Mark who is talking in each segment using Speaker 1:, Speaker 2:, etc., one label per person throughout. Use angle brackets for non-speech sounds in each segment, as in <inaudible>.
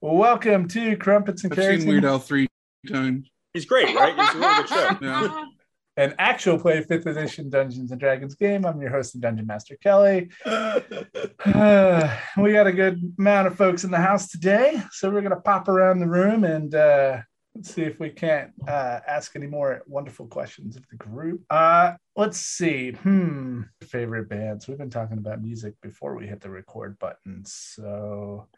Speaker 1: Well, welcome to Crumpets and
Speaker 2: I've seen Weird
Speaker 1: Carrots,
Speaker 2: Al three times.
Speaker 3: He's great, right? He's a really good show.
Speaker 2: Yeah.
Speaker 1: <laughs> an actual play fifth edition Dungeons and Dragons game. I'm your host and Dungeon Master Kelly. Uh, we got a good amount of folks in the house today, so we're gonna pop around the room and uh, let's see if we can't uh, ask any more wonderful questions of the group. Uh, let's see. Hmm, favorite bands. We've been talking about music before we hit the record button, so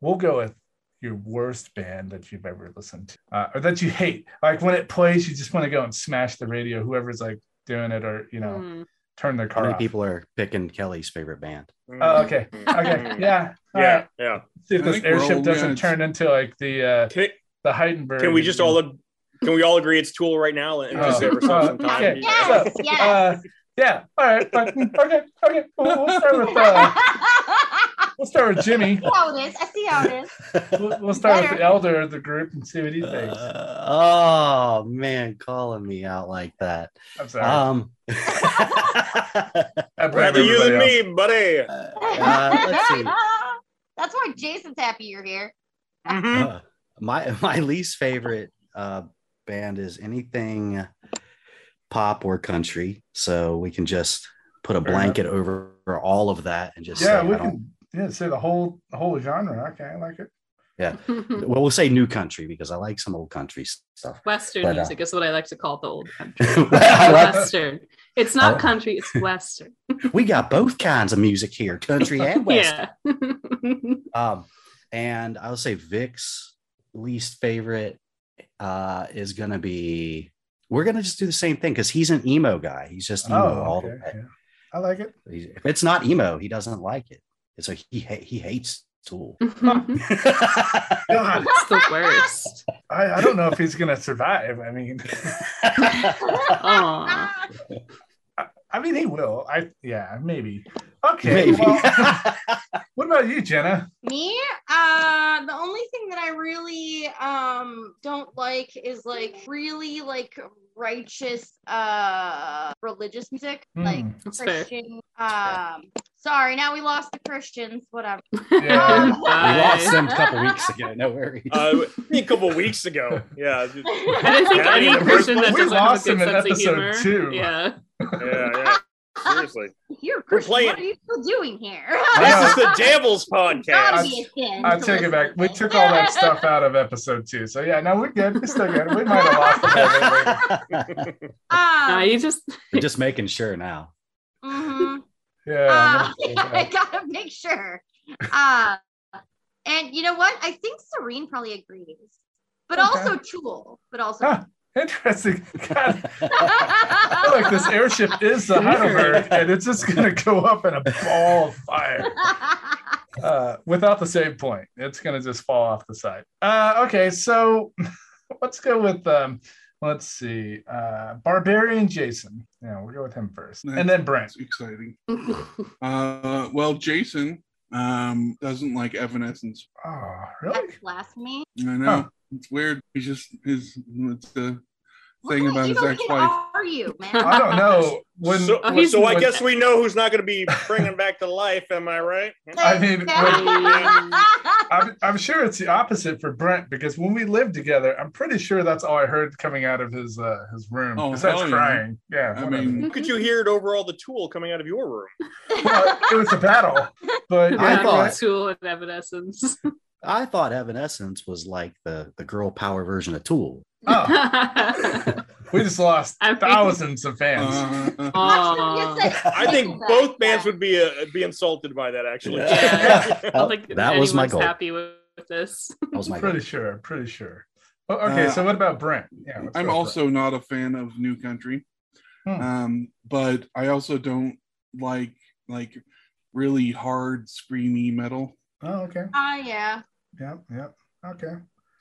Speaker 1: we'll go with your worst band that you've ever listened to uh, or that you hate like when it plays you just want to go and smash the radio whoever's like doing it or you know
Speaker 4: Hmm.
Speaker 1: turn their
Speaker 5: How
Speaker 1: car
Speaker 5: many
Speaker 1: off.
Speaker 5: people are picking Kelly's favorite band?
Speaker 4: Mm-hmm.
Speaker 1: oh okay okay yeah All
Speaker 3: Yeah.
Speaker 1: right.
Speaker 3: Yeah.
Speaker 1: see if
Speaker 2: I
Speaker 1: this
Speaker 2: think we're
Speaker 1: airship
Speaker 2: all-
Speaker 1: doesn't
Speaker 2: yeah, it's-
Speaker 1: turn into like the uh
Speaker 3: Can,
Speaker 1: the heidenberg
Speaker 3: can we just all ag- can we all agree it's Tool right now and just
Speaker 1: Oh.
Speaker 3: say for some
Speaker 1: Oh,
Speaker 3: time?
Speaker 1: okay.
Speaker 3: Yeah.
Speaker 4: Yes, yes.
Speaker 1: uh yeah all right
Speaker 4: <laughs>
Speaker 1: fucking- okay okay we'll, we'll start with uh we'll start with jimmy
Speaker 4: see how it is. I see how it is.
Speaker 1: we'll, we'll start with
Speaker 4: Better.
Speaker 1: the elder of the group and see what he thinks
Speaker 5: Uh, oh man, calling me out like that.
Speaker 1: i'm sorry <laughs>
Speaker 5: Um,
Speaker 1: I blame
Speaker 3: Rather you than
Speaker 1: everybody else.
Speaker 3: me, buddy.
Speaker 5: uh,
Speaker 4: <laughs>
Speaker 6: <laughs>
Speaker 5: let's see.
Speaker 4: That's why Jason's happy you're here.
Speaker 3: Mhm.
Speaker 6: Mm-hmm.
Speaker 5: Uh, my my least favorite uh, band is anything pop or country. So we can just put a
Speaker 1: Fair enough.
Speaker 5: blanket over all of that and just
Speaker 1: yeah
Speaker 5: say,
Speaker 1: we
Speaker 5: I don't,
Speaker 1: can yeah say the whole the whole genre okay i like it
Speaker 6: <laughs>
Speaker 4: <laughs>
Speaker 5: well, we'll say new country because I like some old country stuff.
Speaker 6: Western
Speaker 5: But, uh,
Speaker 6: music is what I like to call the old country.
Speaker 5: <laughs> I like-
Speaker 6: Western. It's not
Speaker 5: Oh.
Speaker 6: country, it's Western.
Speaker 5: we got both kinds of music here, <laughs>
Speaker 1: <laughs>
Speaker 5: country and western.
Speaker 6: Yeah.
Speaker 5: Um, and I would say Vic's least favorite uh, is going to be. We're going to just do the same thing because he's an emo guy. He's just emo all the
Speaker 1: Oh, okay,
Speaker 5: way.
Speaker 1: yeah. i like it
Speaker 5: He's- If it's not emo, he doesn't like it. And so he ha- he hates
Speaker 6: <laughs>
Speaker 5: Tool.
Speaker 6: it's
Speaker 1: God,
Speaker 6: the worst.
Speaker 1: I, I don't know if he's gonna survive. I mean,
Speaker 6: Aw.
Speaker 1: <laughs> I mean he will. I yeah, maybe. Okay.
Speaker 5: Maybe.
Speaker 1: Well, <laughs> what about you, Jenna?
Speaker 4: Me, uh, the only thing that I really um don't like is like really like righteous uh religious music, like
Speaker 1: Hmm,
Speaker 6: That's fair.
Speaker 4: Christian. Um, sorry, now we lost the Christians. Whatever.
Speaker 7: <laughs>
Speaker 1: yeah.
Speaker 4: <laughs> Um,
Speaker 5: we lost
Speaker 6: Bye.
Speaker 5: him a couple weeks ago. No worries.
Speaker 3: Uh, a couple weeks ago. Yeah.
Speaker 6: I didn't think
Speaker 3: Yeah,
Speaker 6: any
Speaker 3: yeah,
Speaker 6: Christian that
Speaker 1: we
Speaker 6: doesn't have a
Speaker 1: lost
Speaker 6: good
Speaker 1: him in
Speaker 6: sense of
Speaker 1: episode
Speaker 6: humor.
Speaker 1: two.
Speaker 6: Yeah.
Speaker 3: Yeah. yeah.
Speaker 1: <laughs>
Speaker 3: Seriously.
Speaker 4: <laughs> You're Christian.
Speaker 3: playing-
Speaker 4: What are you still doing here?
Speaker 3: This is
Speaker 4: <laughs>
Speaker 3: the Devil's podcast.
Speaker 4: Gotta be a sin
Speaker 1: I
Speaker 4: to
Speaker 1: take
Speaker 4: listen
Speaker 1: it back.
Speaker 4: to
Speaker 1: We
Speaker 4: this.
Speaker 1: took all that stuff out of episode two. So yeah, no, we're good. We're still good. We might have lost a little bit. later.
Speaker 6: No,
Speaker 4: Um,
Speaker 6: you just
Speaker 5: <laughs> We're just making sure now.
Speaker 4: mhm.
Speaker 6: Ah.
Speaker 1: Yeah.
Speaker 4: <laughs> Uh, I gotta make sure. Uh, and you know what? I think Serene probably agrees, but
Speaker 1: Okay.
Speaker 4: also Chul, but also.
Speaker 1: Huh. Interesting. God, <laughs> I feel like this
Speaker 4: <laughs>
Speaker 1: airship is the Heidelberg, and it's just gonna go up in a ball of fire. uh, without the save point. It's going to just fall off the side. Uh, okay, so <laughs> let's go with um, let's see, uh, Barbarian Jason. Yeah, we'll go with him first, and then Brent.
Speaker 2: That's exciting. Uh, well, Jason um, doesn't like Evanescence.
Speaker 1: Oh, really?
Speaker 4: That's blasphemy.
Speaker 2: I know
Speaker 1: Huh.
Speaker 2: it's weird. He's just his. It's the
Speaker 4: What
Speaker 2: thing
Speaker 4: kind
Speaker 2: about
Speaker 4: of
Speaker 2: his
Speaker 4: evil
Speaker 2: ex-wife.
Speaker 4: kid Are you
Speaker 1: I
Speaker 4: man?
Speaker 1: don't
Speaker 3: <laughs>
Speaker 1: know. When
Speaker 3: so,
Speaker 6: Oh, he's-
Speaker 3: so I
Speaker 1: when-
Speaker 3: guess we know who's not going to be bringing back to life. Am I right?
Speaker 6: <laughs>
Speaker 1: I mean, when-
Speaker 4: I
Speaker 1: I'm, I'm sure it's the opposite for Brent because when we lived together, I'm pretty sure that's all I heard coming out of his uh, his room
Speaker 2: Oh,
Speaker 1: besides
Speaker 2: hell yeah.
Speaker 1: crying. Yeah,
Speaker 2: I
Speaker 1: whatever.
Speaker 2: mean,
Speaker 3: Could you hear it over all the tool coming out of your
Speaker 6: <laughs>
Speaker 3: room?
Speaker 1: Well, it was a battle, but yeah,
Speaker 5: I
Speaker 1: you're
Speaker 5: thought-
Speaker 1: right.
Speaker 6: Tool and
Speaker 3: <laughs>
Speaker 6: Evanescence.
Speaker 5: I thought Evanescence was like the the girl power version of Tool.
Speaker 1: Oh,
Speaker 6: <laughs>
Speaker 1: we just lost
Speaker 6: I mean-
Speaker 1: thousands of fans.
Speaker 3: <laughs>
Speaker 2: uh,
Speaker 6: Aw.
Speaker 3: I think both bands would be uh, be insulted by that. Actually, <laughs>
Speaker 6: Yeah. I don't
Speaker 5: Oh,
Speaker 6: think
Speaker 5: that was my
Speaker 6: anyone's
Speaker 5: goal.
Speaker 6: Happy with this.
Speaker 5: That
Speaker 6: <laughs>
Speaker 5: was my goal.
Speaker 1: pretty sure. I'm pretty sure. Oh, okay,
Speaker 2: Uh,
Speaker 1: so what about Brent? Yeah, let's
Speaker 2: I'm
Speaker 1: go with
Speaker 2: also not a fan of New Country,
Speaker 1: Hmm.
Speaker 2: um, but I also don't like like really hard screamy metal.
Speaker 1: Brent. Oh, okay.
Speaker 6: Uh,
Speaker 4: Oh yeah.
Speaker 1: Yep. Yep. Okay.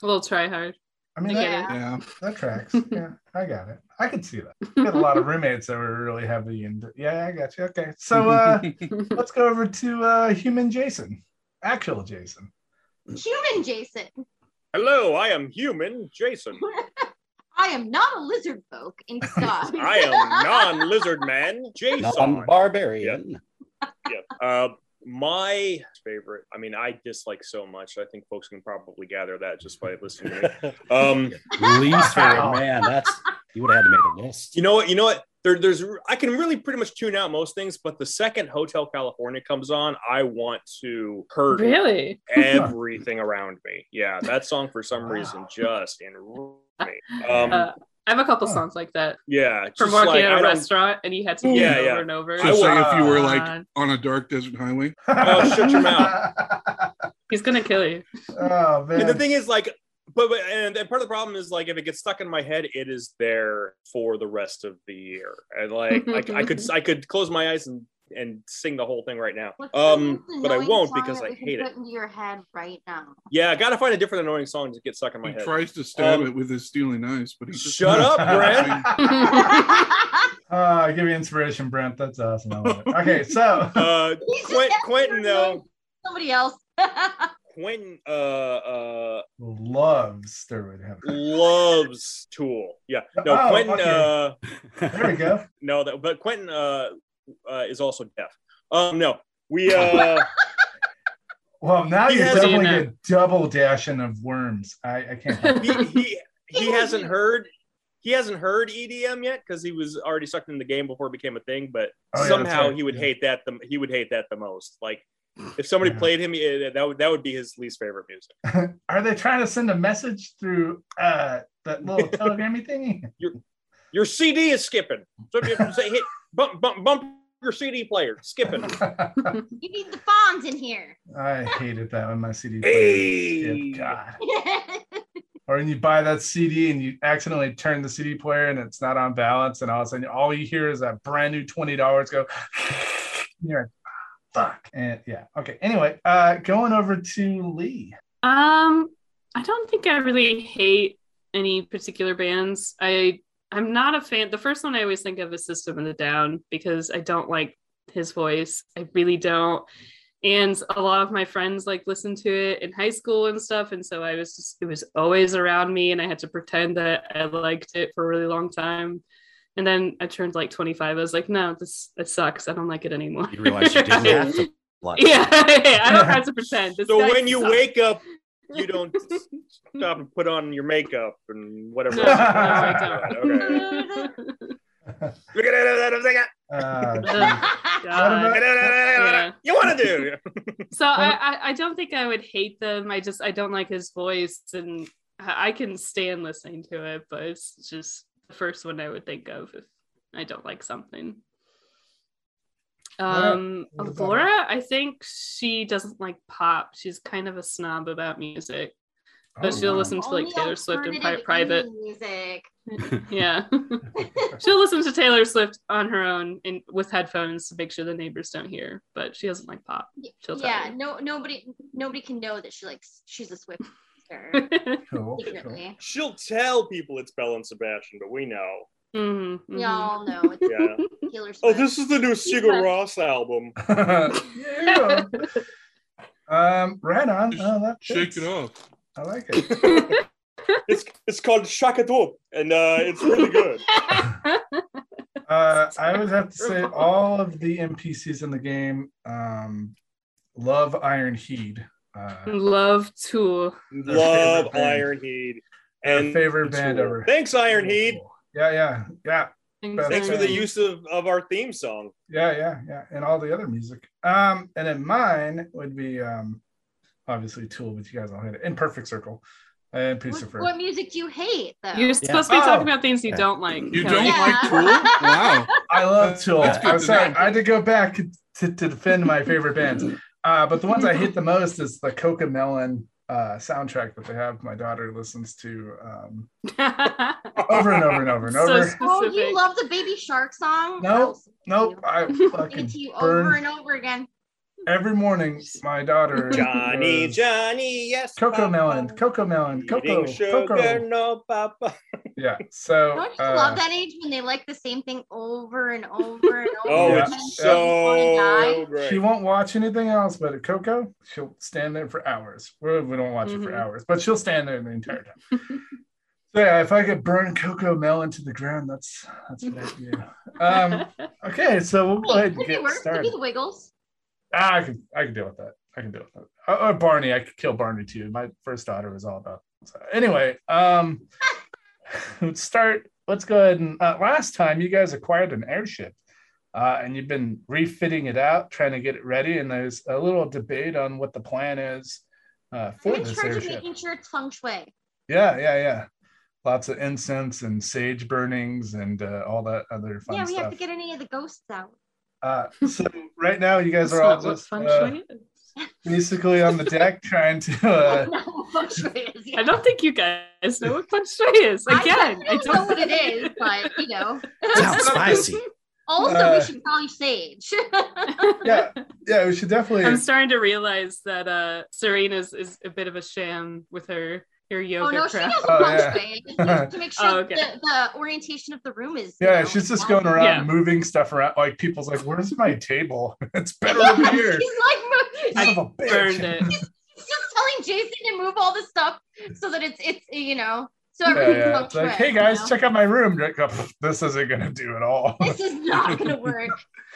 Speaker 6: A little try hard.
Speaker 1: I mean,
Speaker 6: I get
Speaker 1: that,
Speaker 6: it.
Speaker 2: Yeah,
Speaker 1: that
Speaker 2: <laughs>
Speaker 1: tracks. yeah, I got it. I can see that. I got a lot of roommates that were really heavy, and yeah, I got you. Okay, so
Speaker 2: <laughs>
Speaker 1: uh, let's go over to uh, human Jason, actual Jason.
Speaker 4: Human Jason.
Speaker 3: hello, I am human, Jason.
Speaker 4: I am not a lizard folk
Speaker 1: <laughs>
Speaker 4: in disguise.
Speaker 3: I am non-lizard man, Jason.
Speaker 1: <laughs>
Speaker 5: barbarian.
Speaker 3: Yeah. Uh, My favorite, I mean, I dislike so much. I think folks can probably gather that just by listening to me.
Speaker 5: <laughs>
Speaker 3: Um,
Speaker 5: Least favorite
Speaker 1: Wow.
Speaker 5: man. That's you would have had to make a list.
Speaker 3: you know what? You know what? There, there's I can really pretty much tune out most things, but the second Hotel California comes on, I want to hurt
Speaker 6: Really?
Speaker 3: everything around me. Yeah, that song for some
Speaker 1: Wow.
Speaker 3: reason just enraged me. Um,
Speaker 6: Uh, I have a couple
Speaker 1: Huh.
Speaker 6: songs like that
Speaker 3: yeah,
Speaker 6: from
Speaker 3: just
Speaker 6: working
Speaker 3: like,
Speaker 6: at
Speaker 3: I
Speaker 6: a
Speaker 3: don't-
Speaker 6: restaurant, and you had to do
Speaker 3: Yeah,
Speaker 6: it over
Speaker 3: yeah.
Speaker 6: and over.
Speaker 2: So say if you were like
Speaker 6: God.
Speaker 2: on a dark desert highway.
Speaker 1: <laughs>
Speaker 3: Oh, shut your mouth.
Speaker 6: He's gonna kill you.
Speaker 1: oh
Speaker 3: I
Speaker 1: man.
Speaker 3: mean, the thing is, like, but, but and, and part of the problem is like if it gets stuck in my head, it is there for the rest of the year, and like I, I could I could close my eyes and and sing the whole thing right now,
Speaker 4: <laughs> What's the
Speaker 3: um,
Speaker 4: most
Speaker 3: but I
Speaker 4: annoying
Speaker 3: won't
Speaker 4: song
Speaker 3: because
Speaker 4: that
Speaker 3: I
Speaker 4: we can
Speaker 3: hate
Speaker 4: put
Speaker 3: it.
Speaker 4: Into your head right now.
Speaker 3: Yeah, I gotta find a different annoying song to get stuck in my
Speaker 2: He
Speaker 3: head.
Speaker 2: tries to stab
Speaker 3: Um,
Speaker 2: it with his stealing knives, but he just
Speaker 3: Shut up, Brent.
Speaker 6: <laughs>
Speaker 1: Ah, give you inspiration, Brent. That's awesome. I love it. Okay, so
Speaker 3: <laughs> Uh,
Speaker 4: He's just
Speaker 3: Quentin,
Speaker 4: asking
Speaker 3: Quentin
Speaker 4: for
Speaker 3: though,
Speaker 4: Somebody else.
Speaker 3: Quentin uh, uh,
Speaker 1: <laughs> loves steroid heaven.
Speaker 3: loves Tool. Yeah, no,
Speaker 1: Oh,
Speaker 3: Quentin.
Speaker 1: okay.
Speaker 3: Uh, <laughs>
Speaker 1: There we go.
Speaker 3: no, that, but Quentin uh, uh, is also deaf. Um, no, we.
Speaker 1: <laughs>
Speaker 3: Uh,
Speaker 1: Well, now
Speaker 3: He
Speaker 1: you're
Speaker 3: has
Speaker 1: definitely
Speaker 6: seen it.
Speaker 1: a double dashing of worms. I, I can't.
Speaker 3: <laughs>
Speaker 1: help it.
Speaker 3: he he, he hasn't heard he hasn't heard EDM yet because he was already sucked in the game before it became a thing. But
Speaker 1: Oh, yeah,
Speaker 3: somehow
Speaker 1: that's right.
Speaker 3: he would
Speaker 1: Yeah.
Speaker 3: hate that the he would hate that the most. Like if somebody
Speaker 1: Yeah.
Speaker 3: played him, eh, that would that would be his least favorite music.
Speaker 1: Are they trying to send a message through uh, that
Speaker 3: <laughs>
Speaker 1: little telegrammy thingy?
Speaker 3: Your CD is skipping. So if you say hit bump bump bump your CD player skipping.
Speaker 4: you need the fawns in here.
Speaker 1: I hated that when my CD. player
Speaker 3: Hey.
Speaker 1: skipped. God. Or when you buy that CD and you accidentally turn the CD player and it's not on balance, and all of a sudden all you hear is that brand new twenty dollars go. <laughs> And you're like, "Ah, fuck. And yeah. Okay. Anyway, uh, going over to Lee.
Speaker 6: Um, I don't think I really hate any particular bands. I I'm not a fan. The first one I always think of is System of a Down because I don't like his voice. I really don't. And a lot of my friends like listened to it in high school and stuff, and so I was just it was always around me, and I had to pretend that I liked it for a really long time. And then I turned like 25. I was like, no, this it sucks. I don't like it anymore.
Speaker 5: You realize you didn't have
Speaker 6: <laughs>
Speaker 5: to like
Speaker 6: yeah, I don't have to pretend. This
Speaker 3: So
Speaker 6: guy
Speaker 3: when you
Speaker 6: sucks.
Speaker 3: wake up, you
Speaker 6: <laughs>
Speaker 3: don't stop and put on your makeup and whatever.
Speaker 6: No,
Speaker 3: else.
Speaker 6: no, I don't.
Speaker 3: Okay. Look at that.
Speaker 6: <laughs>
Speaker 1: Uh, geez.
Speaker 4: That's
Speaker 1: about-
Speaker 6: Yeah.
Speaker 3: You want to do?
Speaker 6: so I, I, I don't think I would hate them. I just I don't like his voice, and I I can stand listening to it, but it's just the first one I would think of if I don't like something. Um,
Speaker 1: What about-
Speaker 6: Laura, I think she doesn't like pop. She's kind of a snob about music, but
Speaker 1: Oh,
Speaker 6: she'll
Speaker 1: wow.
Speaker 6: listen to like Taylor Swift in pri-
Speaker 7: E.
Speaker 6: private.
Speaker 4: music.
Speaker 6: <laughs> yeah, she'll listen to Taylor Swift on her own and with headphones to make sure the neighbors don't hear. But she doesn't like pop. She'll tell
Speaker 4: yeah,
Speaker 6: you.
Speaker 4: no, nobody, nobody can know that she likes. She's a Swift sister.
Speaker 6: <laughs>
Speaker 1: Cool. cool.
Speaker 4: Secretly,
Speaker 3: She'll tell people it's Belle and Sebastian, but we know.
Speaker 6: Mhm, mhm.
Speaker 4: we all know it's
Speaker 3: Yeah.
Speaker 4: Taylor Swift.
Speaker 3: oh, this is the new Sigur Ross album.
Speaker 1: yeah. Um, right on.
Speaker 2: Just
Speaker 1: Oh, that
Speaker 2: shake
Speaker 1: fits.
Speaker 2: it off.
Speaker 1: I like it.
Speaker 3: It's it's called Shaka Dope, and uh, it's really
Speaker 1: <laughs>
Speaker 3: good.
Speaker 1: Uh, I always have to say
Speaker 6: Terrible.
Speaker 1: all of the NPCs in the game um, love Iron Heed. Uh,
Speaker 6: <laughs> Love Tool.
Speaker 1: Their
Speaker 3: Love
Speaker 1: favorite band.
Speaker 3: Iron Heat.
Speaker 1: their
Speaker 3: And
Speaker 1: favorite band
Speaker 3: Tool.
Speaker 1: ever.
Speaker 3: Thanks, Iron Heat.
Speaker 1: Yeah, yeah, yeah,
Speaker 3: Thanks for
Speaker 1: Thanks,
Speaker 3: the
Speaker 1: Iron
Speaker 3: use of, of our theme song.
Speaker 1: yeah, yeah, yeah, and all the other music. Um, and then mine would be um, obviously Tool, but you guys all hit it. Imperfect Circle uh, and Peace
Speaker 4: what,
Speaker 1: of Fur.
Speaker 4: what music do you hate though?
Speaker 6: You're supposed to be
Speaker 1: Oh.
Speaker 6: talking about things you don't like.
Speaker 2: You
Speaker 6: Kelly.
Speaker 2: don't
Speaker 4: Yeah.
Speaker 2: like Tool? Wow.
Speaker 1: I love Tool.
Speaker 2: That's good
Speaker 1: I'm
Speaker 2: to
Speaker 1: sorry,
Speaker 2: know.
Speaker 1: I had to go back to, to defend my favorite bands. Uh, but the ones I hate the most is the Coca Melon uh, soundtrack that they have. My daughter listens to
Speaker 4: <laughs>
Speaker 1: um, over and over and over and
Speaker 6: So
Speaker 1: over.
Speaker 6: sp-
Speaker 4: oh,
Speaker 6: specific.
Speaker 4: you love the baby shark song?
Speaker 1: Nope,
Speaker 4: I'll
Speaker 1: nope, I
Speaker 4: Give it
Speaker 1: fucking
Speaker 4: to you over
Speaker 1: burn
Speaker 4: and over again.
Speaker 1: every morning.
Speaker 2: <laughs>
Speaker 1: My daughter
Speaker 3: Johnny,
Speaker 1: goes,
Speaker 3: Johnny, yes.
Speaker 1: Coco
Speaker 3: Papa.
Speaker 1: Melon, Coco Melon, Coco,
Speaker 3: Eating sugar,
Speaker 1: Coco.
Speaker 3: no, Papa.
Speaker 1: Yeah. So
Speaker 4: Don't you
Speaker 1: Oh. uh,
Speaker 4: love that age when they like the same thing over and over
Speaker 1: <laughs>
Speaker 4: and over?
Speaker 3: Oh,
Speaker 1: Yeah.
Speaker 4: and
Speaker 3: it's
Speaker 4: over and over and
Speaker 3: so great.
Speaker 1: She won't watch anything else but Coco. She'll stand there for hours. We, we don't watch it for
Speaker 6: Mhm.
Speaker 1: hours, but she'll stand there the entire time. so yeah, if I could burn Coco Melon to the ground, that's that's what I do. Um, okay, so we'll go
Speaker 4: Wait,
Speaker 1: ahead and
Speaker 4: could be
Speaker 1: get
Speaker 4: worse. Could be
Speaker 1: started.
Speaker 4: the Wiggles.
Speaker 1: Ah, I can I can deal with that. I can deal with that. Uh, Or Barney, I could kill Barney too. My first daughter was all about. So anyway, um, <laughs> let's start. Let's go ahead and uh, last time you guys acquired an airship, uh, and you've been refitting it out, trying to get it ready. And there's a little debate on what the plan is uh, for
Speaker 7: I'm in
Speaker 1: this
Speaker 7: charge of
Speaker 1: airship.
Speaker 7: making sure it's feng shui.
Speaker 1: Yeah, yeah, yeah. Lots of incense and sage burnings and uh, all that other fun
Speaker 7: yeah, we
Speaker 1: stuff.
Speaker 7: have to get any of the ghosts out.
Speaker 1: uh, so right now, you guys
Speaker 6: That's
Speaker 1: are all
Speaker 6: not what
Speaker 1: just
Speaker 6: feng
Speaker 1: uh,
Speaker 6: shui is.
Speaker 1: basically on
Speaker 6: <laughs>
Speaker 1: the deck trying to. Uh,
Speaker 7: <laughs> no, feng shui is. Yeah.
Speaker 6: I don't think you guys know what feng shui is.
Speaker 7: I
Speaker 6: Again,
Speaker 7: definitely don't know what it
Speaker 6: <laughs>
Speaker 7: is, but you know.
Speaker 5: Sounds spicy.
Speaker 7: <laughs> Also,
Speaker 1: Uh,
Speaker 7: we should probably sage. <laughs>
Speaker 1: yeah, yeah, we should definitely.
Speaker 6: I'm starting to realize that uh, Serena's is a bit of a sham with her her yoga
Speaker 7: oh no, she
Speaker 6: prep.
Speaker 7: has
Speaker 1: Oh,
Speaker 7: a feng
Speaker 1: yeah. <laughs>
Speaker 7: shui. Just needs to make sure
Speaker 6: Oh, okay.
Speaker 7: that the, the orientation of the room is. <laughs> you
Speaker 1: yeah,
Speaker 7: know,
Speaker 1: she's just
Speaker 7: well.
Speaker 1: going around
Speaker 6: Yeah.
Speaker 1: moving stuff around. Like people's like, "Where's my table? <laughs> It's better over
Speaker 6: <laughs>
Speaker 7: Yeah,
Speaker 1: here."
Speaker 7: She's like, mo-
Speaker 1: Son
Speaker 6: I
Speaker 1: of a bitch.
Speaker 6: Burned
Speaker 7: <laughs>
Speaker 1: <laughs>
Speaker 6: it.
Speaker 7: she's just telling Jason to move all the stuff so that it's it's you know so
Speaker 1: Yeah,
Speaker 7: everything's
Speaker 1: yeah.
Speaker 7: feng
Speaker 1: It's
Speaker 7: shui,
Speaker 1: like, hey guys,
Speaker 7: you know?
Speaker 1: check out my room. Like, "Oh, <laughs> pff, this isn't gonna do
Speaker 7: <laughs>
Speaker 1: at all. <laughs>
Speaker 7: This is not gonna work.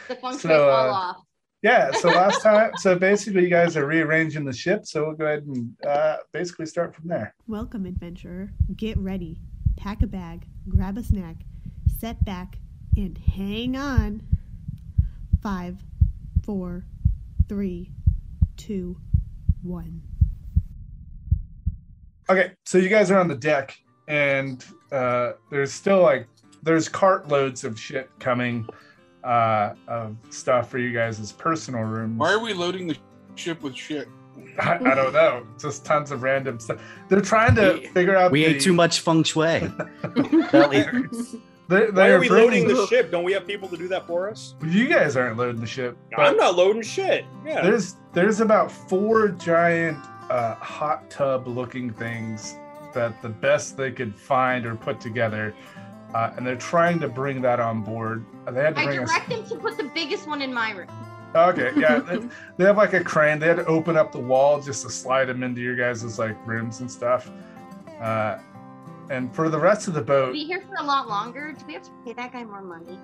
Speaker 7: The feng
Speaker 1: So,
Speaker 7: shui's all
Speaker 1: uh,
Speaker 7: off.
Speaker 1: Yeah, so last time, so basically, you guys are rearranging the ship, so we'll go ahead and uh, basically start from there.
Speaker 8: Welcome, adventurer. Get ready. Pack a bag, grab a snack, set back, and hang on. Five, four, three, two, one.
Speaker 1: Okay, so you guys are on the deck, and uh, there's still like there's cartloads of shit coming uh, of stuff for you guys as personal rooms.
Speaker 9: Why are we loading the ship with shit?
Speaker 1: I, I don't know, just tons of random stuff. They're trying to
Speaker 5: We-
Speaker 1: figure out.
Speaker 5: We
Speaker 1: the,
Speaker 5: ate too much feng shui. That leaves-
Speaker 1: They're,
Speaker 3: Why
Speaker 1: they're
Speaker 3: are we loading
Speaker 1: bringing-
Speaker 3: the ship? Don't we have people to do that for us?
Speaker 1: You guys aren't loading the ship.
Speaker 3: I'm not loading shit. Yeah.
Speaker 1: There's there's about four giant uh, hot tub looking things that the best they could find or put together, uh, and they're trying to bring that on board. Uh, They had to
Speaker 7: I
Speaker 1: bring us.
Speaker 7: direct them to put the biggest one in my room.
Speaker 1: Okay,
Speaker 7: <laughs>
Speaker 1: yeah, they, they have like a crane. They had to open up the wall just to slide them into your guys' like rooms and stuff. Uh, and for the rest of the boat,
Speaker 7: Be here for a lot longer. Do we have to pay that guy more money?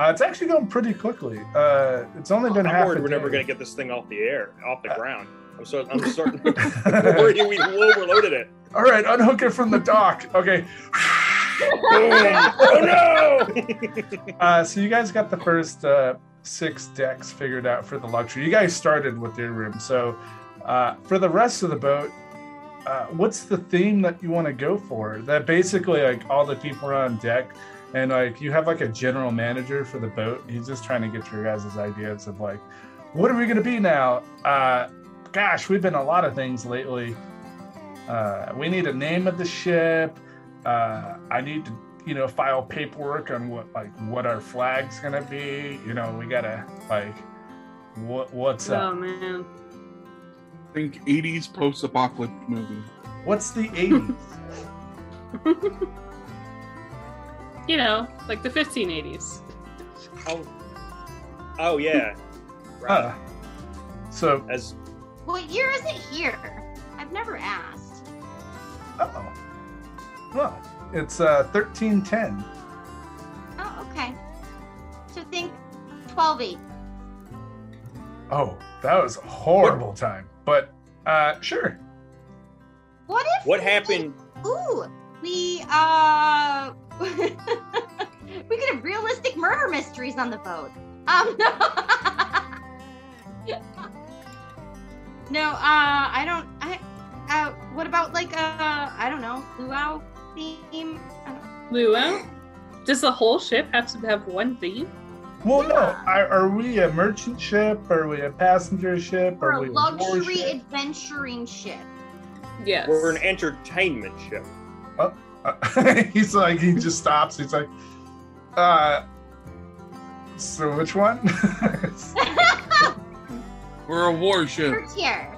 Speaker 1: uh, it's actually going pretty quickly. Uh, it's only been half.
Speaker 3: I'm worried
Speaker 1: a
Speaker 3: we're never
Speaker 1: day.
Speaker 3: going to get this thing off the air, off the
Speaker 1: Uh,
Speaker 3: ground. I'm so
Speaker 1: <laughs>
Speaker 3: I'm starting worried we overloaded it.
Speaker 1: All right, unhook it from the dock. Okay.
Speaker 3: oh no!
Speaker 1: <laughs> Uh, so you guys got the first uh, six decks figured out for the luxury. You guys started with your room. So uh, for the rest of the boat, uh, what's the theme that you want to go for? That basically like all the people are on deck, and like you have like a general manager for the boat. He's just trying to get your guys' ideas of like, what are we gonna be now? Uh, gosh, we've been a lot of things lately. Uh, we need a name of the ship. Uh, I need to you know file paperwork on what like what our flag's gonna be you know we gotta like what what's up
Speaker 6: oh man.
Speaker 9: Think 80s post-apocalyptic movie.
Speaker 1: what's the 80s
Speaker 6: You know, like the 1580s.
Speaker 3: Oh, oh yeah. Right.
Speaker 1: Huh. so
Speaker 3: As
Speaker 7: What year is it here? I've never asked.
Speaker 1: oh well it's uh 1310
Speaker 7: Oh, okay. So think 12
Speaker 1: oh that was a horrible time but uh sure
Speaker 7: What if
Speaker 3: what
Speaker 7: we-
Speaker 3: happened?
Speaker 7: Ooh, we uh <laughs> we could have realistic murder mysteries on the boat. Um <laughs> No, uh I don't I uh what about like uh I don't know, luau theme? Uh, I don't-
Speaker 6: Luau? Does the whole ship have to have one theme?
Speaker 1: well no
Speaker 7: Yeah.
Speaker 1: are, are we a merchant ship are we a passenger ship
Speaker 7: Or
Speaker 1: are we
Speaker 7: a
Speaker 1: a war
Speaker 7: luxury
Speaker 1: ship?
Speaker 7: adventuring ship.
Speaker 6: Yes.
Speaker 3: We're an entertainment ship.
Speaker 1: Uh, <laughs> he's like he just stops he's like uh so which one
Speaker 9: We're a warship.
Speaker 7: First tier.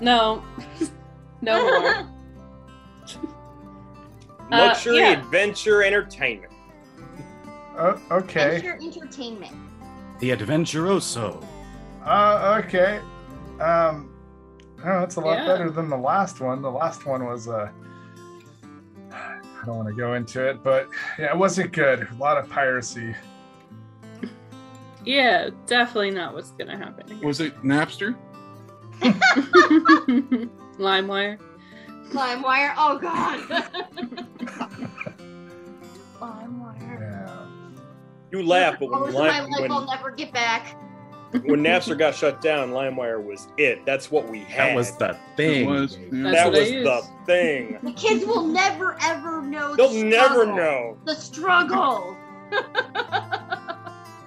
Speaker 6: no. no more.
Speaker 7: <laughs>
Speaker 6: Uh,
Speaker 3: Luxury
Speaker 6: yeah.
Speaker 3: adventure entertainment.
Speaker 1: <laughs> Oh, okay.
Speaker 7: Adventure entertainment.
Speaker 5: the adventuroso.
Speaker 1: Uh, okay. Um, oh, that's a lot
Speaker 6: Yeah.
Speaker 1: better than the last one. The last one was uh, I don't want to go into it, but yeah, it wasn't good. A lot of piracy.
Speaker 6: Yeah, definitely not what's gonna happen. here.
Speaker 9: Was it Napster?
Speaker 6: LimeWire.
Speaker 7: LimeWire.
Speaker 6: <laughs>
Speaker 7: Oh god. LimeWire.
Speaker 1: Yeah.
Speaker 3: You laugh, but when,
Speaker 7: Moments of my
Speaker 3: Lime,
Speaker 7: life I'll
Speaker 3: when,
Speaker 7: never get back.
Speaker 3: when Napster got shut down, LimeWire was it. That's what we had.
Speaker 5: That was the thing.
Speaker 9: It was. yeah.
Speaker 6: That's
Speaker 3: that
Speaker 6: what I
Speaker 3: was the
Speaker 6: used.
Speaker 3: thing.
Speaker 7: <laughs> The kids will never ever know.
Speaker 3: They'll
Speaker 7: the
Speaker 3: never
Speaker 7: struggle.
Speaker 3: know.
Speaker 7: The struggle.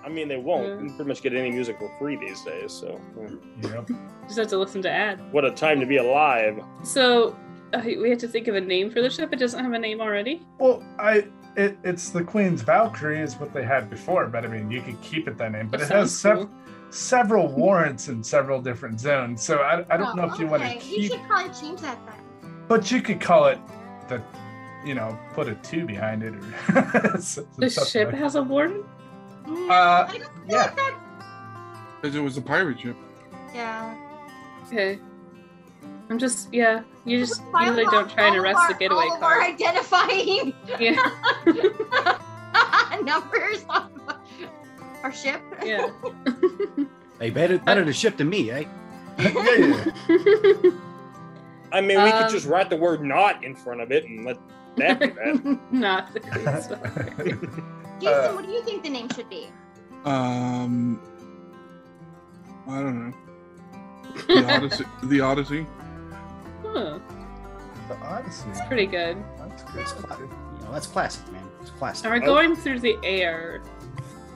Speaker 3: I mean, they won't.
Speaker 6: Yeah.
Speaker 3: You pretty much get any music for free these days. So, mm.
Speaker 1: Yep.
Speaker 6: Just have to listen to ad.
Speaker 3: what a time to be alive!
Speaker 6: So uh, we have to think of a name for the ship. It doesn't have a name already.
Speaker 1: Well, I it, it's the Queen's Valkyrie is what they had before, but I mean you could keep it that name, but
Speaker 6: That
Speaker 1: it has
Speaker 6: sounds
Speaker 1: sev-
Speaker 6: cool.
Speaker 1: several warrants in several different zones. So I, I don't know if you want to
Speaker 7: Oh, okay.
Speaker 1: keep,
Speaker 7: You should probably change that then.
Speaker 1: but you could call it the, you know, put a two behind it or <laughs>
Speaker 6: The ship has a warden.
Speaker 7: Mm,
Speaker 1: Uh,
Speaker 7: I don't feel
Speaker 1: yeah.
Speaker 7: like that.
Speaker 9: 'Cause it was a pirate ship.
Speaker 7: Yeah.
Speaker 6: Okay. I'm just yeah. You just
Speaker 7: Just file
Speaker 6: usually
Speaker 7: off
Speaker 6: don't try and
Speaker 7: all of
Speaker 6: arrest
Speaker 7: our-
Speaker 6: the getaway
Speaker 7: all of our
Speaker 6: car.
Speaker 7: identifying
Speaker 6: <laughs> Yeah,
Speaker 7: <laughs> numbers on <laughs> our ship.
Speaker 6: yeah.
Speaker 5: Hey, better better to ship to me, eh?
Speaker 1: <laughs> yeah, yeah.
Speaker 3: <laughs> I mean, we
Speaker 6: Um,
Speaker 3: could just write the word "not" in front of it and let that be that.
Speaker 6: Not the queen's
Speaker 1: <laughs>
Speaker 6: Valkyrie.
Speaker 1: Uh,
Speaker 7: Jason, what do you think the name should be?
Speaker 9: Um, I
Speaker 6: <laughs>
Speaker 9: don't know. The Odyssey. the Odyssey.
Speaker 6: <laughs> Huh,
Speaker 1: The Odyssey.
Speaker 6: It's pretty good.
Speaker 1: That's Oh. good. That's good.
Speaker 5: You know, that's classic, man. It's
Speaker 6: And
Speaker 5: classic.
Speaker 6: we're going through the air.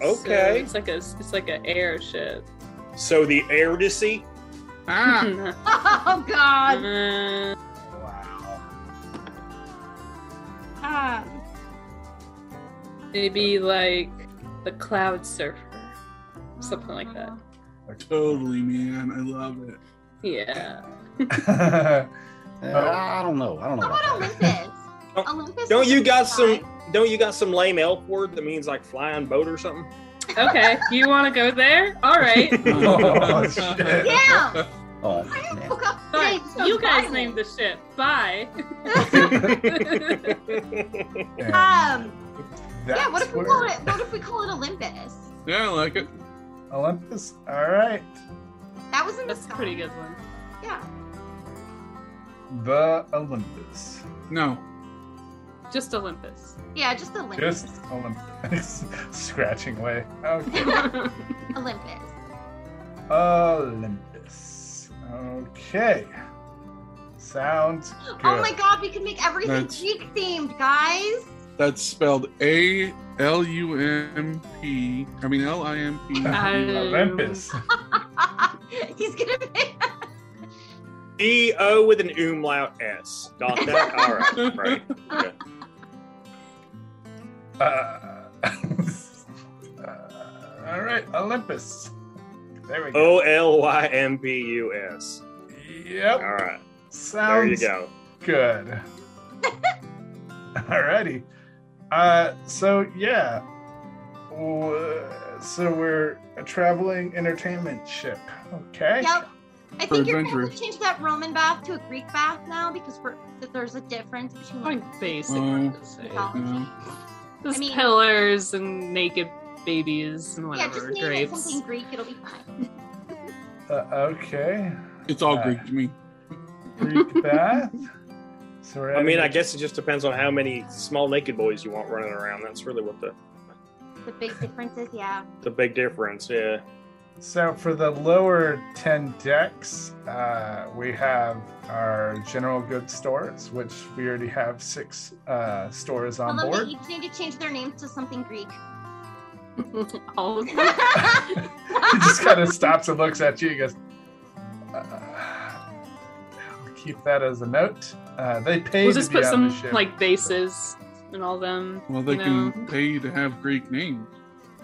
Speaker 6: So
Speaker 3: Okay.
Speaker 6: it's like a it's like an airship.
Speaker 3: So the Erdicy.
Speaker 9: Ah,
Speaker 7: <laughs> Oh God.
Speaker 6: Uh,
Speaker 1: Wow.
Speaker 7: Ah.
Speaker 6: maybe like the cloud surfer, something like
Speaker 7: Oh.
Speaker 6: that.
Speaker 9: totally, man. I love
Speaker 1: <laughs>
Speaker 9: it.
Speaker 6: Yeah.
Speaker 5: Uh,
Speaker 3: Oh.
Speaker 5: I don't know. I don't know.
Speaker 7: How
Speaker 5: About
Speaker 7: about
Speaker 5: that.
Speaker 7: Olympus?
Speaker 3: Don't-
Speaker 7: Olympus.
Speaker 3: Don't
Speaker 7: is
Speaker 3: you
Speaker 7: a
Speaker 3: got
Speaker 7: sky.
Speaker 3: some? Don't you got some lame elf word that means like flying boat or something?
Speaker 6: Okay. you want to go there? All right.
Speaker 1: <laughs>
Speaker 3: <laughs>
Speaker 1: oh, shit. <laughs>
Speaker 7: Yeah.
Speaker 5: Oh,
Speaker 7: Why you
Speaker 5: man.
Speaker 7: look up
Speaker 6: Sorry,
Speaker 7: names so
Speaker 6: you guys
Speaker 7: violent?
Speaker 6: named the ship. Bye. <laughs>
Speaker 7: Um. yeah. What
Speaker 1: That's
Speaker 7: if we
Speaker 1: where-
Speaker 7: call it? What if we call it Olympus?
Speaker 9: Yeah, I like it.
Speaker 1: Olympus? All right.
Speaker 7: That was in the
Speaker 6: That's a
Speaker 7: sky.
Speaker 6: pretty good one.
Speaker 7: Yeah.
Speaker 6: <laughs>
Speaker 1: The Olympus.
Speaker 9: No,
Speaker 6: Just Olympus.
Speaker 7: Yeah. Just Olympus.
Speaker 1: Just Olympus. <laughs> Scratching away. Okay.
Speaker 6: <laughs>
Speaker 7: Olympus.
Speaker 1: Olympus. Okay. Sounds good.
Speaker 7: Oh my God. We can make everything
Speaker 9: That's-
Speaker 7: Greek themed, guys.
Speaker 9: that's spelled A L U M P. I mean L I M P.
Speaker 1: <laughs> Olympus.
Speaker 7: <laughs> He's gonna <laughs> make.
Speaker 3: D O with an umlaut S. Got that? All right.
Speaker 1: <laughs>
Speaker 3: Right. Okay.
Speaker 1: Uh, uh, all right, Olympus. There we go.
Speaker 3: O L Y M P U S.
Speaker 1: Yep.
Speaker 3: All right. There you
Speaker 1: Sounds
Speaker 3: go.
Speaker 1: good. <laughs> Alrighty. Uh, so yeah. Wh- So we're a traveling entertainment ship. Okay.
Speaker 7: Yep. I think you're gonna have
Speaker 9: adventurous.
Speaker 7: to change that Roman bath to a Greek bath now because we're, that there's a difference between like,
Speaker 6: Something basic.
Speaker 1: Mm-hmm.
Speaker 9: Mm.
Speaker 6: Just
Speaker 7: mythology. I mean-
Speaker 6: pillars and naked babies and
Speaker 7: Yeah, just
Speaker 6: whatever
Speaker 7: name it
Speaker 6: grapes.
Speaker 7: something Greek. It'll be fine.
Speaker 1: Uh, okay. Uh,
Speaker 9: It's all Greek to me.
Speaker 1: Greek bath. So we're
Speaker 3: I mean, I
Speaker 1: adding-
Speaker 3: guess it just depends on how many small naked boys you want running around. That's really what the
Speaker 7: The big difference is, yeah.
Speaker 3: the big difference. Yeah.
Speaker 1: <laughs> So for the lower 10 decks, uh, we have our general goods stores, which we already have six uh, stores on
Speaker 7: Although
Speaker 1: board.
Speaker 7: they each need to change their names to something Greek.
Speaker 6: <laughs> All
Speaker 1: <laughs>
Speaker 6: of them.
Speaker 1: <laughs> he
Speaker 7: That's
Speaker 1: just kind of stops and looks at you. He goes, uh, I'll keep that as a note. Uh, they paid
Speaker 6: We'll
Speaker 1: to
Speaker 6: just
Speaker 1: be
Speaker 6: put
Speaker 1: on
Speaker 6: some
Speaker 1: the ship.
Speaker 6: like bases and all them.
Speaker 9: Well, they
Speaker 6: you know.
Speaker 9: can pay you to have Greek names.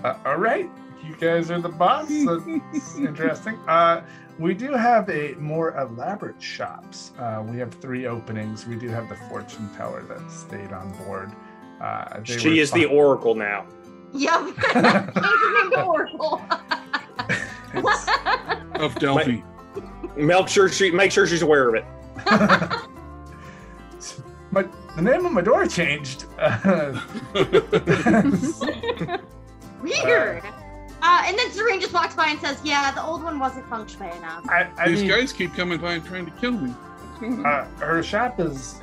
Speaker 1: Uh, all right, you guys are the boss.
Speaker 9: <laughs>
Speaker 1: That's interesting. Uh, we do have a more elaborate shops. Uh, we have three openings. We do have the fortune teller that stayed on board. Uh, they were
Speaker 3: She is the
Speaker 1: fun-
Speaker 3: oracle now.
Speaker 7: <laughs>
Speaker 1: <laughs>
Speaker 7: yep. <laughs> change your name to Oracle.
Speaker 1: It's-
Speaker 9: Of Delphi.
Speaker 3: Make sure she make sure she's aware of it.
Speaker 1: my the name of my door <laughs> changed. Uh,
Speaker 7: Weird. Uh, and then Serene just walks by and says, "Yeah, the old one wasn't feng shui enough."
Speaker 1: I,
Speaker 9: <laughs>
Speaker 1: I
Speaker 9: These
Speaker 1: mean,
Speaker 9: guys keep coming by and trying to kill me.
Speaker 5: <laughs>
Speaker 9: What's going on?
Speaker 1: uh, her
Speaker 3: <laughs>
Speaker 1: shop is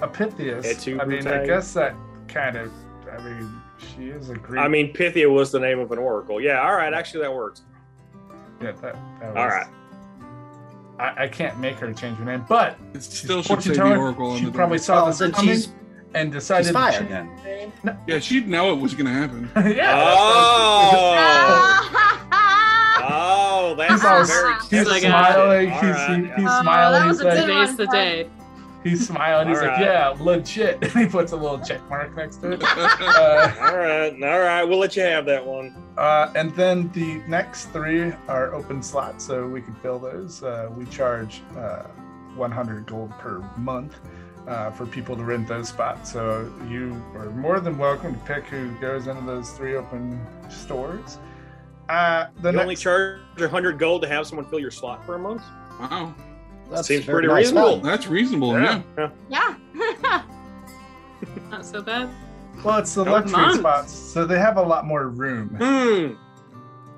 Speaker 1: Apitheus.
Speaker 3: It's who
Speaker 1: I mean, I
Speaker 3: retired.
Speaker 1: guess that kind of. I mean, she is a Greek.
Speaker 3: I mean, Pythia was the name of an oracle. Yeah, all right. Actually, that works.
Speaker 1: yeah, that, that was,
Speaker 3: All right.
Speaker 1: I, I can't make her change her name, but
Speaker 9: It still should
Speaker 1: fortune
Speaker 9: say the
Speaker 1: teller,
Speaker 9: Oracle on
Speaker 1: she
Speaker 9: the door.
Speaker 1: probably saw
Speaker 5: Well,
Speaker 1: this
Speaker 5: then
Speaker 1: coming
Speaker 5: she's,
Speaker 1: and
Speaker 5: she's
Speaker 1: decided.
Speaker 5: fired then.
Speaker 9: Yeah, she'd know it was going to happen.
Speaker 1: <laughs> yeah.
Speaker 3: Oh. <laughs> Oh, that's
Speaker 1: He's all-
Speaker 3: very.
Speaker 1: He's
Speaker 6: Oh my God.
Speaker 1: smiling.
Speaker 3: All
Speaker 1: He's,
Speaker 3: right,
Speaker 1: he-
Speaker 3: yeah.
Speaker 1: he's
Speaker 7: Oh,
Speaker 1: smiling.
Speaker 7: that was a
Speaker 1: He's like,
Speaker 7: good one.
Speaker 6: Today's the day.
Speaker 1: he's smiling. He's
Speaker 3: All
Speaker 1: like,
Speaker 3: right.
Speaker 1: yeah, legit. <laughs> And he puts a little check mark next to it. Uh,
Speaker 3: <laughs> All right, all right. We'll let you have that one.
Speaker 1: Uh, and then the next three are open slots, so we can fill those. Uh, we charge uh, 100 gold per month uh, for people to rent those spots. So you are more than welcome to pick who goes into those three open stores. Uh, the
Speaker 3: you
Speaker 1: next,
Speaker 3: only charge 100 gold to have someone fill your slot for a month.
Speaker 9: wow,
Speaker 5: That's
Speaker 3: Seems
Speaker 5: very
Speaker 3: pretty
Speaker 5: nice
Speaker 3: reasonable.
Speaker 5: value.
Speaker 9: that's reasonable. Yeah.
Speaker 7: Yeah.
Speaker 6: Not so
Speaker 7: <laughs>
Speaker 6: bad.
Speaker 1: well, it's the
Speaker 3: Go
Speaker 1: luxury
Speaker 6: months.
Speaker 1: spots, so they have a lot more room,
Speaker 3: Hmm.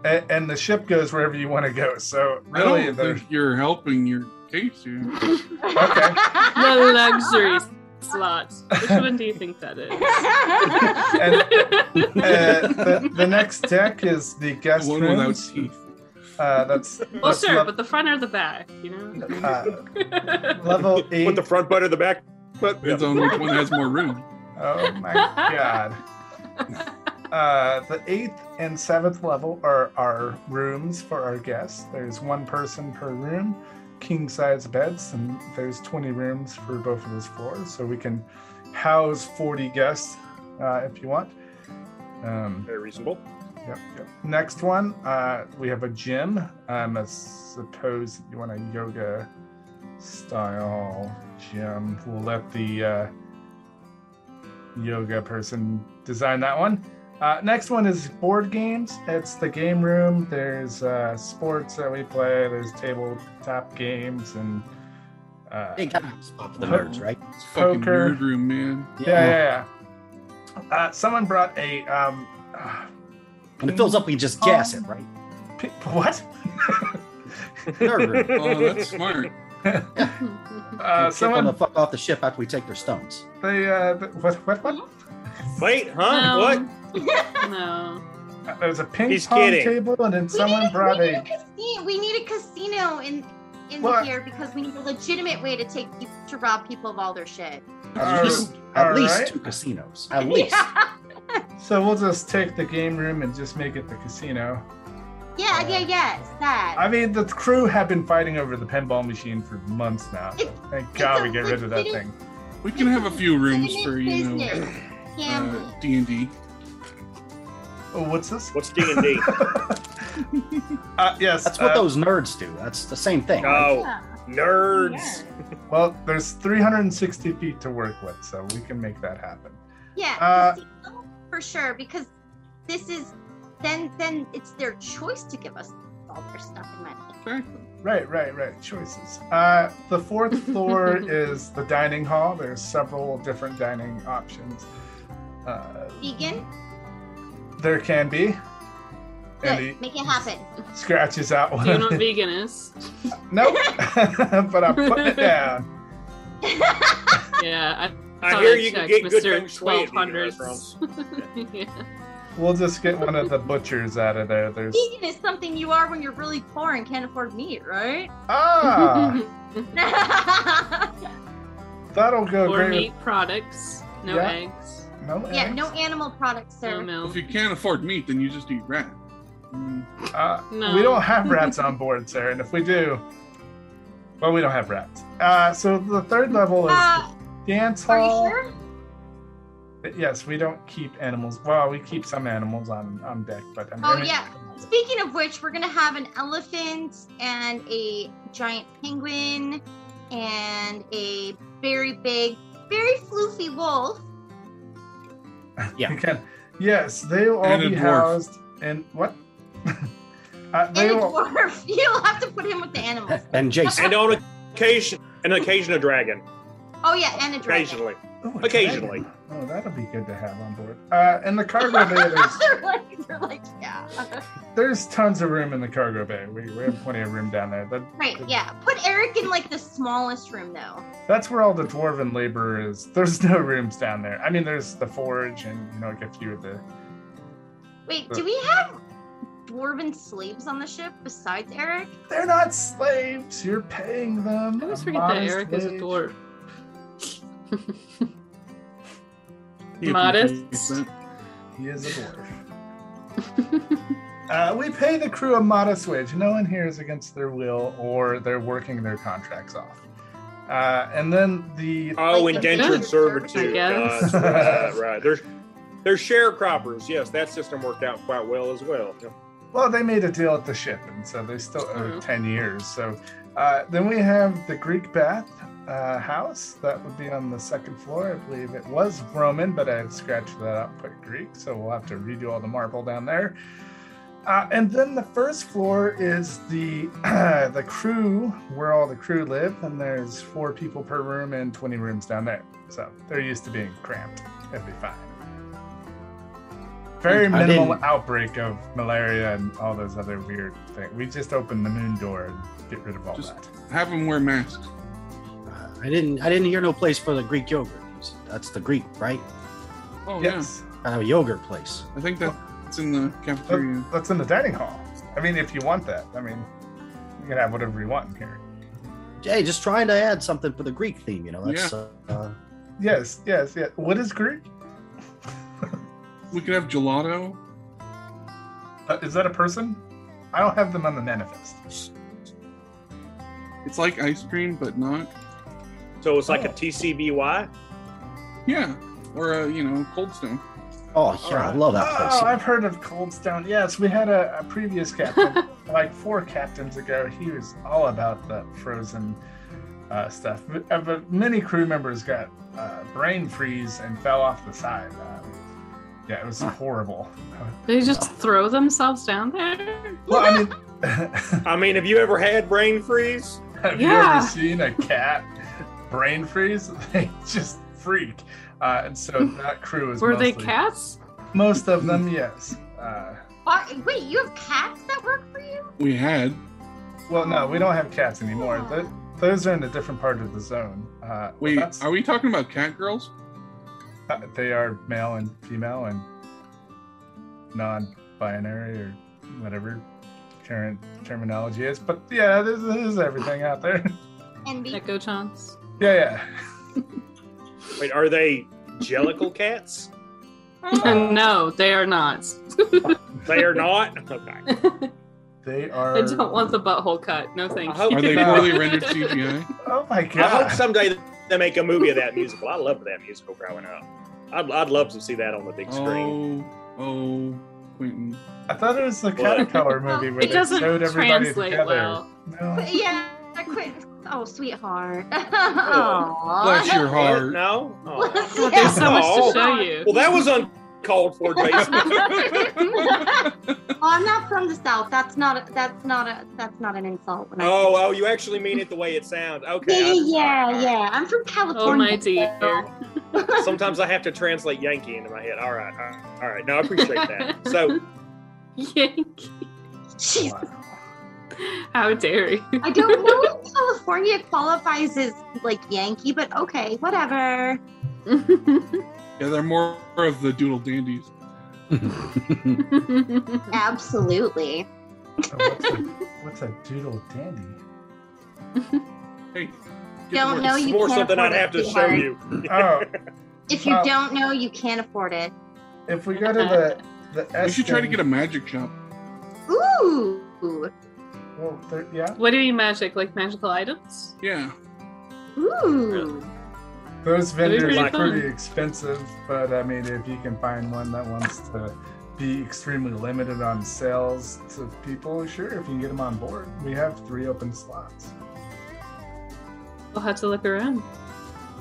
Speaker 1: A- and the ship goes wherever you want to go. So
Speaker 9: I
Speaker 1: really,
Speaker 9: don't
Speaker 1: the-
Speaker 9: think you're helping your case
Speaker 5: <laughs>
Speaker 9: here.
Speaker 6: The luxury slot. Which one do you think that
Speaker 7: <laughs>
Speaker 1: and, uh,
Speaker 6: is?
Speaker 1: the, the next deck is the guest
Speaker 9: The one
Speaker 1: rooms.
Speaker 9: without teeth.
Speaker 1: Uh, that's
Speaker 6: well,
Speaker 1: that's
Speaker 6: sure,
Speaker 1: lev-
Speaker 6: but the front or the back, you know?
Speaker 1: uh, level eight.
Speaker 3: Put the front butt or the back butt.
Speaker 9: Depends on which one has more room.
Speaker 1: Oh my god. Uh, the eighth and seventh level are our rooms for our guests. There's one person per room, king size beds, and there's 20 rooms for both of those floors. So we can house 40 guests uh, if you want. Um,
Speaker 3: Very reasonable.
Speaker 1: yep, yep. Next one, uh, we have a gym. Um, I suppose you want a yoga style gym. We'll let the uh, yoga person design that one. Uh, next one is board games. It's the game room. There's uh, sports that we play. There's tabletop games and uh,
Speaker 5: They
Speaker 1: yeah,
Speaker 5: gotta spot the nerds, right?
Speaker 9: It's fucking
Speaker 1: Poker.
Speaker 9: nerd room, man.
Speaker 1: yeah, yeah. Uh, someone brought a um,
Speaker 5: And it fills up, we just guess it, right?
Speaker 1: p- Um, what?
Speaker 5: <laughs> Nerd room.
Speaker 1: <laughs>
Speaker 9: Oh, that's
Speaker 7: <laughs>
Speaker 9: smart.
Speaker 1: Uh,
Speaker 5: Kick them the
Speaker 1: someone
Speaker 5: fuck off the ship after we take their stones.
Speaker 1: they uh, th- what what what?
Speaker 3: Wait, huh?
Speaker 7: Um,
Speaker 3: What?
Speaker 6: what? No.
Speaker 1: Uh, There's a ping
Speaker 3: He's
Speaker 1: pong
Speaker 3: kidding.
Speaker 1: table, and then someone
Speaker 7: we need, <laughs>
Speaker 1: brought
Speaker 7: we need
Speaker 1: a
Speaker 7: casino. We need a casino in in
Speaker 1: What?
Speaker 7: here because we need a legitimate way to take peop- to rob people of all their shit.
Speaker 1: All
Speaker 5: At least,
Speaker 1: all
Speaker 5: at least
Speaker 1: right.
Speaker 5: two casinos. At least.
Speaker 7: <laughs> Yeah.
Speaker 1: So we'll just take the game room and just make it the casino.
Speaker 7: Yeah, yeah, yeah. It's that.
Speaker 1: I mean, the crew have been fighting over the pinball machine for months now.
Speaker 7: It-
Speaker 1: Thank God we
Speaker 7: a
Speaker 1: get rid of that
Speaker 7: legitimate-
Speaker 1: thing.
Speaker 9: We can have a few rooms
Speaker 7: Legitimate
Speaker 9: for you know
Speaker 7: business. Gambling.
Speaker 9: uh, D and D.
Speaker 1: Oh, what's this?
Speaker 3: What's D and D?
Speaker 1: <laughs> Uh, yes.
Speaker 5: That's what
Speaker 1: uh,
Speaker 5: those nerds do. That's the same thing. right?
Speaker 3: Oh, nerds.
Speaker 1: Well, there's 360 feet to work with, so we can make that happen.
Speaker 7: Yeah,
Speaker 1: Uh,
Speaker 7: casino for sure. Because this is then then it's their choice to give us all their stuff and money.
Speaker 1: Right, right, right. Choices. Uh, the
Speaker 6: <laughs>
Speaker 1: fourth floor is the dining hall. There's several different dining options. Uh,
Speaker 7: Vegan,
Speaker 1: there can be.
Speaker 7: good.
Speaker 1: And he
Speaker 7: Make it happen.
Speaker 1: scratches out
Speaker 6: Do
Speaker 1: one. <laughs>
Speaker 6: you
Speaker 1: of
Speaker 6: know what
Speaker 1: the-
Speaker 6: vegan is?
Speaker 7: <laughs>
Speaker 6: <laughs>
Speaker 1: Nope. but I'm putting it down.
Speaker 6: Yeah. I,
Speaker 3: I
Speaker 6: thought
Speaker 3: hear
Speaker 6: I'd
Speaker 3: you can
Speaker 6: check,
Speaker 3: get good
Speaker 6: Mr.
Speaker 3: feng shui at vegan
Speaker 6: 1200s.
Speaker 3: restaurants.
Speaker 6: yeah.
Speaker 1: We'll just get one of the butchers out of there. There's
Speaker 7: Vegan is something you are when you're really poor and can't afford meat, right?
Speaker 1: ah, that'll go
Speaker 6: or
Speaker 1: great.
Speaker 6: meat products. No
Speaker 1: Yeah.
Speaker 6: eggs.
Speaker 1: with- no,
Speaker 7: yeah,
Speaker 1: eggs?
Speaker 7: no animal products,
Speaker 6: No
Speaker 7: sir.
Speaker 6: milk.
Speaker 9: If you can't afford meat, then you just eat rat. Mm,
Speaker 1: Uh,
Speaker 6: No.
Speaker 1: We don't have rats on board, sir. And if we do, well, we don't have rats. Uh, so the third level is
Speaker 6: Ah.
Speaker 7: Uh,
Speaker 1: dance
Speaker 7: are you
Speaker 1: hall.
Speaker 7: sure?
Speaker 1: Yes, we don't keep animals. Well, we keep some animals on on deck, but I mean,
Speaker 7: Oh
Speaker 1: <laughs>
Speaker 7: yeah. Speaking of which, we're gonna have an elephant and a giant penguin and a very big, very floofy wolf.
Speaker 5: yeah.
Speaker 1: you can- yes, they will all
Speaker 9: And a
Speaker 1: be
Speaker 9: dwarf.
Speaker 1: housed. And what? <laughs> uh,
Speaker 7: And
Speaker 1: they
Speaker 7: a
Speaker 1: will.
Speaker 7: dwarf. <laughs> You'll have to put him with the animals.
Speaker 5: And Jason.
Speaker 3: And on occasion, an occasion a dragon.
Speaker 4: Oh yeah, and a
Speaker 7: <laughs>
Speaker 4: dragon.
Speaker 3: occasionally.
Speaker 1: Ooh, Oh, a
Speaker 3: Occasionally.
Speaker 1: dragon. Oh, that'll be good to have on board. Uh, and the cargo
Speaker 7: <laughs>
Speaker 1: bay, there's,
Speaker 4: they're like, they're like, yeah.
Speaker 1: there's tons of room in the cargo bay. We, we have plenty of room down there. That,
Speaker 4: Right, yeah. Put Eric in like the smallest room though.
Speaker 1: That's where all the dwarven labor is. <laughs> There's no rooms down there. I mean, there's the forge and you know like a few of the.
Speaker 4: Wait, do we have dwarven slaves on the ship besides Eric?
Speaker 1: They're not slaves. You're paying them.
Speaker 6: I always
Speaker 1: a
Speaker 6: forget that
Speaker 1: modest
Speaker 6: Eric is a
Speaker 1: wage.
Speaker 6: dwarf.
Speaker 2: He
Speaker 6: Modest.
Speaker 2: appreciates it.
Speaker 1: He is a dwarf. Uh, we pay the crew a modest wage. No one here is against their will or they're working their contracts off. Uh, and then the
Speaker 3: Oh,
Speaker 4: Like,
Speaker 3: indentured
Speaker 4: yeah.
Speaker 3: servitude.
Speaker 6: I guess.
Speaker 3: Gotcha. right, right. They're, they're sharecroppers. Yes, that system worked out quite well as well.
Speaker 1: well, they made a deal at the ship, and so they still owe
Speaker 6: Mhm.
Speaker 1: ten years. So uh, then we have the Greek bath uh, house that would be on the second floor. I believe it was Roman, but I scratched that out, put Greek. So we'll have to redo all the marble down there. Uh, and then the first floor is the <clears throat> the crew, where all the crew live, and there's four people per room and twenty rooms down there. So they're used to being cramped. It'd be fine. Very
Speaker 5: I
Speaker 1: minimal
Speaker 5: didn't-
Speaker 1: outbreak of malaria and all those other weird things. We just open the moon door and get rid of all
Speaker 2: Just-
Speaker 1: that.
Speaker 2: Have him wear masks.
Speaker 5: Uh, I didn't. I didn't hear no place for the Greek yogurt. That's the Greek, right?
Speaker 2: Oh
Speaker 1: yes,
Speaker 5: Uh, yogurt place.
Speaker 2: yeah, I think that's in the cafeteria.
Speaker 1: that's in the dining hall. I mean, if you want that, I mean, you can have whatever you want in here.
Speaker 5: Hey, just trying to add something for the Greek theme. You know, that's uh,
Speaker 1: Yes, yes, yes. What is Greek?
Speaker 2: we could have gelato.
Speaker 1: Uh, is that a person? I don't have them on the manifest.
Speaker 2: It's like ice cream, but not.
Speaker 3: So it's
Speaker 1: Oh.
Speaker 3: like a TCBY.
Speaker 2: Yeah, or uh, you know, cold stone.
Speaker 5: oh yeah, I love that place.
Speaker 1: Oh, I've heard of Coldstone. Yes, we had a, a
Speaker 6: <laughs>
Speaker 1: previous captain, like four captains ago. He was all about the frozen uh, stuff. But, uh, but many crew members got uh, brain freeze and fell off the side. Um, yeah, it was horrible.
Speaker 6: They just throw themselves down there?
Speaker 1: Well, I mean,
Speaker 3: <laughs>
Speaker 1: have
Speaker 3: I mean, have you ever had brain freeze?
Speaker 1: you
Speaker 6: Yeah.
Speaker 1: ever seen a cat brain freeze? <laughs> They just freak. Uh, and so that crew is
Speaker 6: Were
Speaker 1: mostly,
Speaker 6: they cats?
Speaker 1: Most of them, yes. Uh,
Speaker 4: Are, wait, you have cats that work for you?
Speaker 2: We had.
Speaker 1: Well, no, we don't have cats anymore. Th those are in a different part of the zone. Uh,
Speaker 2: Wait,
Speaker 1: that's-
Speaker 2: are we talking about cat girls?
Speaker 1: uh, they are male and female and non-binary or whatever current terminology is. But yeah, this, this is everything out there. <laughs>
Speaker 4: And be
Speaker 6: Echo chance.
Speaker 1: yeah, yeah.
Speaker 3: Wait, are they jellicle cats?
Speaker 7: Oh.
Speaker 6: <laughs> no, they are not.
Speaker 1: Oh,
Speaker 6: <laughs>
Speaker 3: They are not. Okay.
Speaker 1: They are.
Speaker 6: I don't want the butthole cut. No thank
Speaker 3: I hope
Speaker 6: you.
Speaker 2: Are they
Speaker 1: Yeah.
Speaker 3: <laughs>
Speaker 2: poorly rendered CGI?
Speaker 1: Oh my
Speaker 3: I hope
Speaker 1: god.
Speaker 3: someday they make a movie of that musical. I loved that musical growing up. I'd, I'd love to see that on the big screen.
Speaker 2: Oh, oh, Quentin.
Speaker 1: I thought it was the
Speaker 3: What?
Speaker 1: Caterpillar movie where
Speaker 6: It
Speaker 1: they
Speaker 6: doesn't
Speaker 1: showed everybody
Speaker 6: translate
Speaker 1: together.
Speaker 6: well.
Speaker 1: No.
Speaker 4: yeah, I quit. Oh, sweetheart. <laughs> Aw.
Speaker 2: Bless your
Speaker 4: <laughs>
Speaker 2: heart.
Speaker 3: No? Oh.
Speaker 4: Uh-huh. Well,
Speaker 6: There's so much
Speaker 3: Oh.
Speaker 6: to show you.
Speaker 3: Well, that was uncalled for,
Speaker 6: <laughs>
Speaker 3: Jason.
Speaker 4: Well, I'm not from the south. That's not. A, that's not a. That's not an insult. When I-
Speaker 3: oh, oh, you actually mean it the way it sounds. Okay. I-
Speaker 4: Yeah, yeah,
Speaker 3: all right.
Speaker 4: yeah. I'm from California.
Speaker 6: Oh my dear.
Speaker 3: <laughs>
Speaker 4: so-
Speaker 3: Sometimes I have to translate Yankee into my head. All right. All right. All right. No, I appreciate that.
Speaker 6: <laughs>
Speaker 3: So,
Speaker 6: Yank.
Speaker 4: Jeez.
Speaker 6: How dare you?
Speaker 4: I don't know if California qualifies as like Yankee, but okay,
Speaker 6: <laughs>
Speaker 4: whatever.
Speaker 2: Yeah, they're more of the doodle dandies.
Speaker 4: Absolutely.
Speaker 1: Oh, what's, a, what's a doodle dandy?
Speaker 2: Hey, get to
Speaker 4: Don't
Speaker 2: work.
Speaker 4: know
Speaker 3: it's
Speaker 4: you
Speaker 3: more
Speaker 4: can't
Speaker 3: something
Speaker 4: afford
Speaker 3: I'd
Speaker 4: it,
Speaker 3: have to show
Speaker 4: sweetheart.
Speaker 3: you.
Speaker 1: Oh,
Speaker 4: If you
Speaker 1: Wow.
Speaker 4: don't know, you can't afford it.
Speaker 1: if we go to the the
Speaker 4: <laughs>
Speaker 2: We should try to
Speaker 1: Esken-
Speaker 2: get a magic shop.
Speaker 4: Ooh,
Speaker 1: Well, there, yeah,
Speaker 6: what do you mean magic? Like magical items?
Speaker 2: Yeah,
Speaker 4: ooh.
Speaker 1: those
Speaker 6: That'd be
Speaker 1: vendors are
Speaker 3: pretty
Speaker 6: fun.
Speaker 1: pretty expensive, but I mean, if you can find one that wants to be extremely limited on sales to people, sure, if you can get them on board, we have three open slots.
Speaker 6: We'll have to look around.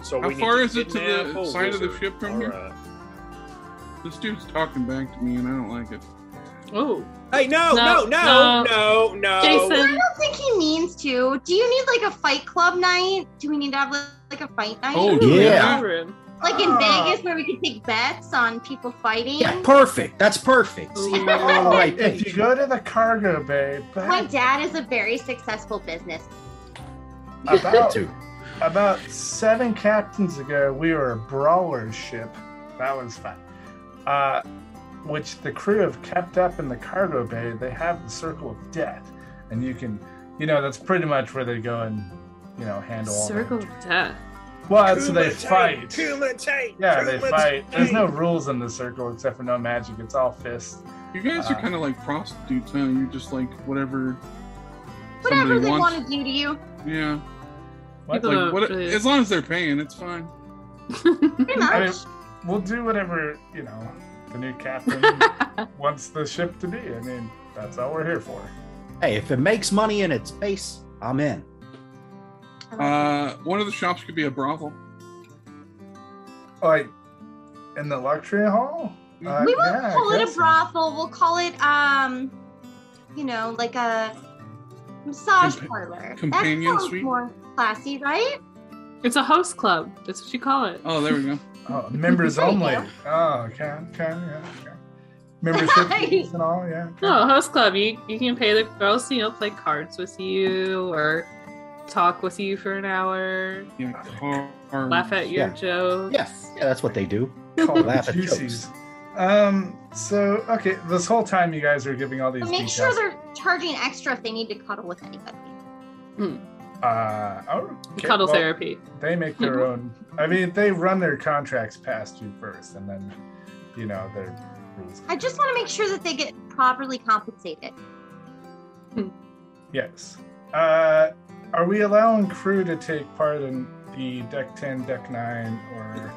Speaker 3: So
Speaker 2: How
Speaker 3: we need
Speaker 2: far is it to the
Speaker 3: kidnap a
Speaker 2: side of the
Speaker 3: wizard.
Speaker 2: ship from
Speaker 3: All
Speaker 2: here?
Speaker 3: right.
Speaker 2: this dude's talking back to me, and I don't like it.
Speaker 6: Oh,
Speaker 3: Hey, no, no,
Speaker 6: No,
Speaker 3: no, no, no.
Speaker 4: I
Speaker 6: Jason.
Speaker 4: don't think he means to. Do you need like a fight club night? Do we need to have like a fight night?
Speaker 2: Oh,
Speaker 6: Ooh,
Speaker 5: Yeah.
Speaker 6: the room.
Speaker 4: Like in
Speaker 1: Ah.
Speaker 4: Vegas where we could take bets on people fighting?
Speaker 5: Yeah, perfect. That's perfect. See,
Speaker 6: Ooh.
Speaker 5: we're on the right
Speaker 1: If
Speaker 5: page.
Speaker 1: you go to the cargo bay,
Speaker 4: My
Speaker 1: back
Speaker 4: dad is a very successful business.
Speaker 5: Good
Speaker 1: about
Speaker 5: to.
Speaker 1: about seven captains ago, we were a brawler ship. That was fun. Uh, which the crew have kept up in the cargo bay. They have the circle of death, and you can, you know, that's pretty much where they go and, you know, handle all.
Speaker 6: Circle
Speaker 1: Their...
Speaker 6: of Death.
Speaker 1: Well, that's where they
Speaker 3: Kumite,
Speaker 1: fight.
Speaker 3: Kumite,
Speaker 1: Yeah, they
Speaker 3: Kumite.
Speaker 1: fight. There's no rules in the circle except for no magic. It's all fists.
Speaker 2: You guys
Speaker 1: Uh,
Speaker 2: are kind of like prostitutes, huh? You're just like whatever.
Speaker 4: Whatever
Speaker 2: somebody
Speaker 4: they
Speaker 2: wants.
Speaker 4: want to do to you.
Speaker 2: Yeah.
Speaker 1: What?
Speaker 6: People
Speaker 1: Like,
Speaker 6: Oh,
Speaker 2: What,
Speaker 6: really?
Speaker 2: as long as they're paying, it's fine.
Speaker 6: <laughs>
Speaker 4: Pretty much.
Speaker 1: I mean, we'll do whatever you know the
Speaker 4: <laughs>
Speaker 1: new captain wants the ship to be. I mean, that's all we're here for.
Speaker 5: Hey, if it makes money in its base, I'm in.
Speaker 2: Uh, one of the shops could be a brothel.
Speaker 1: Like in the luxury hall.
Speaker 2: Mm-hmm.
Speaker 1: Uh,
Speaker 4: we won't
Speaker 1: yeah, I
Speaker 4: call it a
Speaker 1: guess.
Speaker 4: brothel. We'll call it, um, you know, like a massage
Speaker 2: Compa-
Speaker 4: parlor.
Speaker 2: companion
Speaker 4: that sounds
Speaker 2: suite?
Speaker 4: more classy, right?
Speaker 6: It's a host club. That's what you call it.
Speaker 2: Oh,
Speaker 6: <laughs>
Speaker 2: there we go.
Speaker 1: <laughs> Oh, members
Speaker 4: There you
Speaker 1: only.
Speaker 4: go.
Speaker 1: Oh, okay, okay, yeah, okay. Membership
Speaker 4: <laughs>
Speaker 1: fees and all, yeah. okay.
Speaker 6: No, host club. You you can pay the girls, you know, play cards with you or talk with you for an hour,
Speaker 2: Yeah, car.
Speaker 6: laugh at your
Speaker 5: Yeah.
Speaker 6: jokes.
Speaker 5: Yes. Yeah, that's what they do.
Speaker 1: Call it
Speaker 5: Laugh at
Speaker 1: juices. Um. So okay, this whole time you guys are giving all these.
Speaker 4: But make
Speaker 1: details.
Speaker 4: sure they're charging extra if they need to cuddle with anybody.
Speaker 1: Uh, oh, okay,
Speaker 6: Cuddle
Speaker 1: well,
Speaker 6: therapy.
Speaker 1: They
Speaker 4: <laughs>
Speaker 1: make their own. I mean, they run their contracts past you first, and then, you know, their rules.
Speaker 4: I just want to make sure that they get properly compensated.
Speaker 1: Yes. Uh, are we allowing crew to take part in the deck ten, deck nine, or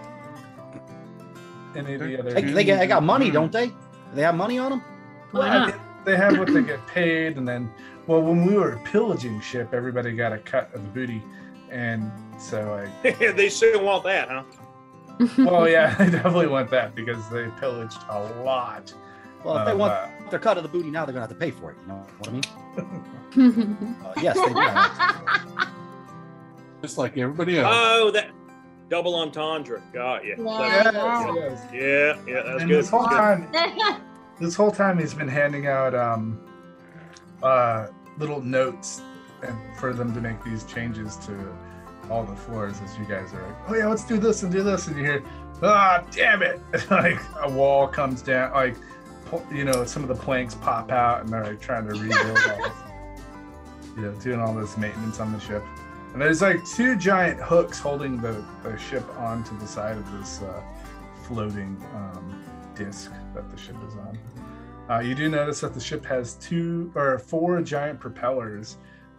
Speaker 1: any of the other?
Speaker 5: They, they, get, they got money, don't they? They have money on them?
Speaker 1: Well,
Speaker 6: Why
Speaker 1: I
Speaker 6: not?
Speaker 1: mean, they have what they get paid, and then, well, when we were a pillaging ship, everybody got a cut of the booty, and so I.
Speaker 3: <laughs> they sure want that, huh?
Speaker 1: Well, yeah, <laughs> I definitely want that because they pillaged a lot.
Speaker 5: Well, if they
Speaker 1: of,
Speaker 5: want
Speaker 1: uh,
Speaker 5: their cut of the booty now, they're going to have to pay for it. You know what I mean? Uh, yes, they
Speaker 4: <laughs>
Speaker 5: do.
Speaker 2: Just <laughs> like everybody else.
Speaker 3: Oh, that double entendre. Got you.
Speaker 4: Yeah.
Speaker 1: yes,
Speaker 4: wow.
Speaker 1: yes.
Speaker 3: Yeah, yeah, that's
Speaker 1: and
Speaker 3: good.
Speaker 1: This whole
Speaker 3: that's good.
Speaker 1: time,
Speaker 4: <laughs>
Speaker 1: this whole time he's been handing out um, uh, little notes and for them to make these changes to all the floors as you guys are like, oh yeah, let's do this and do this, and you hear, ah, damn it! <laughs> like a wall comes down, like pu- you know some of the planks pop out, and they're like trying to rebuild, all this, you know, doing all this maintenance on the ship. And there's like two giant hooks holding the, the ship onto the side of this uh, floating um, disc that the ship is on. Uh, you do notice that the ship has two or four giant propellers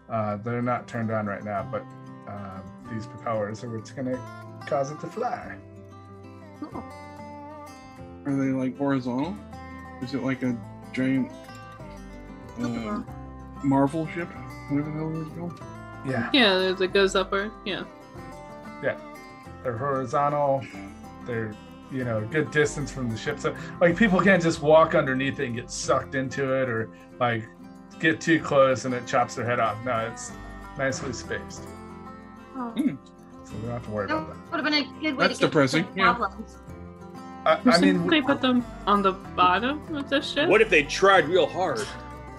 Speaker 1: uh, that are not turned on right now, but uh, these propellers are what's going to cause it to fly.
Speaker 2: Are they like horizontal? Is it like a giant uh, Marvel ship? Whatever the hell it's called.
Speaker 1: Yeah,
Speaker 6: yeah, there's- it goes upward. Yeah.
Speaker 1: they're horizontal. They're you know a good distance from the ship, so like people can't just walk underneath it and get sucked into it, or like get too close and it chops their head off. No, it's nicely spaced, so we don't have to worry
Speaker 4: That
Speaker 1: Hmm, about that.
Speaker 4: would have Oh, been a good way
Speaker 2: That's
Speaker 4: to get
Speaker 2: depressing,
Speaker 4: rid of
Speaker 2: yeah.
Speaker 4: problems.
Speaker 1: I, I mean,
Speaker 6: they put them on the bottom of the ship.
Speaker 3: What if they tried real hard?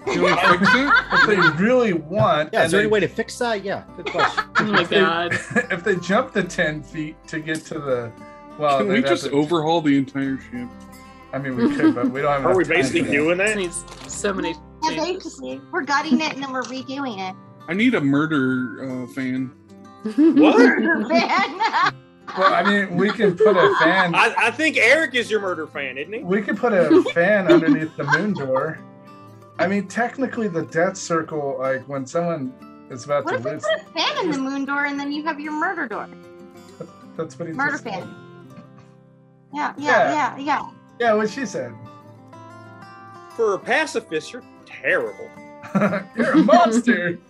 Speaker 2: Can we fix it?
Speaker 1: if they really want,
Speaker 5: Yeah, is
Speaker 1: and
Speaker 5: there
Speaker 1: they
Speaker 5: any way to fix that? Yeah, good question.
Speaker 6: <laughs> oh my
Speaker 1: if they-
Speaker 6: god.
Speaker 1: <laughs> if they jump the 10 feet to get to the well
Speaker 2: Can we
Speaker 1: they'd have
Speaker 2: just
Speaker 1: to-
Speaker 2: overhaul the entire ship?
Speaker 1: i mean we could but we don't have
Speaker 3: Are we
Speaker 1: enough time
Speaker 3: basically
Speaker 1: for that.
Speaker 3: doing
Speaker 6: This
Speaker 3: that?
Speaker 6: needs so many
Speaker 4: Yeah, they
Speaker 6: changes.
Speaker 4: just- We're gutting it and then we're redoing it.
Speaker 2: I need a murder uh, fan.
Speaker 3: What?
Speaker 4: Man.
Speaker 1: well i mean we can put a fan
Speaker 3: I, I think Eric is your murder fan, isn't he?
Speaker 1: we could
Speaker 4: <laughs>
Speaker 1: put a fan underneath the moon door i mean technically the death circle like when someone is about
Speaker 4: what
Speaker 1: to
Speaker 4: if we
Speaker 1: lose
Speaker 4: put a fan in the moon door and then you have your murder door?
Speaker 1: that's what he
Speaker 4: Murder
Speaker 1: just said.
Speaker 4: fan. Yeah, yeah, yeah, yeah.
Speaker 1: yeah what she said
Speaker 3: For a pacifist, you're terrible.
Speaker 1: <laughs> you're a monster
Speaker 4: <laughs>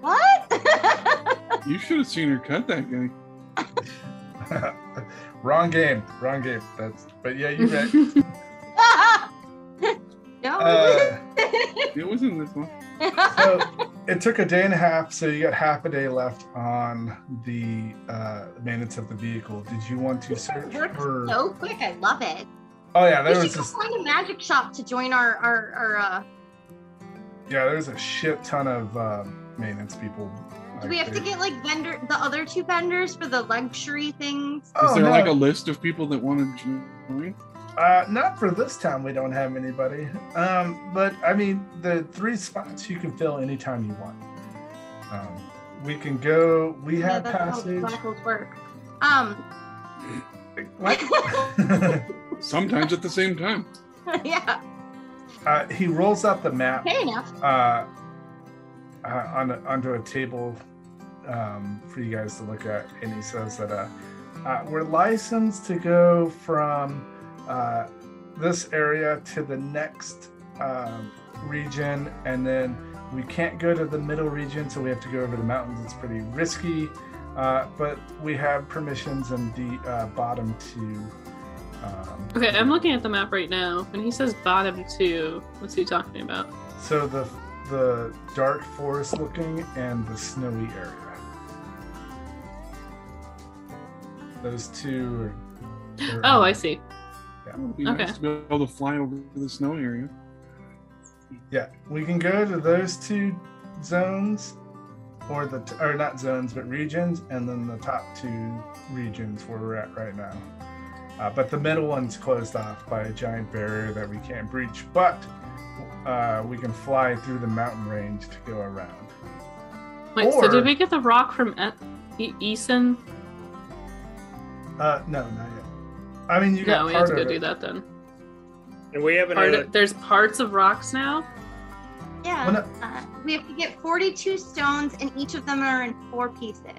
Speaker 4: What? <laughs>
Speaker 2: You should have seen her cut that guy.
Speaker 1: <laughs>
Speaker 4: <laughs>
Speaker 1: wrong game wrong game that's but yeah you bet
Speaker 4: no,
Speaker 1: Uh,
Speaker 2: It was in this one.
Speaker 1: so it took a day and a half, so you got half a day left on the uh, maintenance of the vehicle. Did you want to search
Speaker 4: works
Speaker 1: for?
Speaker 4: so quick. I love it.
Speaker 1: Oh yeah,
Speaker 4: We
Speaker 1: there
Speaker 4: should
Speaker 1: was
Speaker 4: go
Speaker 1: this.
Speaker 4: find a magic shop to join our our, our uh,
Speaker 1: Yeah, there's a shit ton of uh, maintenance people.
Speaker 4: Do we have to get like vendor the other two vendors for the luxury things?
Speaker 2: <laughs>
Speaker 1: Oh,
Speaker 2: Is there
Speaker 1: no.
Speaker 2: like a list of people that want to join?
Speaker 1: Uh, not for this time. We don't have anybody. Um, but I mean, the three spots you can fill anytime you want. Um, we can go. We
Speaker 4: Yeah,
Speaker 1: have
Speaker 4: that's how
Speaker 1: passage.
Speaker 4: Chronicles work. Um,
Speaker 1: What?
Speaker 2: Sometimes at the same time.
Speaker 4: <laughs> yeah,
Speaker 1: uh, he rolls out the map
Speaker 4: fair enough.
Speaker 1: uh, uh, on a, onto a table um, for you guys to look at, and he says that uh, uh, we're licensed to go from uh, this area to the next um region, and then we can't go to the middle region, so we have to go over the mountains. It's pretty risky, uh, but we have permissions in the uh, bottom two. Um,
Speaker 6: Okay, I'm looking at the map right now. When he says bottom two, what's he talking about?
Speaker 1: So the the dark forest looking and the snowy area. Those two are. are-
Speaker 6: Oh, I see.
Speaker 2: It would be
Speaker 6: Okay.
Speaker 2: nice to be able to fly over to the snow area.
Speaker 1: Yeah, we can go to those two zones, or the t- or not zones but regions, and then the top two regions where we're at right now. Uh, but the middle one's closed off by a giant barrier that we can't breach. But uh, we can fly through the mountain range to go around.
Speaker 6: Wait, so
Speaker 1: Or-
Speaker 6: did we get the rock from e- E- Eason?
Speaker 1: Uh, no, not yet. I mean, you
Speaker 6: No,
Speaker 1: got
Speaker 6: we have
Speaker 1: part
Speaker 6: to
Speaker 1: of
Speaker 6: go
Speaker 1: it.
Speaker 6: do that then.
Speaker 3: And we haven't
Speaker 6: Part
Speaker 3: heard
Speaker 6: of, there's parts of rocks now.
Speaker 4: Yeah,
Speaker 1: Well,
Speaker 4: uh, we have to get forty-two stones, and each of them are in four pieces. <laughs>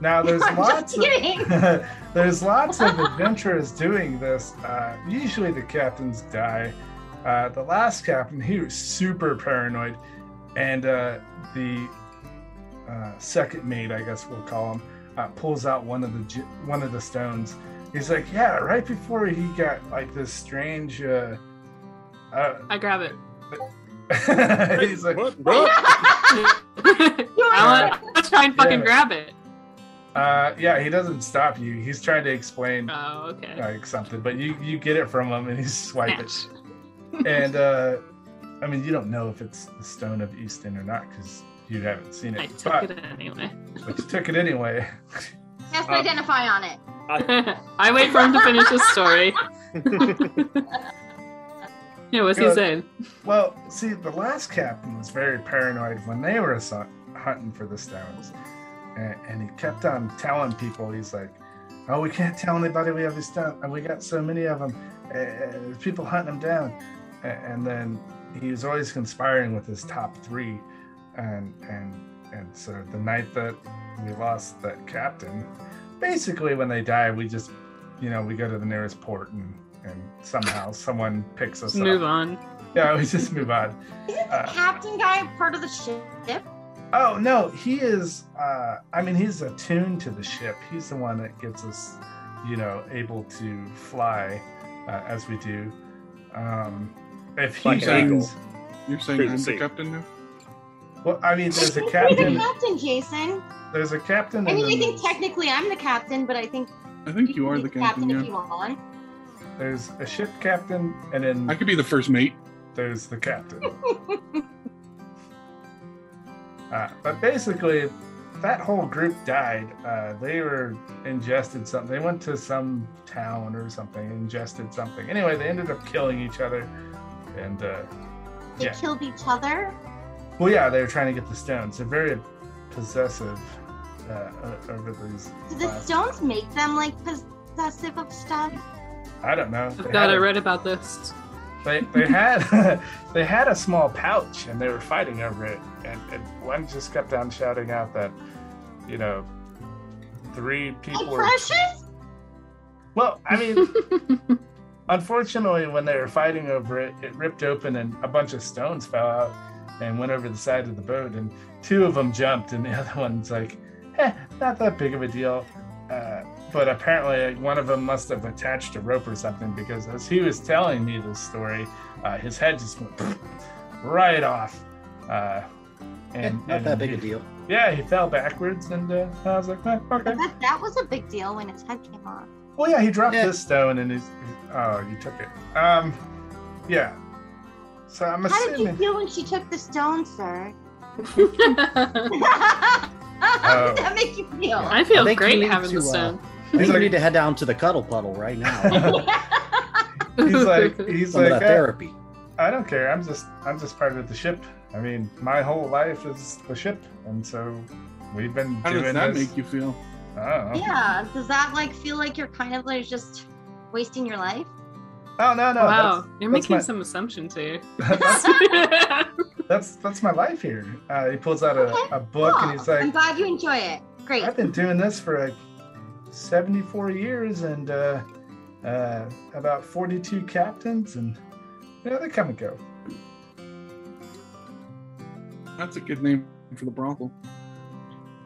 Speaker 1: Now there's
Speaker 4: I'm
Speaker 1: lots.
Speaker 4: just kidding.
Speaker 1: Of, <laughs> there's
Speaker 4: <laughs>
Speaker 1: lots of adventurers doing this. Uh, usually the captains die. Uh, the last captain, he was super paranoid, and uh, the uh, second mate, I guess we'll call him, uh, pulls out one of the j- one of the stones. He's like, yeah, right before he got like this strange. Uh, uh, <laughs>
Speaker 6: I grab it.
Speaker 1: he's like,
Speaker 3: What? What?
Speaker 6: I want to try and fucking
Speaker 1: Yeah.
Speaker 6: grab it.
Speaker 1: uh, yeah, he doesn't stop you. He's trying to explain
Speaker 6: Oh, okay.
Speaker 1: like something, but you you <laughs> get it from him and he's swipe it.
Speaker 6: Snatch. <laughs>
Speaker 1: And uh, I mean, you don't know if it's the stone of Easton or not because you haven't seen it.
Speaker 6: I took
Speaker 1: but,
Speaker 6: it anyway.
Speaker 1: but you took it anyway.
Speaker 4: Has to
Speaker 1: Um,
Speaker 3: Uh,
Speaker 4: identify on it.
Speaker 6: <laughs> I wait for him to finish his story.
Speaker 1: <laughs>
Speaker 6: yeah, what's he
Speaker 1: Good.
Speaker 6: saying?
Speaker 1: Well, see, the last captain was very paranoid when they were su- hunting for the stones, and, and he kept on telling people, he's like, "Oh, we can't tell anybody we have these stones, and we got so many of them. Uh, there's people hunting them down." A- And, then he was always conspiring with his top three, and and and so the night that we lost that captain, basically when they die, we just, you know, we go to the nearest port and. And somehow someone picks us up.
Speaker 6: Move on.
Speaker 1: <laughs> Yeah, we just move on.
Speaker 4: Isn't the
Speaker 1: uh,
Speaker 4: captain guy part of the ship? <laughs>
Speaker 1: Oh no, he is. Uh, I mean, he's attuned to the ship. He's the one that gets us, you know, able to fly uh, as we do. Um, if he
Speaker 3: Like
Speaker 2: an
Speaker 1: dies,
Speaker 2: You're saying
Speaker 3: Cruise
Speaker 2: I'm
Speaker 3: the
Speaker 2: the
Speaker 3: sea.
Speaker 2: captain now?
Speaker 1: well, I mean, there's a
Speaker 4: You're the
Speaker 1: captain.
Speaker 4: captain, Jason.
Speaker 1: There's a captain.
Speaker 4: I mean,
Speaker 1: and
Speaker 4: I
Speaker 1: then
Speaker 4: think technically I'm the captain, but I think
Speaker 2: I think you are
Speaker 4: can
Speaker 2: the
Speaker 4: be
Speaker 2: captain,
Speaker 4: if you
Speaker 2: yeah.
Speaker 4: want.
Speaker 1: there's a ship captain, and then
Speaker 2: I could be the first mate.
Speaker 1: there's the captain. uh, but basically, that whole group died. Uh, they were ingested something. They went to some town or something, ingested something. Anyway, they ended up killing each other. And uh,
Speaker 4: They
Speaker 1: Yeah.
Speaker 4: killed each other.
Speaker 1: well, yeah, they were trying to get the stones. They're very possessive uh, o- over these.
Speaker 4: Do the
Speaker 1: last-
Speaker 4: stones make them like possessive of stuff?
Speaker 1: I don't know. They
Speaker 6: I've got
Speaker 1: had
Speaker 6: I
Speaker 1: a-
Speaker 6: read about this.
Speaker 1: they, they had <laughs> they had a small pouch and they were fighting over it and, and one just kept on shouting out that you know three people
Speaker 4: Like
Speaker 1: were
Speaker 4: precious?
Speaker 1: well i mean unfortunately when they were fighting over it it ripped open and a bunch of stones fell out and went over the side of the boat and <laughs> two of them jumped and the other one's like eh, not that big of a deal uh, but apparently one of them must have attached a rope or something because as he was telling me this story, uh, his head just went <laughs> right off. Uh, and,
Speaker 5: Eh, not
Speaker 1: and
Speaker 5: that big
Speaker 1: he-
Speaker 5: a deal.
Speaker 1: Yeah, he fell backwards, and uh, I was like, eh, okay.
Speaker 7: I bet that was a big deal when his head came off.
Speaker 1: Well, yeah, he dropped
Speaker 5: Yeah.
Speaker 1: this stone, and he's oh, you took it. Um, yeah. So I'm
Speaker 7: How did you
Speaker 1: assuming.
Speaker 7: feel when she took the stone, sir? <laughs>
Speaker 1: Oh.
Speaker 7: How did that make you feel?
Speaker 6: I
Speaker 5: I
Speaker 6: feel
Speaker 5: think you
Speaker 6: great
Speaker 5: need
Speaker 6: having the
Speaker 5: to, uh,
Speaker 6: stone.
Speaker 5: I think
Speaker 1: He's
Speaker 5: you
Speaker 1: like-
Speaker 5: need to head down to the cuddle puddle right now.
Speaker 1: <laughs> He's like, he's
Speaker 5: Some of
Speaker 1: like,
Speaker 5: that
Speaker 1: eh,
Speaker 5: therapy.
Speaker 1: I don't care. I'm just I'm just part of the ship. I mean, my whole life is the ship, and so we've been
Speaker 2: How does
Speaker 1: doing
Speaker 2: that
Speaker 1: this.
Speaker 2: make you feel?
Speaker 1: I don't know.
Speaker 7: yeah. Does that like feel like you're kind of like just wasting your life?
Speaker 1: Oh no no.
Speaker 6: wow, you're
Speaker 1: that's
Speaker 6: making
Speaker 1: my-
Speaker 6: some assumptions
Speaker 7: <laughs>
Speaker 6: here.
Speaker 1: That's, <laughs> that's, that's that's my life here. Uh, he pulls out a, a book and
Speaker 7: Cool.
Speaker 1: he's
Speaker 7: I'm
Speaker 1: like,
Speaker 7: glad you enjoy it. Great.
Speaker 1: I've been doing this for like 74 years and uh, uh, about 42 captains, and you know they come and go.
Speaker 2: That's a good name for the brothel.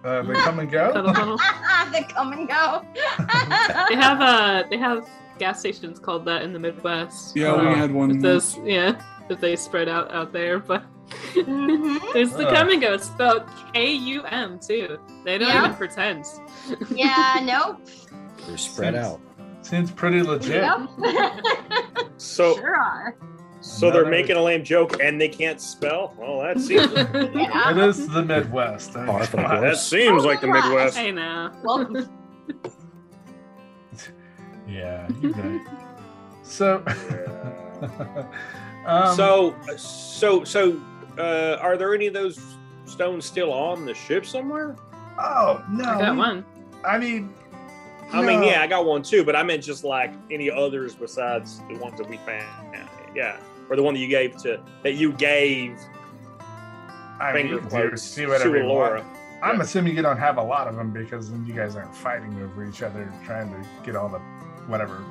Speaker 1: Uh, they come and go.
Speaker 6: Cuddle puddle.
Speaker 7: <laughs> the come and go.
Speaker 6: They have uh they have gas stations called that in the Midwest.
Speaker 2: Yeah, we
Speaker 1: Uh,
Speaker 2: had one.
Speaker 6: If those yeah, if they spread out out there, but
Speaker 7: Mhm.
Speaker 6: there's the
Speaker 1: Uh.
Speaker 6: come and go <laughs> It's spelled K U M too. They don't
Speaker 7: Yeah.
Speaker 6: even pretend.
Speaker 7: <laughs> Yeah. Nope.
Speaker 5: They're spread
Speaker 1: Seems-
Speaker 5: out.
Speaker 1: Seems pretty
Speaker 7: <laughs>
Speaker 1: legit.
Speaker 7: Nope.
Speaker 3: So
Speaker 7: sure
Speaker 3: <laughs>
Speaker 7: are.
Speaker 3: so they're
Speaker 1: Another-
Speaker 3: making a lame joke and they can't spell. Well,
Speaker 1: <laughs>
Speaker 3: that seems
Speaker 7: Yeah.
Speaker 1: It is the Midwest. I
Speaker 5: Par for the
Speaker 1: mean,
Speaker 5: course.
Speaker 3: that
Speaker 1: Oh
Speaker 3: seems like the Midwest.
Speaker 6: I know.
Speaker 7: Well,
Speaker 1: yeah, you're right. So, <laughs> um,
Speaker 3: so so so uh, are there any of those stones still on the ship somewhere?
Speaker 1: oh no,
Speaker 6: I got
Speaker 1: we-
Speaker 6: one.
Speaker 1: I mean,
Speaker 3: I mean,
Speaker 1: no.
Speaker 3: yeah, I got one too, but I meant just like any others besides the ones that we found. Yeah, or the one that you gave to that you gave
Speaker 1: I mean, you
Speaker 3: finger
Speaker 1: can do,
Speaker 3: quotes
Speaker 1: see
Speaker 3: to
Speaker 1: whatever you
Speaker 3: Laura.
Speaker 1: want. I'm
Speaker 3: Yeah.
Speaker 1: assuming you don't have a lot of them because then you guys aren't fighting over each other trying to get all the whatever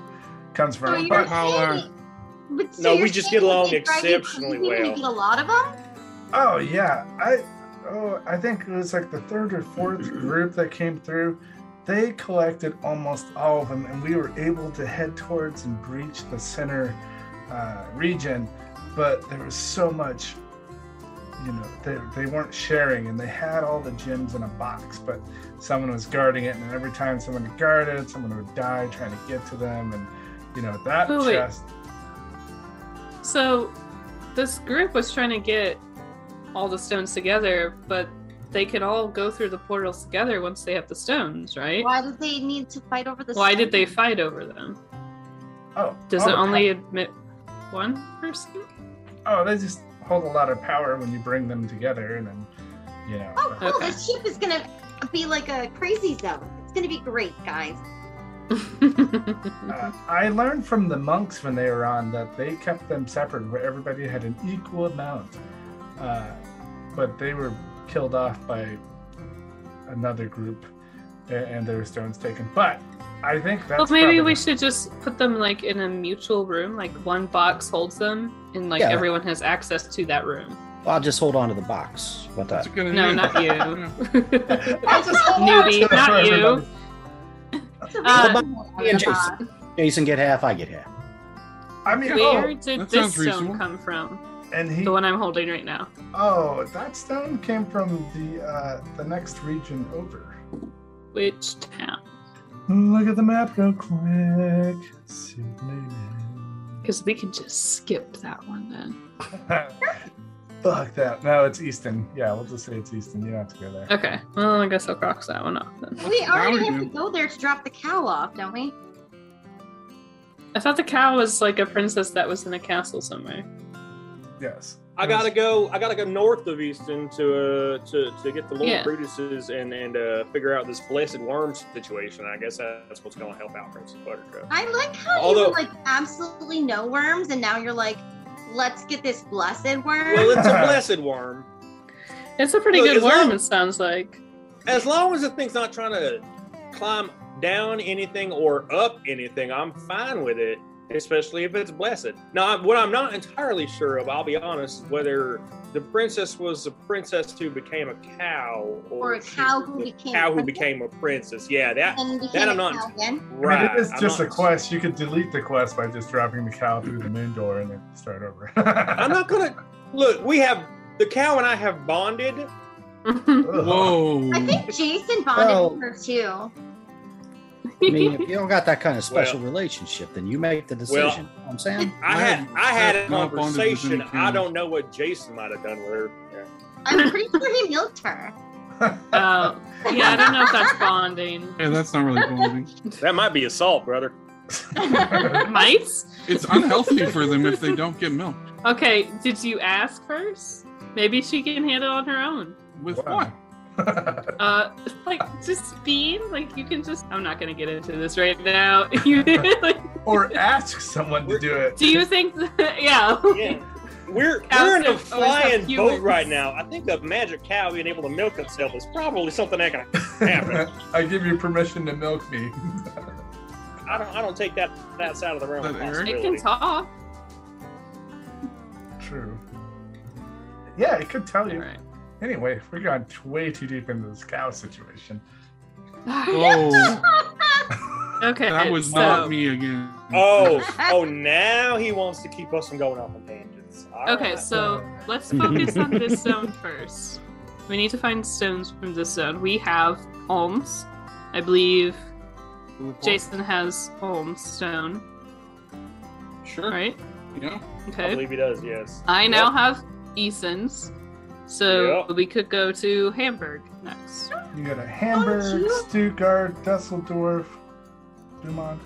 Speaker 1: comes
Speaker 7: so
Speaker 1: from. it.
Speaker 7: you're
Speaker 1: but
Speaker 2: Holler.
Speaker 7: saying, but so
Speaker 3: No, we
Speaker 7: you're
Speaker 3: just
Speaker 7: saying
Speaker 3: get along
Speaker 7: they drive you
Speaker 3: exceptionally
Speaker 7: crazy when you
Speaker 3: well.
Speaker 7: Get a lot of them.
Speaker 1: oh yeah, I oh I think it was like the third or fourth group that came through. They collected almost all of them, and we were able to head towards and breach the center uh, region. But there was so much, you know, they, they weren't sharing, and they had all the gems in a box, but someone was guarding it, and every time someone would guard it, someone would die trying to get to them, and you know that
Speaker 6: Wait, wait.
Speaker 1: just
Speaker 6: <laughs> So this group was trying to get all the stones together, but they could all go through the portals together once they have the stones, right?
Speaker 7: Why did they need to fight over the?
Speaker 6: Why did they
Speaker 7: stone?
Speaker 6: fight over them?
Speaker 1: oh
Speaker 6: Does
Speaker 1: all
Speaker 6: it
Speaker 1: the
Speaker 6: only admit one person?
Speaker 1: Oh, they just hold a lot of power when you bring them together, and then you know.
Speaker 7: Oh, cool.
Speaker 6: Okay.
Speaker 7: This ship is going to be like a crazy zone. It's going to be great, guys.
Speaker 6: <laughs>
Speaker 1: Uh, I learned from the monks when they were on that they kept them separate, where everybody had an equal amount, uh, but they were killed off by another group, a- and their stones taken. But I think that's
Speaker 6: well, maybe
Speaker 1: probably-
Speaker 6: we should just put them like in a mutual room, like one box holds them, and like
Speaker 5: Yeah.
Speaker 6: everyone has access to that room.
Speaker 5: Well, I'll just hold on to the box. What
Speaker 2: That's
Speaker 5: that?
Speaker 2: a good
Speaker 6: No,
Speaker 2: name.
Speaker 6: not
Speaker 5: <laughs>
Speaker 6: you. <laughs>
Speaker 2: Yeah.
Speaker 1: I'll just <laughs> hold on
Speaker 6: Newbie,
Speaker 1: to it for
Speaker 6: not you.
Speaker 1: everybody.
Speaker 7: Oh
Speaker 6: Uh,
Speaker 5: Yeah, Jason. Jason get half, I get half.
Speaker 1: I mean,
Speaker 6: Where
Speaker 1: oh,
Speaker 6: did
Speaker 2: that
Speaker 6: this
Speaker 2: sounds
Speaker 6: stone
Speaker 2: reasonable.
Speaker 6: come from?
Speaker 1: and he
Speaker 6: The one I'm holding right now.
Speaker 1: oh that stone came from the uh, the next region over.
Speaker 6: Which town?
Speaker 1: Look at the map real quick. See what name
Speaker 6: Because we can just skip that one then.
Speaker 1: is. <laughs> Fuck that. No, it's Easton. Yeah, we'll just say it's Easton. You don't have to go there.
Speaker 6: Okay. Well, I guess I'll cross that one off then.
Speaker 7: we
Speaker 2: Now
Speaker 7: already
Speaker 2: we
Speaker 7: have to
Speaker 2: do.
Speaker 7: go there to drop the cow off, don't we?
Speaker 6: I thought the cow was like a princess that was in a castle somewhere.
Speaker 1: Yes.
Speaker 3: I gotta go. I gotta go north of Easton to uh, to to get the Lord
Speaker 6: Yeah.
Speaker 3: Brutuses and and uh, figure out this blessed worm situation. I guess that's what's gonna help out Princess Buttercup.
Speaker 7: I like how you
Speaker 3: Although-
Speaker 7: were like absolutely no worms, and now you're like, let's get this blessed
Speaker 3: Well,
Speaker 7: worm. <laughs>
Speaker 1: <laughs>
Speaker 3: it's a blessed worm.
Speaker 6: It's a pretty
Speaker 3: Look,
Speaker 6: good
Speaker 3: as
Speaker 6: worm,
Speaker 3: long-
Speaker 6: it sounds like.
Speaker 3: As long as the thing's not trying to climb down anything or up anything, I'm fine with it. especially if it's blessed. Now, what I'm not entirely sure of, I'll be honest, whether the princess was a princess who became a cow
Speaker 7: Or a
Speaker 3: she
Speaker 7: cow
Speaker 3: was
Speaker 7: who
Speaker 3: a
Speaker 7: became
Speaker 3: cow
Speaker 7: a
Speaker 3: who
Speaker 7: princess?
Speaker 3: became a princess. Yeah, that
Speaker 7: And became
Speaker 3: that
Speaker 7: a
Speaker 3: I'm not-
Speaker 7: cow again.
Speaker 1: I mean,
Speaker 3: right.
Speaker 1: it is
Speaker 3: I'm
Speaker 1: just
Speaker 3: not-
Speaker 1: a quest. You could delete the quest by just dropping the cow through the moon door and then start over. <laughs>
Speaker 3: I'm not gonna look. We have the cow and I have
Speaker 6: <laughs>
Speaker 3: bonded.
Speaker 2: Whoa.
Speaker 7: I think Jason bonded
Speaker 5: Well-
Speaker 7: with her too.
Speaker 5: I mean, if you don't got that kind of special
Speaker 3: Well-
Speaker 5: relationship, then you make the decision. You know what I'm saying
Speaker 3: I had I had a
Speaker 2: I've not bonded with any
Speaker 3: conversation. I
Speaker 2: cows.
Speaker 3: don't know what Jason might have done with her.
Speaker 7: I'm pretty sure he milked her.
Speaker 6: <laughs> Oh, yeah, I don't
Speaker 7: <laughs>
Speaker 6: know if
Speaker 1: <laughs>
Speaker 6: that's bonding.
Speaker 2: Yeah, that's not really bonding.
Speaker 3: <laughs> That might be assault, brother.
Speaker 6: Mites?
Speaker 2: It's unhealthy for them if they don't get milked.
Speaker 6: Okay, did you ask first? Maybe she can handle on her own.
Speaker 2: With
Speaker 1: Wow. <laughs>
Speaker 2: what?
Speaker 6: Uh, like just speed. Like you can just. I'm not gonna get into this right now. <laughs> You like,
Speaker 1: or ask someone to do it.
Speaker 6: do you think? <laughs> That, yeah.
Speaker 3: Yeah. We're <laughs>
Speaker 6: Cows
Speaker 3: we're in a
Speaker 6: don't always have
Speaker 3: flying boat
Speaker 6: humans.
Speaker 3: right now. I think the magic cow being able to milk itself is probably something that can happen.
Speaker 1: <laughs> I give you permission to milk me. <laughs>
Speaker 3: I don't I don't take that that side of the realm. of
Speaker 2: That Eric?
Speaker 6: It
Speaker 3: possibility.
Speaker 6: can talk.
Speaker 1: True. Yeah, it could tell
Speaker 6: All
Speaker 1: you.
Speaker 6: right.
Speaker 1: Anyway, we're going t- way too deep into this cow situation.
Speaker 6: Ah,
Speaker 3: Oh,
Speaker 2: Whoa.
Speaker 6: Okay.
Speaker 2: That was
Speaker 6: so,
Speaker 2: not me again.
Speaker 6: <laughs>
Speaker 3: Oh, oh! Now he wants to keep us from going off on tangents. All
Speaker 6: Okay,
Speaker 3: right.
Speaker 6: so let's focus on this um, zone first. We need to find stones from this zone. We have alms. I believe Jason has Olm stone,
Speaker 2: Sure.
Speaker 6: right?
Speaker 2: Yeah.
Speaker 3: I
Speaker 6: Okay.
Speaker 3: believe he does. Yes.
Speaker 6: I now
Speaker 3: Yep.
Speaker 6: have Eason's, so
Speaker 3: Yep.
Speaker 6: we could go to Hamburg next.
Speaker 1: You got a
Speaker 6: Oh,
Speaker 1: Hamburg,
Speaker 7: you-
Speaker 1: Stuttgart, Dusseldorf, Dumont.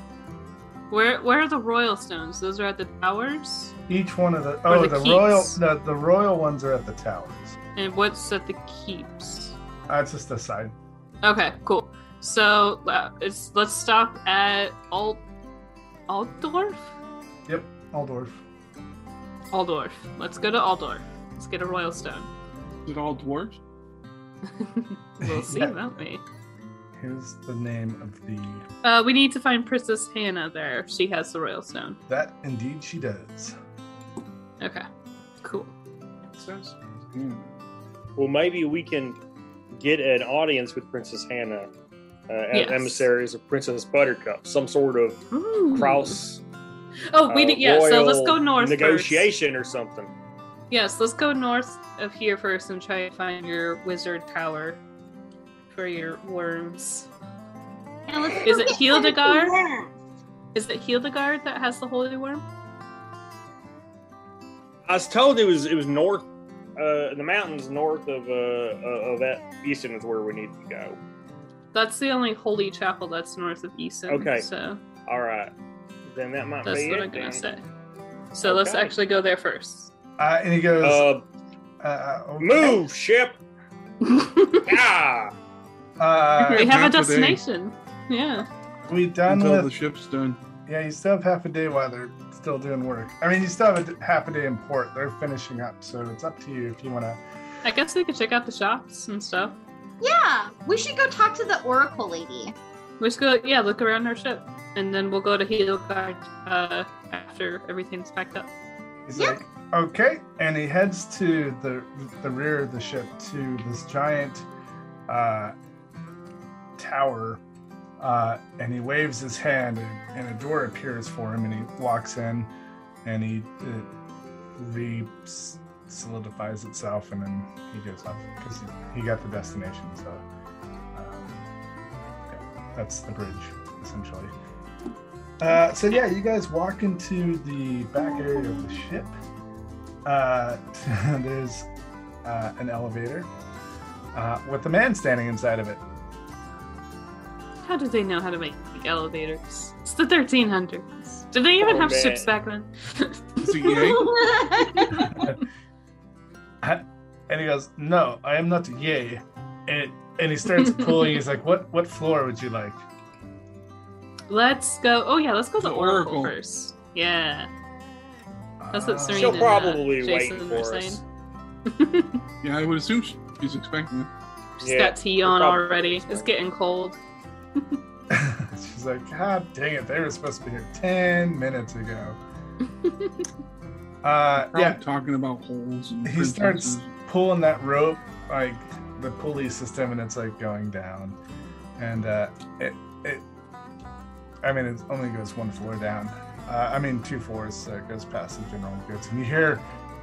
Speaker 6: Where where are the royal stones? Those are at the towers.
Speaker 1: Each one of the
Speaker 6: Or
Speaker 1: oh
Speaker 6: the
Speaker 1: the,
Speaker 6: keeps.
Speaker 1: royal the, the royal ones are at the towers.
Speaker 6: And what's at the keeps?
Speaker 1: That's just a side.
Speaker 6: Okay, cool. So uh, it's let's stop at Alt Altdorf.
Speaker 1: Yep, Aldorf.
Speaker 6: Aldorf. Let's go to Aldorf. Let's get a royal stone.
Speaker 2: Is it all
Speaker 6: <laughs>
Speaker 2: dwarves?
Speaker 6: we'll see,
Speaker 1: Yeah.
Speaker 6: won't we?
Speaker 1: Here's the name of the
Speaker 6: Uh, we need to find Princess Hannah there. She has the royal stone.
Speaker 1: that indeed she does.
Speaker 6: Okay, cool.
Speaker 2: It says. Yeah.
Speaker 3: Well, maybe we can get an audience with Princess Hannah uh, as
Speaker 6: Yes.
Speaker 3: emissaries of Princess Buttercup, some sort of
Speaker 6: Ooh.
Speaker 3: cross.
Speaker 6: Oh, we
Speaker 3: uh,
Speaker 6: did. Yeah, so let's
Speaker 3: royal
Speaker 6: go north. First.
Speaker 3: Negotiation or something.
Speaker 6: Yes, let's go north of here first and try to find your wizard tower for your worms.
Speaker 7: And let's
Speaker 6: Is
Speaker 7: go
Speaker 6: it
Speaker 7: get <laughs>
Speaker 6: Hildegard?
Speaker 7: some worms.
Speaker 6: Is it Hildegard that has the holy
Speaker 7: <laughs>
Speaker 6: worm?
Speaker 3: I was told it was it was north, uh, the mountains north of uh, of that Easton is where we need to go.
Speaker 6: That's the only holy chapel that's north of Easton.
Speaker 3: Okay.
Speaker 6: So
Speaker 3: All right, then that might
Speaker 6: that's
Speaker 3: be
Speaker 6: what
Speaker 3: it.
Speaker 6: I'm
Speaker 3: then.
Speaker 6: going to say. So let's
Speaker 3: Okay.
Speaker 6: actually go there first.
Speaker 1: Uh, and he goes,
Speaker 3: Uh,
Speaker 1: uh, uh, okay.
Speaker 3: move
Speaker 6: <laughs>
Speaker 3: ship.
Speaker 6: we
Speaker 3: Ah,
Speaker 1: Uh,
Speaker 2: We
Speaker 6: have a
Speaker 2: half a day.
Speaker 6: destination. Yeah.
Speaker 1: we done
Speaker 2: Until
Speaker 1: with
Speaker 2: the ship's done.
Speaker 1: Yeah, you still have half a day while they're still doing work. I mean, you still have a, half a day in port. They're finishing up, so it's up to you if you want to.
Speaker 6: I guess we could check out the shops and stuff.
Speaker 7: Yeah, we should go talk to the Oracle lady.
Speaker 6: We just go, yeah, look around our ship, and then we'll go to Hildegard uh, after everything's packed up.
Speaker 1: He's
Speaker 7: Yeah.
Speaker 1: like, okay, and he heads to the the rear of the ship to this giant uh, tower, uh, and he waves his hand, and, and a door appears for him, and he walks in, and he it re solidifies itself, and then he goes up because he, he got the destination. So um, yeah, that's the bridge, essentially. Uh, so yeah, you guys walk into the back area of the ship. Uh, <laughs> there's uh, an elevator uh, with a man standing inside of it.
Speaker 6: How do they know how to make elevators? It's the 1300s. Did they even
Speaker 3: Oh,
Speaker 6: have
Speaker 3: man.
Speaker 6: ships back then?
Speaker 2: Is he yay?
Speaker 6: <laughs>
Speaker 1: And he goes, "No, I am not yay." And and he starts pulling. He's like, "What what floor would you like?"
Speaker 6: Let's go. Oh yeah, let's go to
Speaker 2: The
Speaker 6: Oracle,
Speaker 2: Oracle.
Speaker 6: first. Yeah, that's
Speaker 1: Uh,
Speaker 6: what Serena.
Speaker 3: she'll
Speaker 6: and, uh,
Speaker 3: probably
Speaker 6: Jason
Speaker 3: wait
Speaker 6: were
Speaker 3: for us.
Speaker 6: saying.
Speaker 2: Yeah, I would assume she- she's expecting it.
Speaker 6: She's
Speaker 3: Yeah,
Speaker 6: got tea
Speaker 3: we're
Speaker 6: on
Speaker 3: probably
Speaker 6: already.
Speaker 3: waiting.
Speaker 6: It's getting cold.
Speaker 1: She's like, God dang it, they were supposed to be here 10
Speaker 2: <laughs>
Speaker 1: minutes ago. Uh,
Speaker 2: Probably
Speaker 1: yeah,
Speaker 2: talking about holes and
Speaker 1: He starts-
Speaker 2: princesses.
Speaker 1: pulling that rope, like the pulley system, and it's like going down. And uh, it, it, I mean, it only goes one floor down. Uh, I mean, two floors, so it goes past the general goods. And you hear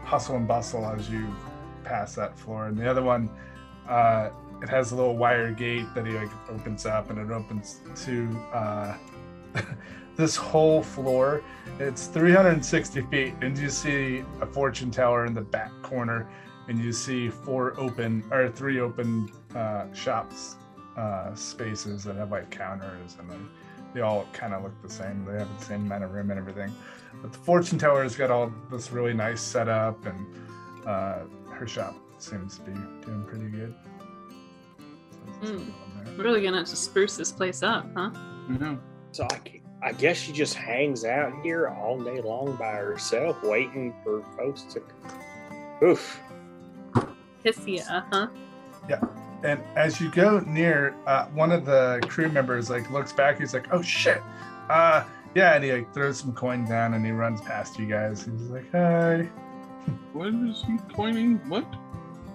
Speaker 1: hustle and bustle as you pass that floor. And the other one, uh, it has a little wire gate that he like opens up, and it opens to uh, <laughs> this whole floor. It's 360 feet, and you see a fortune teller in the back corner and you see four open or three open uh, shops uh, spaces that have like counters and then they all kind of look the same. They have the same amount of room and everything. But the fortune teller has got all this really nice setup, and uh, her shop seems to be doing pretty good. So that's
Speaker 6: Mm.
Speaker 1: good on there.
Speaker 6: really gonna have to spruce this place up, huh?
Speaker 2: I know.
Speaker 3: So I, c- I guess she just hangs out here all day long by herself, waiting for folks to. Oof.
Speaker 6: Piss ya, huh?
Speaker 1: And as you go near, uh, one of the crew members like looks back. He's like, "Oh shit!" Uh, yeah, and he like throws some coin down and he runs past you guys. He's like, "Hi."
Speaker 2: What is he pointing? What?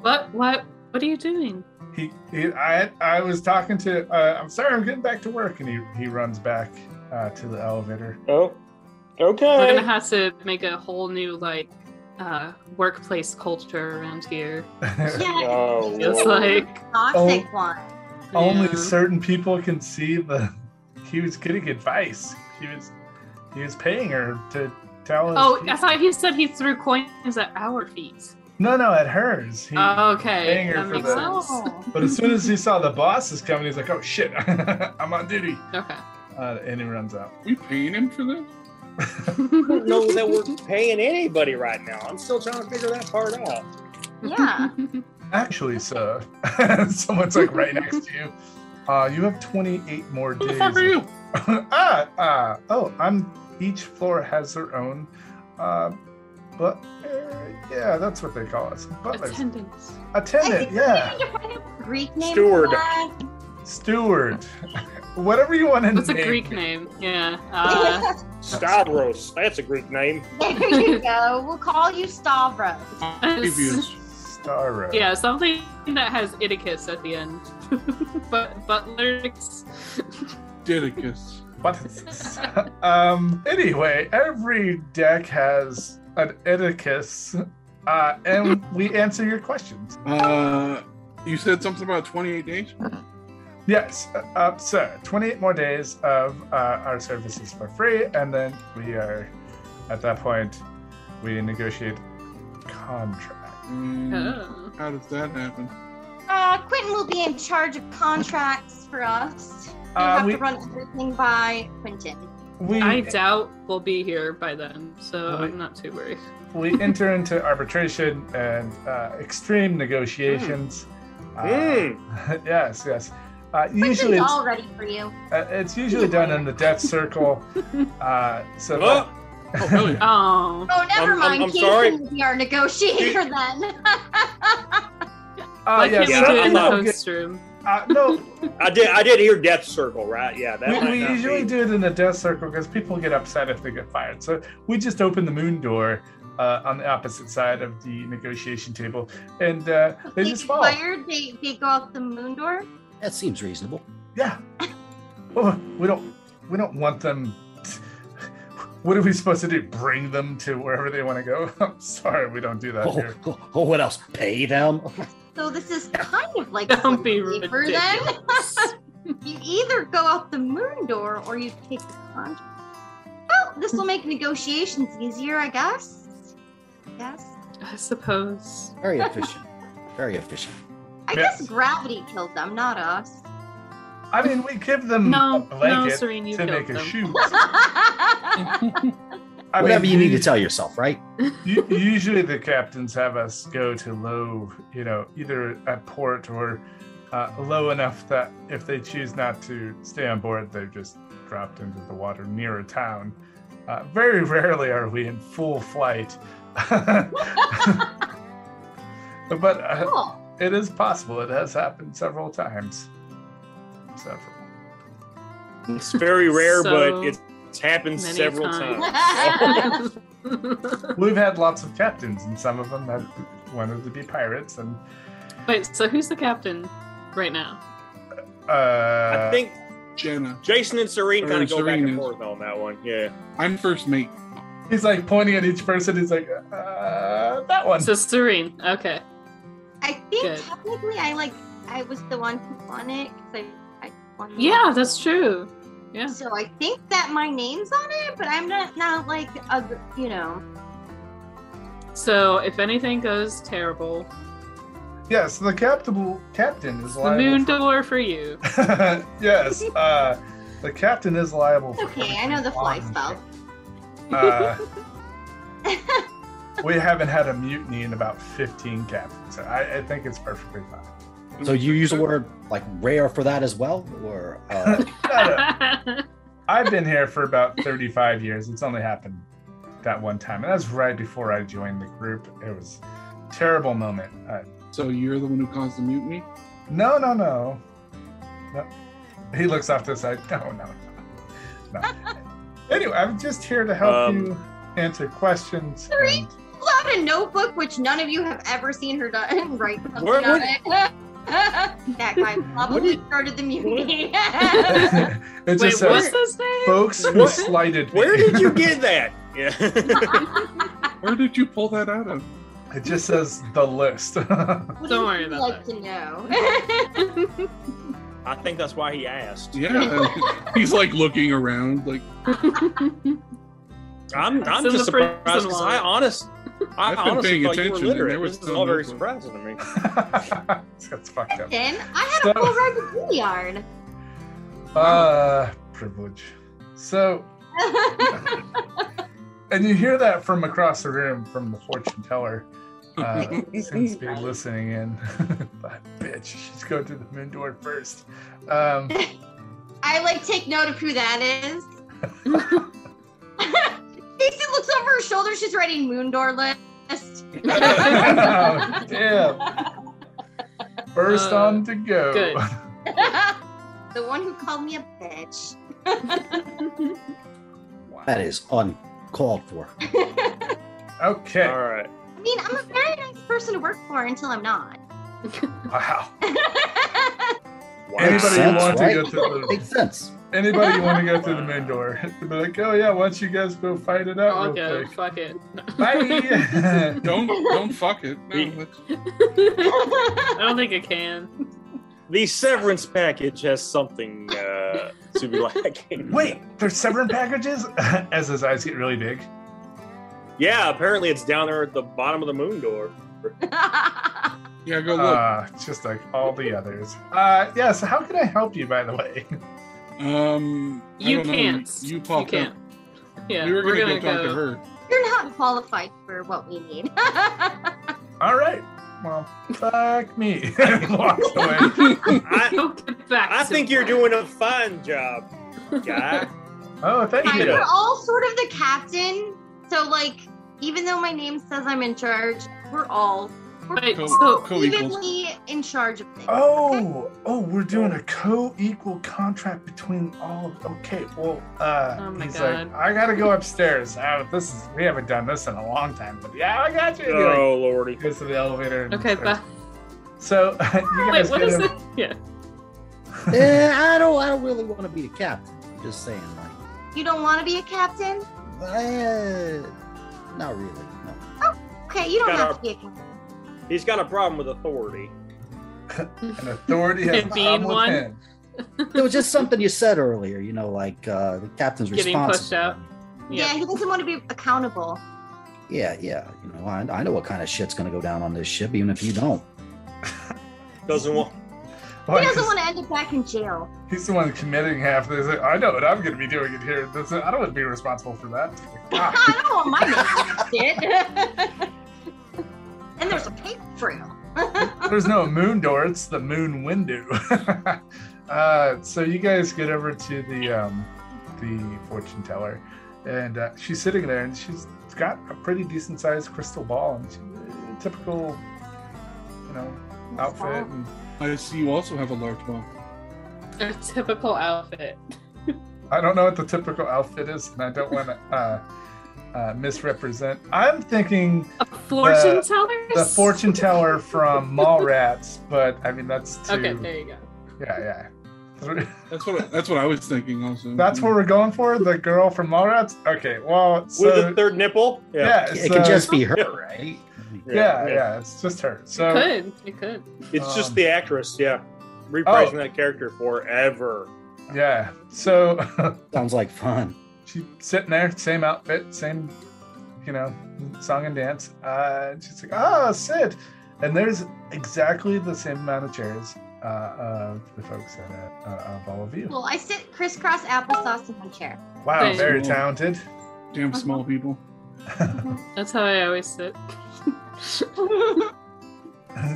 Speaker 6: What? What? What are you doing?
Speaker 1: He, he I, I was talking to. Uh, I'm sorry, I'm getting back to work, and he he runs back uh, to the elevator.
Speaker 3: Oh.
Speaker 6: We're
Speaker 3: Okay.
Speaker 6: gonna have to make a whole new like uh workplace culture around here.
Speaker 7: Yeah.
Speaker 3: Oh,
Speaker 6: It's
Speaker 3: Lord.
Speaker 6: like
Speaker 7: Toxic one.
Speaker 1: Only
Speaker 6: yeah.
Speaker 1: certain people can see the. <laughs> He was getting advice. He was he was paying her to tell us.
Speaker 6: Oh, I thought he said he threw coins at our feet.
Speaker 1: no, no, at hers. He,
Speaker 6: Okay,
Speaker 1: paying her
Speaker 6: that
Speaker 1: for
Speaker 6: makes
Speaker 1: the-
Speaker 6: sense.
Speaker 1: But as soon as he saw the bosses coming, he's like, "Oh shit, <laughs> I'm on duty,"
Speaker 6: Okay.
Speaker 1: uh, and he runs out.
Speaker 2: We paying him for this?
Speaker 3: I don't know that
Speaker 6: <laughs>
Speaker 3: we're paying anybody right now. I'm still trying to figure that part out.
Speaker 6: <laughs>
Speaker 7: Yeah.
Speaker 1: Actually, so <laughs> someone's like right next to you. Uh, you have 28 more
Speaker 2: Who
Speaker 1: days.
Speaker 2: the fuck are
Speaker 1: of-
Speaker 2: you?
Speaker 1: <laughs> ah, ah, oh, I'm. Each floor has their own, uh, but eh, yeah, that's what they call us. Butlers,
Speaker 6: Attendance.
Speaker 7: I
Speaker 1: attendant,
Speaker 7: think
Speaker 1: yeah,
Speaker 7: you find a Greek name.
Speaker 3: Steward.
Speaker 7: for that.
Speaker 1: steward, whatever you want to
Speaker 6: What's a
Speaker 1: name.
Speaker 6: Greek name? Yeah. Uh,
Speaker 3: <laughs> Stavros. That's a Greek name.
Speaker 7: <laughs> there you go. We'll call you Stavros.
Speaker 2: Devious.
Speaker 1: Star.
Speaker 6: yeah, something that has iticus at the end. <laughs> but butlers.
Speaker 2: Didicus.
Speaker 1: What? <laughs> um. Anyway, every deck has an etiquette, uh, and we answer your questions.
Speaker 2: Uh, you said something about 28 days?
Speaker 1: Yes, uh, so 28 more days of uh, our services for free, and then we are, at that point, we negotiate contract.
Speaker 2: Mm,
Speaker 6: Oh.
Speaker 2: How does that happen?
Speaker 7: Uh, Quentin will be in charge of contracts for us. You
Speaker 1: Uh,
Speaker 7: have
Speaker 1: we
Speaker 7: to run everything by Quentin.
Speaker 1: we,
Speaker 6: I doubt we'll be here by then, so
Speaker 1: Right.
Speaker 6: I'm not too worried.
Speaker 1: we enter into arbitration and uh, extreme negotiations.
Speaker 3: Mm.
Speaker 1: Uh, <laughs> yes, yes. Uh, usually,
Speaker 7: Quentin's
Speaker 1: it's,
Speaker 7: all ready for you.
Speaker 1: uh, it's usually done in the death circle. Uh, so
Speaker 3: Oh,
Speaker 2: Oh, hell yeah.
Speaker 6: Oh.
Speaker 7: Oh, never
Speaker 3: I'm-
Speaker 7: mind.
Speaker 3: I'm
Speaker 7: Casey
Speaker 3: sorry.
Speaker 7: will be our negotiator then. <laughs>
Speaker 1: uh,
Speaker 6: Why can't
Speaker 3: yeah,
Speaker 6: we do it
Speaker 1: some
Speaker 6: in the
Speaker 3: I'm
Speaker 1: people get-
Speaker 6: host room?
Speaker 1: uh, no,
Speaker 3: I did. I did hear Death Circle, right? Yeah, that
Speaker 1: we,
Speaker 3: might
Speaker 1: we
Speaker 3: not
Speaker 1: usually
Speaker 3: be.
Speaker 1: do it in the death circle because people get upset if they get fired. So we just open the moon door uh, on the opposite side of the negotiation table, and uh, they
Speaker 7: They
Speaker 1: just fall.
Speaker 7: Fired. They, they go out the moon door.
Speaker 5: That seems reasonable.
Speaker 1: Yeah. Oh, we don't. We don't want them. What are we supposed to do? Bring them to wherever they want to go? <laughs> I'm sorry, we don't do that
Speaker 5: Oh,
Speaker 1: here.
Speaker 5: oh, oh, what else? Pay them?
Speaker 7: So
Speaker 6: <laughs>
Speaker 7: this is kind of like
Speaker 6: Don't be
Speaker 7: slavery then.
Speaker 6: ridiculous.
Speaker 7: <laughs> You either go out the moon door or you take the contract. Well, this will make negotiations easier, I guess. Yes.
Speaker 6: I suppose.
Speaker 5: Very efficient. Very efficient.
Speaker 7: I
Speaker 1: Yes.
Speaker 7: guess gravity killed them, not us.
Speaker 1: I mean, we give them a
Speaker 6: No, no,
Speaker 1: blanket
Speaker 6: Serene, you
Speaker 1: to
Speaker 6: killed
Speaker 1: make a
Speaker 6: them. <laughs>
Speaker 1: shoe. I
Speaker 5: Whatever
Speaker 1: mean,
Speaker 5: you need to tell yourself, right?
Speaker 1: <laughs> U- usually the captains have us go to low, you know, either at port or uh, low enough that if they choose not to stay on board, they've just dropped into the water near a town. Uh, very <laughs> rarely are we in full flight, <laughs> but uh,
Speaker 7: cool.
Speaker 1: it is possible. It has happened several times. Several.
Speaker 3: It's very rare,
Speaker 6: So
Speaker 3: but it's, it's happened
Speaker 6: many
Speaker 3: several
Speaker 6: times.
Speaker 1: <laughs>
Speaker 3: times.
Speaker 6: <laughs>
Speaker 3: <laughs>
Speaker 1: We've had lots of captains, and some of them have wanted to be pirates. And
Speaker 6: Wait, so who's the captain right now?
Speaker 1: uh,
Speaker 3: I think
Speaker 2: Jenna.
Speaker 3: Jason and Serene
Speaker 2: Or
Speaker 3: kind of go back
Speaker 2: Serene
Speaker 3: and
Speaker 2: is-
Speaker 3: forth on that one. Yeah.
Speaker 2: I'm first mate.
Speaker 1: he's like pointing at each person. He's like, uh, that one.
Speaker 6: So Serene. Okay.
Speaker 7: I think
Speaker 6: Good.
Speaker 7: technically I like I was the one who won it because I, I won.
Speaker 6: Yeah, that's true.
Speaker 7: it.
Speaker 6: yeah.
Speaker 7: So I think that my name's on it, but I'm not not like a you know.
Speaker 6: So if anything goes terrible,
Speaker 1: yes, the captain. Captain is
Speaker 6: the moon
Speaker 1: liable.
Speaker 6: door for you.
Speaker 1: for- yes, uh, the captain
Speaker 6: <laughs>
Speaker 1: is liable. for
Speaker 7: It's okay. I know the fly
Speaker 1: everything
Speaker 7: spell.
Speaker 1: Uh, we haven't had a mutiny in about 15 captains, so I, I think it's perfectly fine.
Speaker 5: So you use a word like rare for that as well, or
Speaker 1: <laughs>
Speaker 5: uh,
Speaker 1: No, no, I've been here for about 35 years. It's only happened that one time, and that's right before I joined the group. It was a terrible moment. Uh,
Speaker 2: So you're the one who caused the mutiny.
Speaker 1: no, no, no, no. He looks off to the side. No, no, no. no. anyway, I'm just here to help
Speaker 3: Um,
Speaker 1: you answer questions.
Speaker 7: Three?
Speaker 6: Um,
Speaker 1: and-
Speaker 7: Pull out a notebook, which none of you have ever seen her done. <laughs> Write something
Speaker 3: What-
Speaker 7: on it. <laughs> that guy probably started the mutiny.
Speaker 1: it
Speaker 6: Wait,
Speaker 1: just
Speaker 6: what's
Speaker 1: says
Speaker 6: his name?
Speaker 1: folks who
Speaker 3: What?
Speaker 1: slighted me.
Speaker 3: Where
Speaker 1: <laughs>
Speaker 3: did you get that? Yeah.
Speaker 2: Where did you pull that out of?
Speaker 1: It just says the
Speaker 7: <laughs>
Speaker 1: list. <laughs>
Speaker 7: What
Speaker 6: Don't
Speaker 7: would
Speaker 6: worry
Speaker 7: you
Speaker 6: about
Speaker 7: like
Speaker 6: that.
Speaker 7: to know. <laughs>
Speaker 3: I think that's why he asked.
Speaker 2: Yeah. <laughs> He's like looking around, like
Speaker 3: <laughs> I'm,
Speaker 6: It's
Speaker 3: I'm
Speaker 6: in
Speaker 3: just
Speaker 6: the prison
Speaker 3: surprised because I
Speaker 6: log.
Speaker 3: honest, I
Speaker 2: I've been
Speaker 3: honestly
Speaker 2: paying
Speaker 3: thought you were
Speaker 2: attention, and
Speaker 3: literate.
Speaker 2: there was
Speaker 3: this is
Speaker 2: still
Speaker 3: all
Speaker 2: no
Speaker 3: very
Speaker 2: clue.
Speaker 3: surprising to me.
Speaker 1: <laughs> That's fucked up.
Speaker 7: Then I
Speaker 1: So-
Speaker 7: had a full ride to Juilliard.
Speaker 1: Uh, privilege. So, and you hear that from across the room from the fortune teller.
Speaker 2: <laughs>
Speaker 1: Uh, seems to be listening in. <laughs> that bitch, she's going through the moon door first. Um, <laughs>
Speaker 7: I like take note of who that
Speaker 6: <laughs>
Speaker 7: is. Casey looks over her shoulder. She's writing Moondor list.
Speaker 1: oh, damn. First
Speaker 6: Uh,
Speaker 1: on to go.
Speaker 6: good.
Speaker 7: <laughs>
Speaker 1: <laughs>
Speaker 7: the one who called me a bitch. <laughs>
Speaker 5: that is uncalled for.
Speaker 1: Okay.
Speaker 3: All right.
Speaker 7: I mean, I'm a very nice person to work for until I'm not.
Speaker 2: <laughs>
Speaker 1: Wow.
Speaker 3: Wow.
Speaker 5: Makes
Speaker 1: Anybody
Speaker 5: sense,
Speaker 1: want
Speaker 5: right?
Speaker 1: to go through the <laughs>
Speaker 5: Makes sense.
Speaker 1: anybody want to go through the moon door? <laughs> Be like, oh yeah, once you guys go fight it out
Speaker 6: I'll
Speaker 1: real
Speaker 6: go.
Speaker 1: quick.
Speaker 6: Fuck it.
Speaker 1: Bye.
Speaker 2: <laughs>
Speaker 1: <laughs>
Speaker 2: don't don't fuck it. No, that's-
Speaker 6: I don't think I can.
Speaker 3: The severance package has something uh,
Speaker 2: <laughs>
Speaker 3: to be lacking.
Speaker 1: Wait, there's severin packages? <laughs> As his eyes get really big.
Speaker 3: Yeah, apparently it's down there at the bottom of the moon door.
Speaker 2: yeah, go look.
Speaker 1: Uh, just like all the others. Uh, yes, how can I help you, by the way?
Speaker 2: um, I
Speaker 6: You
Speaker 2: don't know,
Speaker 6: can't.
Speaker 2: You popped
Speaker 6: You can't.
Speaker 2: up.
Speaker 6: Yeah,
Speaker 2: we were
Speaker 6: we're
Speaker 2: gonna,
Speaker 6: gonna
Speaker 2: go talk to
Speaker 6: go.
Speaker 2: her.
Speaker 7: You're not qualified for what we need. <laughs>
Speaker 1: All right. Well, fuck me. <laughs>
Speaker 6: <laughs>
Speaker 1: Walks away.
Speaker 3: <laughs>
Speaker 2: <laughs>
Speaker 3: I,
Speaker 6: Go get back.
Speaker 3: I
Speaker 6: to
Speaker 3: think you're
Speaker 6: work.
Speaker 3: doing a fine job, guy.
Speaker 1: <laughs> Oh, thank
Speaker 7: kind of
Speaker 1: you.
Speaker 7: we're all sort of the captain. So like, even though my name says I'm in charge, we're all
Speaker 6: Wait,
Speaker 2: Co-
Speaker 6: so
Speaker 2: co-equals.
Speaker 7: evenly in charge of things.
Speaker 1: Oh, oh, we're doing a co-equal contract between all. Of, okay, well, uh,
Speaker 6: Oh my
Speaker 1: he's
Speaker 6: God.
Speaker 1: like, I gotta go upstairs. Oh, this is we haven't done this in a long time, but yeah, I got you. He,
Speaker 3: <laughs>
Speaker 1: like,
Speaker 3: Oh, lordy.
Speaker 1: goes to the elevator. And
Speaker 6: okay, bye.
Speaker 1: So <laughs> you
Speaker 6: Wait,
Speaker 1: guys
Speaker 6: what
Speaker 1: get
Speaker 6: is
Speaker 1: in-
Speaker 6: it? Yeah.
Speaker 5: Eh, I don't. I don't really want to be a captain. I'm just saying, like,
Speaker 7: You don't want to be a captain?
Speaker 5: eh, not really. No.
Speaker 7: Oh, Okay, you don't
Speaker 3: Shut
Speaker 7: have
Speaker 3: up.
Speaker 7: to be a captain.
Speaker 3: He's got a problem with authority.
Speaker 1: An authority has
Speaker 6: And being
Speaker 1: being
Speaker 6: one.
Speaker 1: one.
Speaker 5: It was just something you said earlier. You know, like uh, the captain's
Speaker 6: Getting
Speaker 5: responsible.
Speaker 6: pushed out.
Speaker 7: Yeah.
Speaker 6: Yeah.
Speaker 7: he doesn't want to be accountable.
Speaker 5: Yeah, yeah. You know, I, I know what kind of shit's gonna go down on this ship, even if you don't.
Speaker 3: <laughs> Doesn't want.
Speaker 1: Why
Speaker 7: he
Speaker 1: is-
Speaker 7: doesn't want to end up back in jail.
Speaker 1: He's the one committing half this. I know what I'm going to be doing it here. This, I don't want to be responsible for that. Ah,
Speaker 7: I don't want my name in that shit. <laughs> and there's a paper trail.
Speaker 1: there's no moon door. It's the moon window. <laughs> uh, so you guys get over to the um, the fortune teller, and uh, she's sitting there, and she's got a pretty decent sized crystal ball, and she, uh, typical, you know, outfit. And
Speaker 2: I see you also have a large ball.
Speaker 6: A typical outfit.
Speaker 1: I don't know what the typical outfit is, and I don't
Speaker 6: <laughs>
Speaker 1: want to uh, uh, misrepresent. I'm thinking
Speaker 6: A fortune teller?
Speaker 1: the fortune teller from Mallrats, but I mean that's too.
Speaker 6: Okay, there you go.
Speaker 1: Yeah, yeah.
Speaker 2: That's what that's what I was
Speaker 1: <laughs>
Speaker 2: thinking also.
Speaker 1: That's what we're going for. The girl from Mallrats. Okay. Well,
Speaker 3: With
Speaker 1: so
Speaker 3: the third nipple?
Speaker 1: yeah,
Speaker 5: It
Speaker 1: so-
Speaker 5: could just be her, right?
Speaker 1: yeah, yeah. It's just her. So
Speaker 6: Could. It could.
Speaker 3: It's just
Speaker 1: Um, oh.
Speaker 3: the actress, yeah. Reprising that character forever.
Speaker 1: yeah. So
Speaker 2: <laughs>
Speaker 5: Sounds like fun.
Speaker 1: she's sitting there, same outfit, same, you know, song and dance. Uh, and she's like, "Ah, sit," and there's exactly the same amount of chairs uh, of the folks that uh, uh, of all of you.
Speaker 7: Well, I sit crisscross applesauce in my chair.
Speaker 1: Wow,
Speaker 6: Thanks.
Speaker 1: very talented.
Speaker 2: Damn small people.
Speaker 6: That's how I always sit.
Speaker 1: <laughs>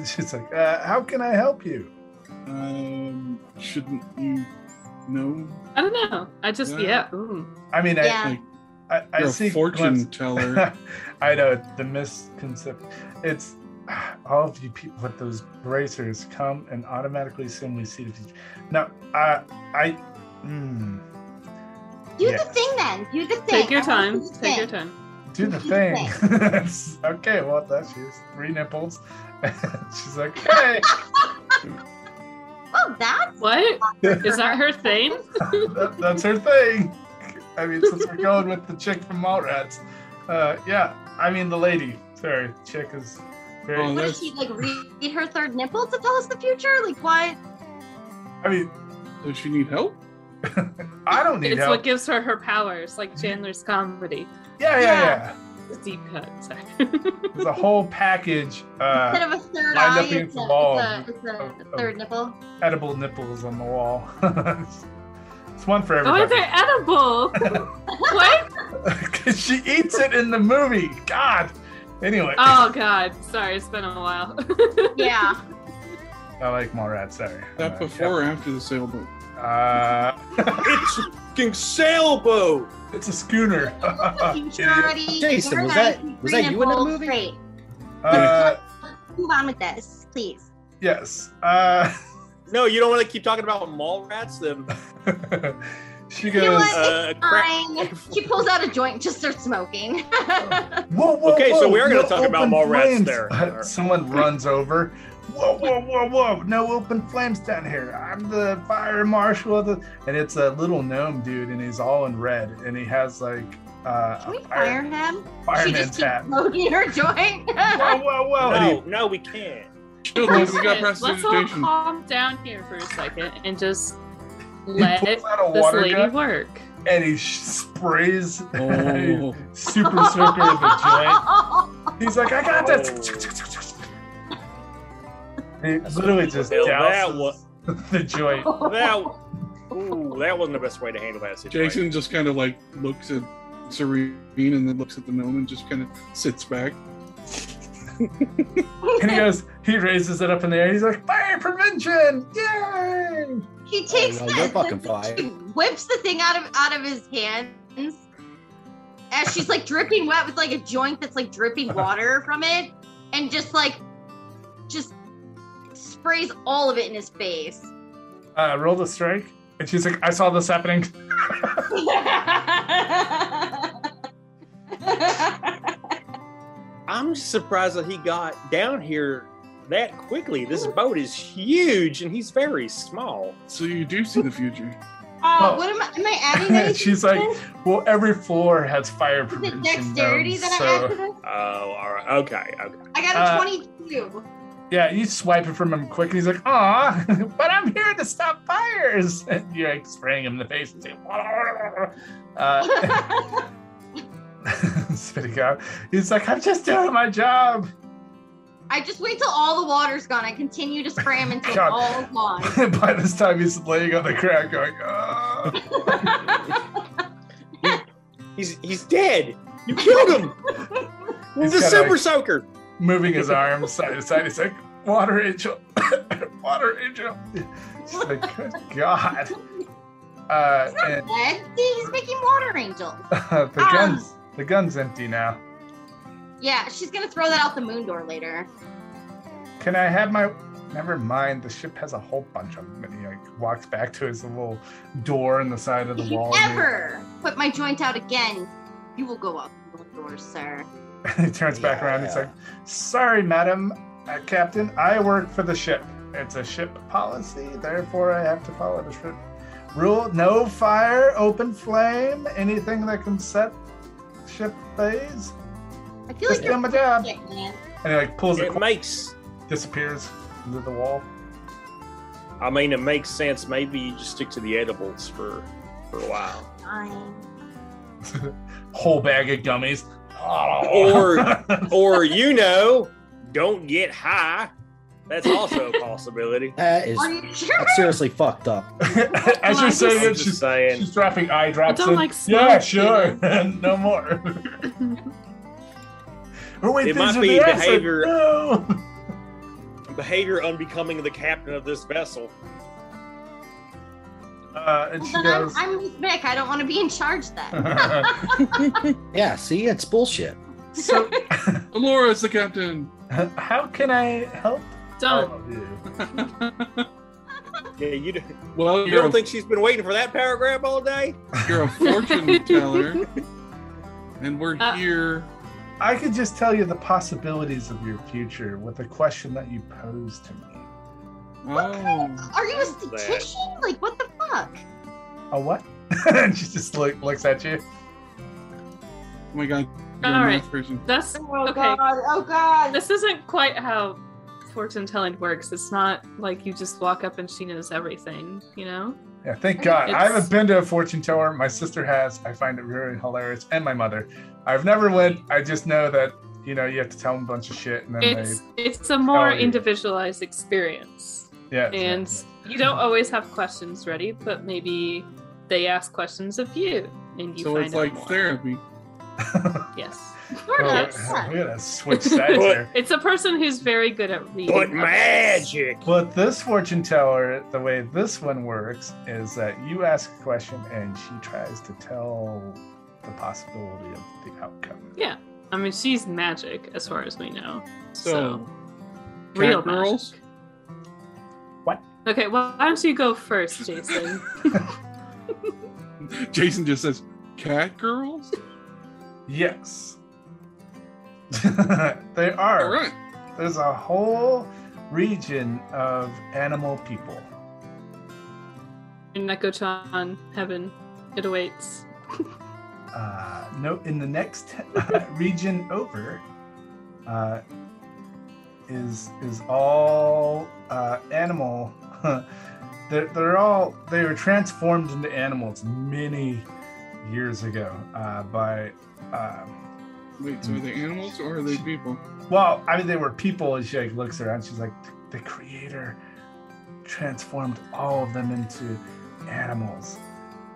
Speaker 1: she's like, uh, "How can I help you?"
Speaker 2: Um, shouldn't you know?
Speaker 6: I don't know. I just,
Speaker 2: Yeah.
Speaker 6: yeah. ooh.
Speaker 1: I mean,
Speaker 7: Yeah.
Speaker 2: Like,
Speaker 1: I, I, I
Speaker 2: you're
Speaker 1: see
Speaker 2: a fortune
Speaker 1: glimpse-
Speaker 2: teller.
Speaker 1: <laughs> I know the misconception. It's <sighs> all of you people with those bracers come and automatically assume we see the future. Now, I, I, mm,
Speaker 7: Do
Speaker 1: Yeah.
Speaker 7: the thing then. Do the thing.
Speaker 6: Take your
Speaker 7: I wanna do
Speaker 6: time.
Speaker 7: the
Speaker 6: Take your
Speaker 7: thing.
Speaker 6: time.
Speaker 1: do
Speaker 7: <laughs>
Speaker 1: the thing. It's- <laughs> okay, well, that's she has three nipples. <laughs> She's like, hey,
Speaker 7: Oh, that's
Speaker 6: What?
Speaker 1: <laughs>
Speaker 6: Is that her thing?
Speaker 1: that, that's her thing. I mean, since we're going with the chick from Mallrats, uh, yeah, I mean, the lady. Sorry, chick is very.
Speaker 2: Oh,
Speaker 7: What
Speaker 2: that's-
Speaker 7: does she like read her third nipple to tell us the future? Like what?
Speaker 1: I mean,
Speaker 2: Does she need help?
Speaker 1: <laughs> I don't need
Speaker 6: It's
Speaker 1: help.
Speaker 6: what gives her her powers, like Chandler's comedy.
Speaker 1: yeah,
Speaker 7: Yeah.
Speaker 1: yeah, yeah.
Speaker 6: It's Deep cut.
Speaker 7: <laughs>
Speaker 6: Sorry.
Speaker 1: There's a whole package. Uh,
Speaker 7: Instead of a third
Speaker 1: lined up
Speaker 7: eye,
Speaker 1: against
Speaker 7: it's
Speaker 1: the
Speaker 7: a,
Speaker 1: wall.
Speaker 7: it's a, it's a
Speaker 1: Oh, oh.
Speaker 7: third nipple.
Speaker 1: edible nipples on the wall. <laughs> it's one for
Speaker 6: oh,
Speaker 1: everybody.
Speaker 6: they're edible. what?
Speaker 1: 'Cause she eats it in the movie. God. Anyway,
Speaker 6: Oh, God. Sorry. It's been a while. <laughs>
Speaker 7: Yeah.
Speaker 1: I like Mallrats. Sorry.
Speaker 2: That
Speaker 1: Uh,
Speaker 2: before or after the sailboat?
Speaker 1: yep. Uh, <laughs>
Speaker 3: It's a fucking sailboat!
Speaker 1: it's a schooner. <laughs>
Speaker 7: Future
Speaker 1: Idiot.
Speaker 7: already.
Speaker 5: Jason,
Speaker 7: We're nice
Speaker 5: was that-
Speaker 7: and
Speaker 5: was
Speaker 7: three
Speaker 5: that you in that
Speaker 7: nipples.
Speaker 5: movie?
Speaker 7: Great.
Speaker 1: uh,
Speaker 7: Move on with this, please.
Speaker 1: yes. Uh, <laughs>
Speaker 3: No, you don't want to keep talking about mall rats? Then
Speaker 1: she
Speaker 7: You know
Speaker 1: goes.
Speaker 7: what?
Speaker 3: uh, crap.
Speaker 7: Fine. She pulls out a joint, and just starts smoking. <laughs>
Speaker 1: Whoa, whoa,
Speaker 3: Okay, so
Speaker 1: whoa,
Speaker 3: we are gonna
Speaker 1: no
Speaker 3: talk about
Speaker 1: open
Speaker 3: Mallrats
Speaker 1: flames.
Speaker 3: there.
Speaker 1: Uh, <laughs> Someone runs over. Whoa, whoa, whoa, whoa! No open flames down here. I'm the fire marshal of the, and it's a little gnome dude, and he's all in red, and he has like uh,
Speaker 7: Can we
Speaker 1: a
Speaker 7: fire
Speaker 1: fire,
Speaker 7: him? She
Speaker 1: fireman's
Speaker 7: just keeps
Speaker 1: hat.
Speaker 7: smoking her joint.
Speaker 1: Whoa, whoa,
Speaker 7: <laughs>
Speaker 1: whoa! And
Speaker 3: No,
Speaker 1: he-
Speaker 3: no, we can't.
Speaker 2: Children, we got
Speaker 6: Let's all
Speaker 2: prestidigitation.
Speaker 6: calm down here for a second and just
Speaker 1: he,
Speaker 6: let
Speaker 1: pulls
Speaker 6: this
Speaker 1: out a water
Speaker 6: lady
Speaker 1: gun
Speaker 6: work.
Speaker 1: and he sh- sprays <laughs>
Speaker 2: Oh, <laughs>
Speaker 1: super soaker with a
Speaker 7: <laughs>
Speaker 1: joint. He's like, I got this.
Speaker 3: Oh.
Speaker 1: He literally just
Speaker 3: Well, that
Speaker 1: douses the joint.
Speaker 3: That, ooh, that wasn't the best way to handle that situation.
Speaker 2: Jason just kind of like looks at Serene and then looks at the gnome and just kind of sits back.
Speaker 1: <laughs> And he goes, he raises it up in the air. He's like, fire prevention! Yay!
Speaker 7: He takes
Speaker 5: Oh,
Speaker 7: the,
Speaker 5: no, you're fucking
Speaker 7: the-
Speaker 5: fired.
Speaker 7: She whips the thing out of out of his hands. As she's like dripping wet with like a joint that's like
Speaker 5: <laughs>
Speaker 7: dripping water from it, and just like just sprays all of it in his face.
Speaker 1: Uh, roll the strike. And she's like, I saw this happening. <laughs>
Speaker 3: I'm just surprised that he got down here that quickly. This boat is huge and he's very small.
Speaker 2: So you do see the future.
Speaker 7: Oh, what am I? Am I
Speaker 1: <laughs>
Speaker 7: adding anything?
Speaker 1: She's
Speaker 7: to
Speaker 1: like,
Speaker 7: this?
Speaker 1: Well, every floor has fire
Speaker 7: Is it
Speaker 1: prevention.
Speaker 7: dexterity
Speaker 1: gnomes,
Speaker 7: that I add to
Speaker 1: so,
Speaker 7: this?
Speaker 3: Oh, all right. Okay. Okay.
Speaker 7: I got a
Speaker 1: Uh,
Speaker 7: 22.
Speaker 1: Yeah, you swipe it from him quick, and he's like, "Aw, <laughs> but I'm here to stop fires." <laughs> And you're like spraying him in the face. And saying, uh, <laughs> spitting out. He's like, "I'm just doing my job."
Speaker 7: I just wait till all the water's gone. I continue to spray him until
Speaker 1: God.
Speaker 7: all is gone.
Speaker 1: <laughs> By this time, he's laying on the ground, going, "Ah."
Speaker 3: <laughs> He's he's dead.
Speaker 1: <laughs>
Speaker 3: You killed him.
Speaker 1: He's
Speaker 3: the
Speaker 1: got,
Speaker 3: super
Speaker 1: like,
Speaker 3: soaker.
Speaker 1: moving his arms side to side. He's like, "Water angel, <laughs> water angel." She's like, "Good <laughs> God." Uh, and <laughs> uh,
Speaker 7: Dead? See, he's making water angels.
Speaker 1: the
Speaker 7: Ah.
Speaker 1: guns, the gun's empty now.
Speaker 7: Yeah, she's gonna throw that out the moon door later.
Speaker 1: Can I have my? Never mind. The ship has a whole bunch of them. And he like walks back to his little door in the side of the
Speaker 7: If
Speaker 1: wall.
Speaker 7: you ever put my joint out again, you will go out the door, sir.
Speaker 1: <laughs> he turns back around. He's
Speaker 5: Yeah.
Speaker 1: like, "Sorry, madam, uh, captain. I work for the ship. It's a ship policy. Therefore, I have to follow the ship rule. No fire, open flame, anything that can set ship ablaze.
Speaker 7: I feel
Speaker 1: Just
Speaker 7: like
Speaker 1: doing
Speaker 7: you're
Speaker 1: my job."
Speaker 7: shit, man.
Speaker 1: And he like pulls it,
Speaker 3: It makes.
Speaker 1: disappears into the wall.
Speaker 3: I mean, it makes sense. Maybe you just stick to the edibles for for a while.
Speaker 7: Fine.
Speaker 1: Whole bag of gummies. <laughs>
Speaker 3: Or- Or you know, don't get high. That's also a possibility.
Speaker 5: That is
Speaker 7: Are you sure?
Speaker 5: that's seriously fucked
Speaker 3: <laughs>
Speaker 5: up.
Speaker 1: <laughs> as you're saying
Speaker 3: I'm
Speaker 1: it,
Speaker 3: just
Speaker 1: she's
Speaker 3: saying.
Speaker 1: She's dropping eye drops.
Speaker 6: don't
Speaker 1: in.
Speaker 6: like
Speaker 1: yeah,
Speaker 6: smoke,
Speaker 1: sure. <laughs> no
Speaker 3: <laughs>
Speaker 1: more. Oh, wait,
Speaker 3: It
Speaker 1: these
Speaker 3: might
Speaker 1: are
Speaker 3: be
Speaker 1: the acid.
Speaker 3: behavior-
Speaker 1: <laughs> No.
Speaker 3: <laughs> Behavior unbecoming of the captain of this vessel.
Speaker 1: Uh, and
Speaker 7: Well,
Speaker 1: she
Speaker 7: then I'm,
Speaker 1: goes.
Speaker 7: I'm with Mick. I don't want to be in charge
Speaker 1: <laughs>
Speaker 7: then.
Speaker 5: Yeah, see, it's bullshit.
Speaker 1: <laughs> so,
Speaker 2: Alora is the captain.
Speaker 1: how can I help all
Speaker 6: Don't.
Speaker 1: of you?
Speaker 3: Yeah, you, d-
Speaker 2: well,
Speaker 3: you
Speaker 2: you're
Speaker 3: don't
Speaker 2: a,
Speaker 3: think she's been waiting for that power grab all day?
Speaker 2: you're a
Speaker 3: <laughs>
Speaker 2: fortune teller, and we're
Speaker 6: Uh,
Speaker 2: here.
Speaker 1: I could just tell you the possibilities of your future with the question that you posed to me.
Speaker 2: Oh,
Speaker 7: Are you a statistician? Like, what the fuck?
Speaker 1: A what? <laughs> and she just look, looks at you.
Speaker 2: oh my god! You're
Speaker 6: All
Speaker 2: a
Speaker 6: right.
Speaker 2: math person.
Speaker 6: That's
Speaker 7: Oh
Speaker 6: Okay.
Speaker 7: god. Oh god.
Speaker 6: this isn't quite how fortune telling works. It's not like you just walk up and she knows everything, you know?
Speaker 1: Yeah, thank God. I
Speaker 6: It's-
Speaker 1: haven't been to a fortune teller. My sister has. I find it very hilarious, and my mother. I've never went. I just know that you know you have to tell them a bunch of shit, and then
Speaker 6: It's it's a more
Speaker 1: you.
Speaker 6: individualized experience.
Speaker 1: they yeah.
Speaker 6: And you don't always have questions ready, but maybe they ask questions of you and you
Speaker 2: So
Speaker 6: find
Speaker 2: it's
Speaker 6: out
Speaker 2: like
Speaker 6: more.
Speaker 2: therapy.
Speaker 6: Yes.
Speaker 7: Sort
Speaker 1: Oh,
Speaker 7: of.
Speaker 6: Yes.
Speaker 1: we're gonna switch
Speaker 3: <laughs>
Speaker 1: sides here.
Speaker 6: It's a person who's very good at reading.
Speaker 3: But
Speaker 6: others.
Speaker 3: magic.
Speaker 1: But this fortune teller, the way this one works is that you ask a question and she tries to tell the possibility of the outcome.
Speaker 6: I mean, she's magic as far as we know. So,
Speaker 2: So, cat
Speaker 6: real
Speaker 2: girls.
Speaker 6: magic.
Speaker 1: What?
Speaker 6: Okay, well, why don't you go first,
Speaker 1: <laughs>
Speaker 6: Jason?
Speaker 2: Jason just says, "Cat girls."
Speaker 1: Yes. <laughs> they
Speaker 2: All
Speaker 1: are.
Speaker 2: right.
Speaker 1: There's a whole region of animal people.
Speaker 6: In Neko-chan, heaven, it awaits.
Speaker 1: Uh, no, in the next <laughs> uh, region over uh, is is all uh, animal. <laughs> they're, they're all they were transformed into animals many years ago uh, by. Um,
Speaker 2: Wait. So are they animals or are they people?
Speaker 1: well, I mean, they were people. And she like looks around. She's like, the creator transformed all of them into animals.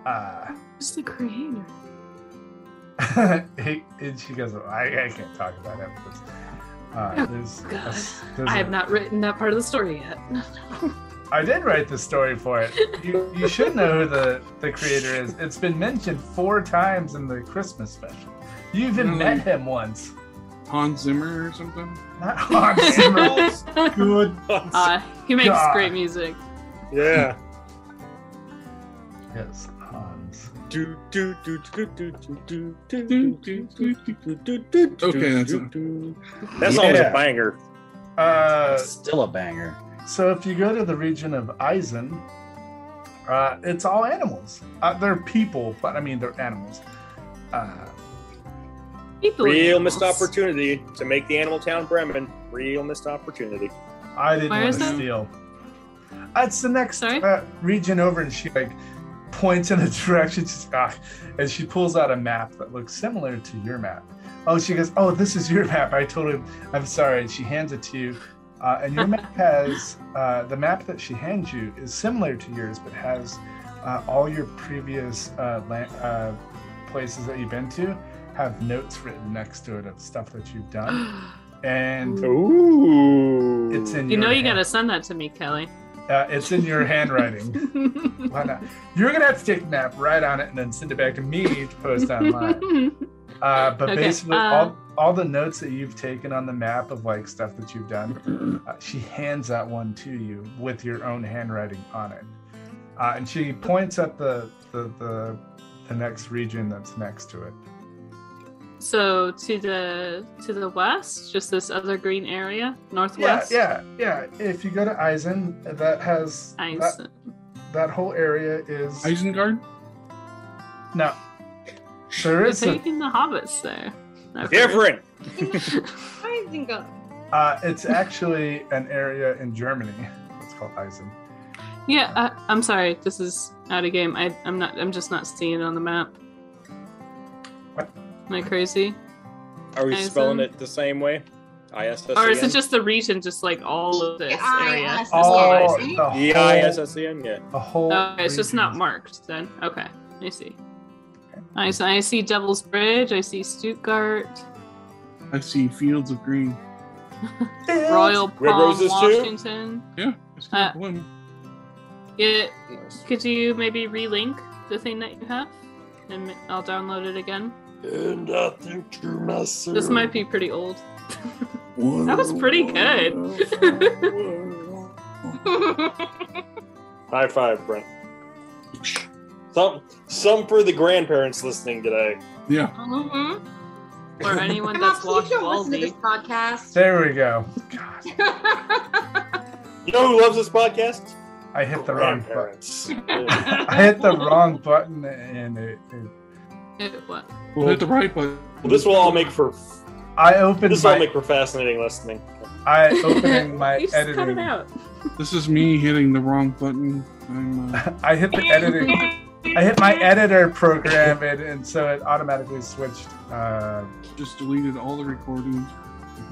Speaker 1: Uh,
Speaker 6: Who's the creator?
Speaker 1: <laughs> He- and she goes, I, I can't talk about it. but, uh, there's a-
Speaker 6: Oh, God.
Speaker 1: there's
Speaker 6: I
Speaker 1: a-
Speaker 6: have not written that part of the story
Speaker 1: <laughs>
Speaker 6: yet.
Speaker 1: I did write the story for it. You, you should know who the, the creator is. It's been mentioned four times in the Christmas special. You even
Speaker 2: Really?
Speaker 1: met him once.
Speaker 2: Hans Zimmer or something?
Speaker 1: Not Hans
Speaker 6: <laughs>
Speaker 1: Zimmer. Good.
Speaker 6: Uh, he makes
Speaker 1: God.
Speaker 6: great music.
Speaker 3: yeah.
Speaker 1: <laughs> Yes, Hans.
Speaker 3: Do, do, do, do, do, do, do, do, do, do, do, do, do, do,
Speaker 2: Okay, that's
Speaker 3: do,
Speaker 2: it.
Speaker 3: do. That song was
Speaker 5: Yeah.
Speaker 3: a banger.
Speaker 1: Uh,
Speaker 5: Still a banger.
Speaker 1: So if you go to the region of Eisen, uh, it's all animals. Uh, they're people, but I mean they're animals. Uh,
Speaker 6: People
Speaker 3: Real
Speaker 6: animals.
Speaker 3: missed opportunity to make the animal town Bremen. Real missed opportunity.
Speaker 1: I didn't
Speaker 6: Where
Speaker 1: want
Speaker 6: is
Speaker 1: to
Speaker 6: that?
Speaker 1: steal. That's the next
Speaker 6: Sorry?
Speaker 1: uh, region over, and she like points in a <laughs> direction, she's, ah, and she pulls out a map that looks similar to your map. Oh, she goes, "Oh, this is your <laughs> map." I told him, "I'm sorry." And she hands it to you, uh, and
Speaker 6: <laughs>
Speaker 1: your map has uh, the map that she hands you is similar to yours, but has uh, all your previous uh, land, uh, places that you've been to have notes written next to it of stuff that you've
Speaker 6: <gasps>
Speaker 1: done, <gasps> and
Speaker 3: Ooh.
Speaker 1: it's in.
Speaker 6: You know
Speaker 1: your
Speaker 6: you
Speaker 1: hand.
Speaker 6: gotta send that to me, Kelly.
Speaker 1: Uh, it's in your handwriting. Why not? You're gonna have to take a
Speaker 7: <laughs>
Speaker 1: nap, write on it, and then send it back to me to post online. Uh, but
Speaker 6: Okay,
Speaker 1: basically,
Speaker 6: uh,
Speaker 1: all, all the notes that you've taken on the map of like stuff that
Speaker 6: <clears throat>
Speaker 1: you've done, uh, she hands that one to you with your own handwriting on it, uh, and she points at the, the the the next region that's next to it.
Speaker 6: So to the to the west, just this other green area,
Speaker 1: Yeah,
Speaker 6: northwest.
Speaker 1: yeah, yeah. If you go to Eisen, that has
Speaker 6: Nice.
Speaker 1: That, that whole area is
Speaker 2: Isengard?
Speaker 1: no. There
Speaker 6: They're
Speaker 1: is a,
Speaker 6: taking the hobbits there. Not really.
Speaker 3: Different.
Speaker 4: I think uh,
Speaker 1: uh, it's actually an area in Germany. It's called Eisen.
Speaker 6: yeah, I, I'm sorry. This is out of game. I, I'm not. I'm just not seeing it on the map.
Speaker 1: What?
Speaker 6: Am I crazy?
Speaker 3: Are we
Speaker 6: Ison.
Speaker 3: spelling it the same way? I S S
Speaker 6: Or is
Speaker 3: E
Speaker 6: it
Speaker 3: N.
Speaker 6: just E the region, just like all of this area?
Speaker 4: E-I-S-S-E-N.
Speaker 1: Oh,
Speaker 6: Eisen.
Speaker 1: the
Speaker 3: E I S
Speaker 1: whole,
Speaker 3: S E N. Yeah.
Speaker 1: the whole
Speaker 6: Oh, Okay, it's just not
Speaker 1: region.
Speaker 6: marked then. Okay, I see. Nice. I see Devil's Bridge. I see Stuttgart,
Speaker 2: I see fields of green.
Speaker 6: <laughs> Royal
Speaker 3: Red
Speaker 6: Palm,
Speaker 3: Roses too?
Speaker 6: Washington.
Speaker 2: Yeah, it's kind
Speaker 6: Uh,
Speaker 2: of blue.
Speaker 6: Yeah,
Speaker 3: Nice.
Speaker 6: could you maybe relink the thing that you have, and I'll download it again.
Speaker 10: And I think to myself.
Speaker 6: This might be pretty old.
Speaker 10: That
Speaker 6: was pretty good. <laughs>
Speaker 3: High five, Brent. Some some for the grandparents listening today.
Speaker 2: Yeah.
Speaker 4: mhm.
Speaker 6: or anyone
Speaker 4: Mom,
Speaker 6: that's
Speaker 4: please
Speaker 6: watched
Speaker 4: don't listen to this
Speaker 6: Waldy.
Speaker 4: podcast.
Speaker 1: There we go. God,
Speaker 3: You know who loves this
Speaker 6: <laughs>
Speaker 3: podcast?
Speaker 1: I hit the wrong button.
Speaker 3: grandparents. Yeah.
Speaker 1: <laughs> I hit the wrong button, and it, it,
Speaker 6: It- what?
Speaker 2: We'll hit the right button.
Speaker 3: well, this will all make for
Speaker 1: I opened
Speaker 3: this will all
Speaker 1: my
Speaker 3: make for fascinating listening.
Speaker 1: I
Speaker 6: <laughs>
Speaker 1: opening my
Speaker 6: you just cut it
Speaker 1: editing.
Speaker 6: out.
Speaker 2: This is me hitting the wrong button. I'm, uh,
Speaker 1: <laughs> I hit the editing. I hit my editor program, and, and so it automatically switched. Uh,
Speaker 2: just deleted all the recordings.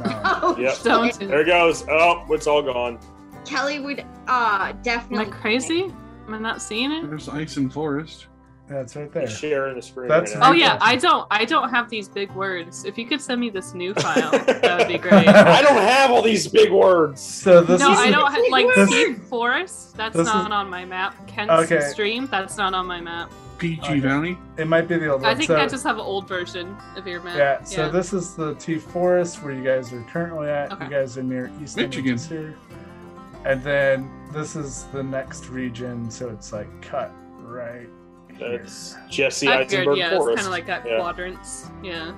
Speaker 1: no.
Speaker 7: Oh, <laughs>
Speaker 3: Yep.
Speaker 6: Don't do
Speaker 3: There it goes. Oh, it's all gone.
Speaker 7: Kelly would uh
Speaker 6: Am I
Speaker 7: definitely.
Speaker 6: crazy? Am I not seeing it?
Speaker 2: There's ice and forest.
Speaker 1: That's right
Speaker 3: Share
Speaker 1: there.
Speaker 3: Sharing the screen.
Speaker 1: That's
Speaker 6: Oh
Speaker 3: right
Speaker 1: Okay.
Speaker 6: yeah, I don't. I don't have these big words. If you could send me this
Speaker 2: <laughs>
Speaker 6: new file, that would be great.
Speaker 3: now. I don't have all these big words.
Speaker 1: So this
Speaker 6: no,
Speaker 1: is
Speaker 6: I
Speaker 1: the-
Speaker 6: don't have like
Speaker 1: This-
Speaker 6: Keep Forest. That's
Speaker 1: this
Speaker 6: not
Speaker 1: is-
Speaker 6: on my map. Kent's
Speaker 1: Okay.
Speaker 6: Stream. That's not on my map.
Speaker 2: Peachy
Speaker 1: Okay.
Speaker 2: Valley.
Speaker 1: it might be the old one.
Speaker 6: I think
Speaker 1: so, uh,
Speaker 6: I just have an old version of your map.
Speaker 1: yeah, so this is the T Forest where you guys are currently at.
Speaker 6: Okay.
Speaker 1: You guys are near East
Speaker 2: Michigan.
Speaker 1: here. And then this is the next region, so it's like cut right. here.
Speaker 3: That's Jesse
Speaker 6: I figured,
Speaker 3: Eisenberg
Speaker 6: yeah, it's
Speaker 3: Forest.
Speaker 6: kind of like that
Speaker 3: Yeah.
Speaker 6: quadrants. Yeah.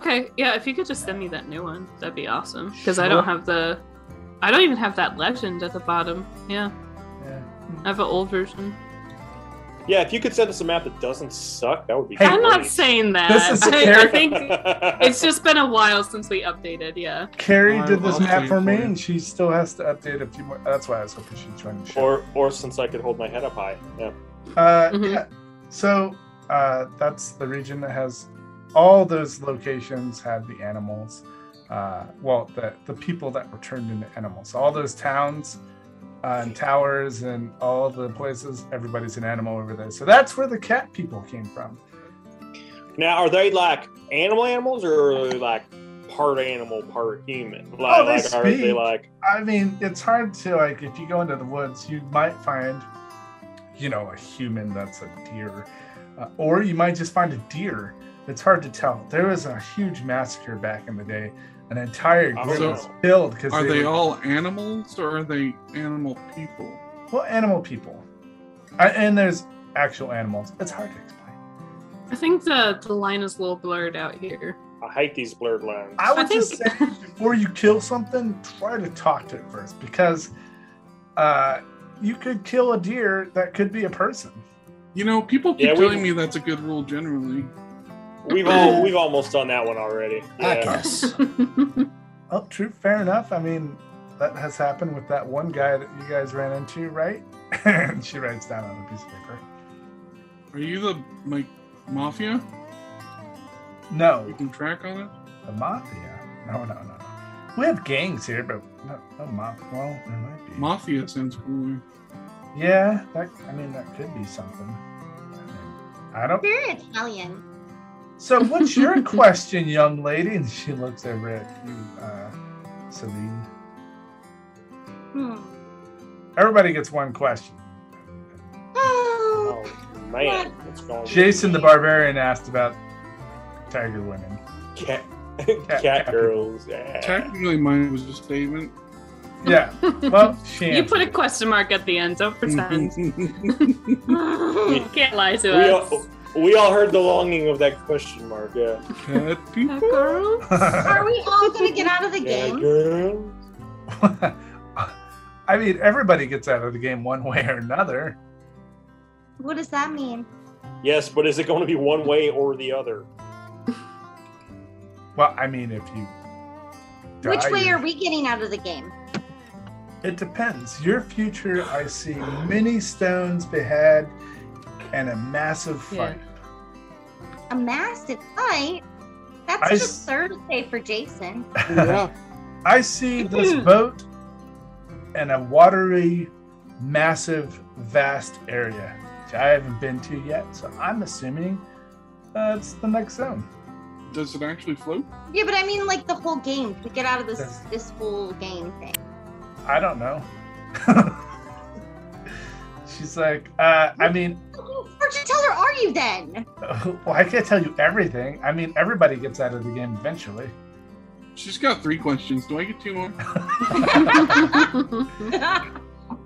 Speaker 6: Okay. Yeah, if you could just send me that new one, that'd be awesome. Because I
Speaker 1: Sure.
Speaker 6: don't have the, I don't even have that legend at the bottom. Yeah,
Speaker 1: Yeah.
Speaker 6: I have an old version.
Speaker 3: yeah, if you could send us a map that doesn't suck, that would be.
Speaker 1: Hey,
Speaker 6: I'm not
Speaker 3: great.
Speaker 6: saying that.
Speaker 1: This is
Speaker 6: <laughs> I, I
Speaker 1: scary.
Speaker 6: think it's just been a while since we updated. Yeah.
Speaker 1: Carrie
Speaker 2: I'll-
Speaker 1: did this
Speaker 2: I'll
Speaker 1: map
Speaker 2: wait
Speaker 1: for me,
Speaker 2: for you.
Speaker 1: and she still has to update a few more. That's why I was hoping she'd join the show.
Speaker 3: or or since I could hold my head up high. Yeah.
Speaker 1: Uh,
Speaker 6: Mhm.
Speaker 1: yeah. So uh, that's the region that has all those locations have the animals. Uh, well, the, the people that were turned into animals. All those towns uh, and towers and all the places, everybody's an animal over there. So that's where the cat people came from.
Speaker 3: Now, are they like animal animals, or are they like part animal, part human?
Speaker 2: Oh,
Speaker 3: Like,
Speaker 1: they
Speaker 3: like are they
Speaker 1: speak.
Speaker 3: like?
Speaker 1: I mean, it's hard to like if you go into the woods, you might find, you know, a human that's a deer, uh, or you might just find a deer. It's hard to tell. There was a huge massacre back in the day. An entire
Speaker 3: Oh,
Speaker 1: group
Speaker 2: no.
Speaker 1: was killed because
Speaker 2: Are they all animals or are they animal people?
Speaker 1: well animal people, I, and there's actual animals. It's hard to explain.
Speaker 6: I think the the line is a little blurred out here.
Speaker 3: I hate these blurred lines.
Speaker 1: I
Speaker 6: I
Speaker 1: would
Speaker 6: think-
Speaker 1: just say before you kill something, try to talk to it first because uh, you could kill a deer that could be a person.
Speaker 2: You know, people keep
Speaker 3: Yeah, we-
Speaker 2: telling me that's a good rule generally.
Speaker 3: We've all we've almost done that one already. Yeah.
Speaker 5: Podcasts.
Speaker 1: Oh, true. Fair enough. I mean, that has happened with that one guy that you guys ran into, right? <laughs> and she writes down on a piece of paper.
Speaker 2: Are you the like mafia? We
Speaker 1: No,
Speaker 2: can track on it.
Speaker 1: the mafia. No, no, no. We have gangs here, but no, no mafia. Well, there might be.
Speaker 2: Mafia sounds cooler.
Speaker 1: yeah, that. I mean, that could be something. I mean, I don't.
Speaker 7: You're Italian.
Speaker 1: So,
Speaker 2: <laughs>
Speaker 1: what's your question, young lady? And she looks over at you, uh, Celine.
Speaker 7: Hmm.
Speaker 1: Everybody gets one question.
Speaker 7: Oh,
Speaker 3: Oh man, what's going on?
Speaker 1: Jason the Barbarian asked about tiger women.
Speaker 3: Cat, <laughs> Cat girls. Yeah.
Speaker 2: Technically, mine was a statement.
Speaker 1: Yeah. Well, Shan.
Speaker 6: You put a question mark at the end. Don't
Speaker 1: <laughs>
Speaker 6: pretend. Can't lie to
Speaker 3: We
Speaker 6: us.
Speaker 3: all, we all heard the longing of that question mark. Yeah.
Speaker 2: Cat
Speaker 6: Cat
Speaker 2: people.
Speaker 1: <laughs>
Speaker 6: girl.
Speaker 7: Are we all gonna get out of the
Speaker 3: Yeah,
Speaker 7: game?
Speaker 3: girl.
Speaker 1: I mean, everybody gets out of the game one way or another.
Speaker 7: What does that mean?
Speaker 3: Yes, but is it going to be one way or the other?
Speaker 1: Well, I mean, if you.
Speaker 7: Which
Speaker 1: die,
Speaker 7: way
Speaker 1: you-
Speaker 7: are we getting out of the game?
Speaker 1: It depends. Your future, I see many stones behead and a massive
Speaker 6: Yeah.
Speaker 1: fight.
Speaker 7: A massive fight? That's
Speaker 1: I
Speaker 7: just
Speaker 1: s-
Speaker 7: Thursday for Jason.
Speaker 2: Yeah.
Speaker 1: I see this boat and a watery, massive, vast area, which I haven't been to yet. So I'm assuming that's the next zone.
Speaker 2: Does it actually float?
Speaker 7: Yeah, but I mean like the whole game. We get out of this this whole game thing.
Speaker 1: I don't know. <laughs> She's like, uh, I mean, <laughs>
Speaker 7: Fortune teller are you then?
Speaker 1: well, I can't tell you everything. I mean, everybody gets out of the game eventually.
Speaker 2: She's got three questions. Do I get two more?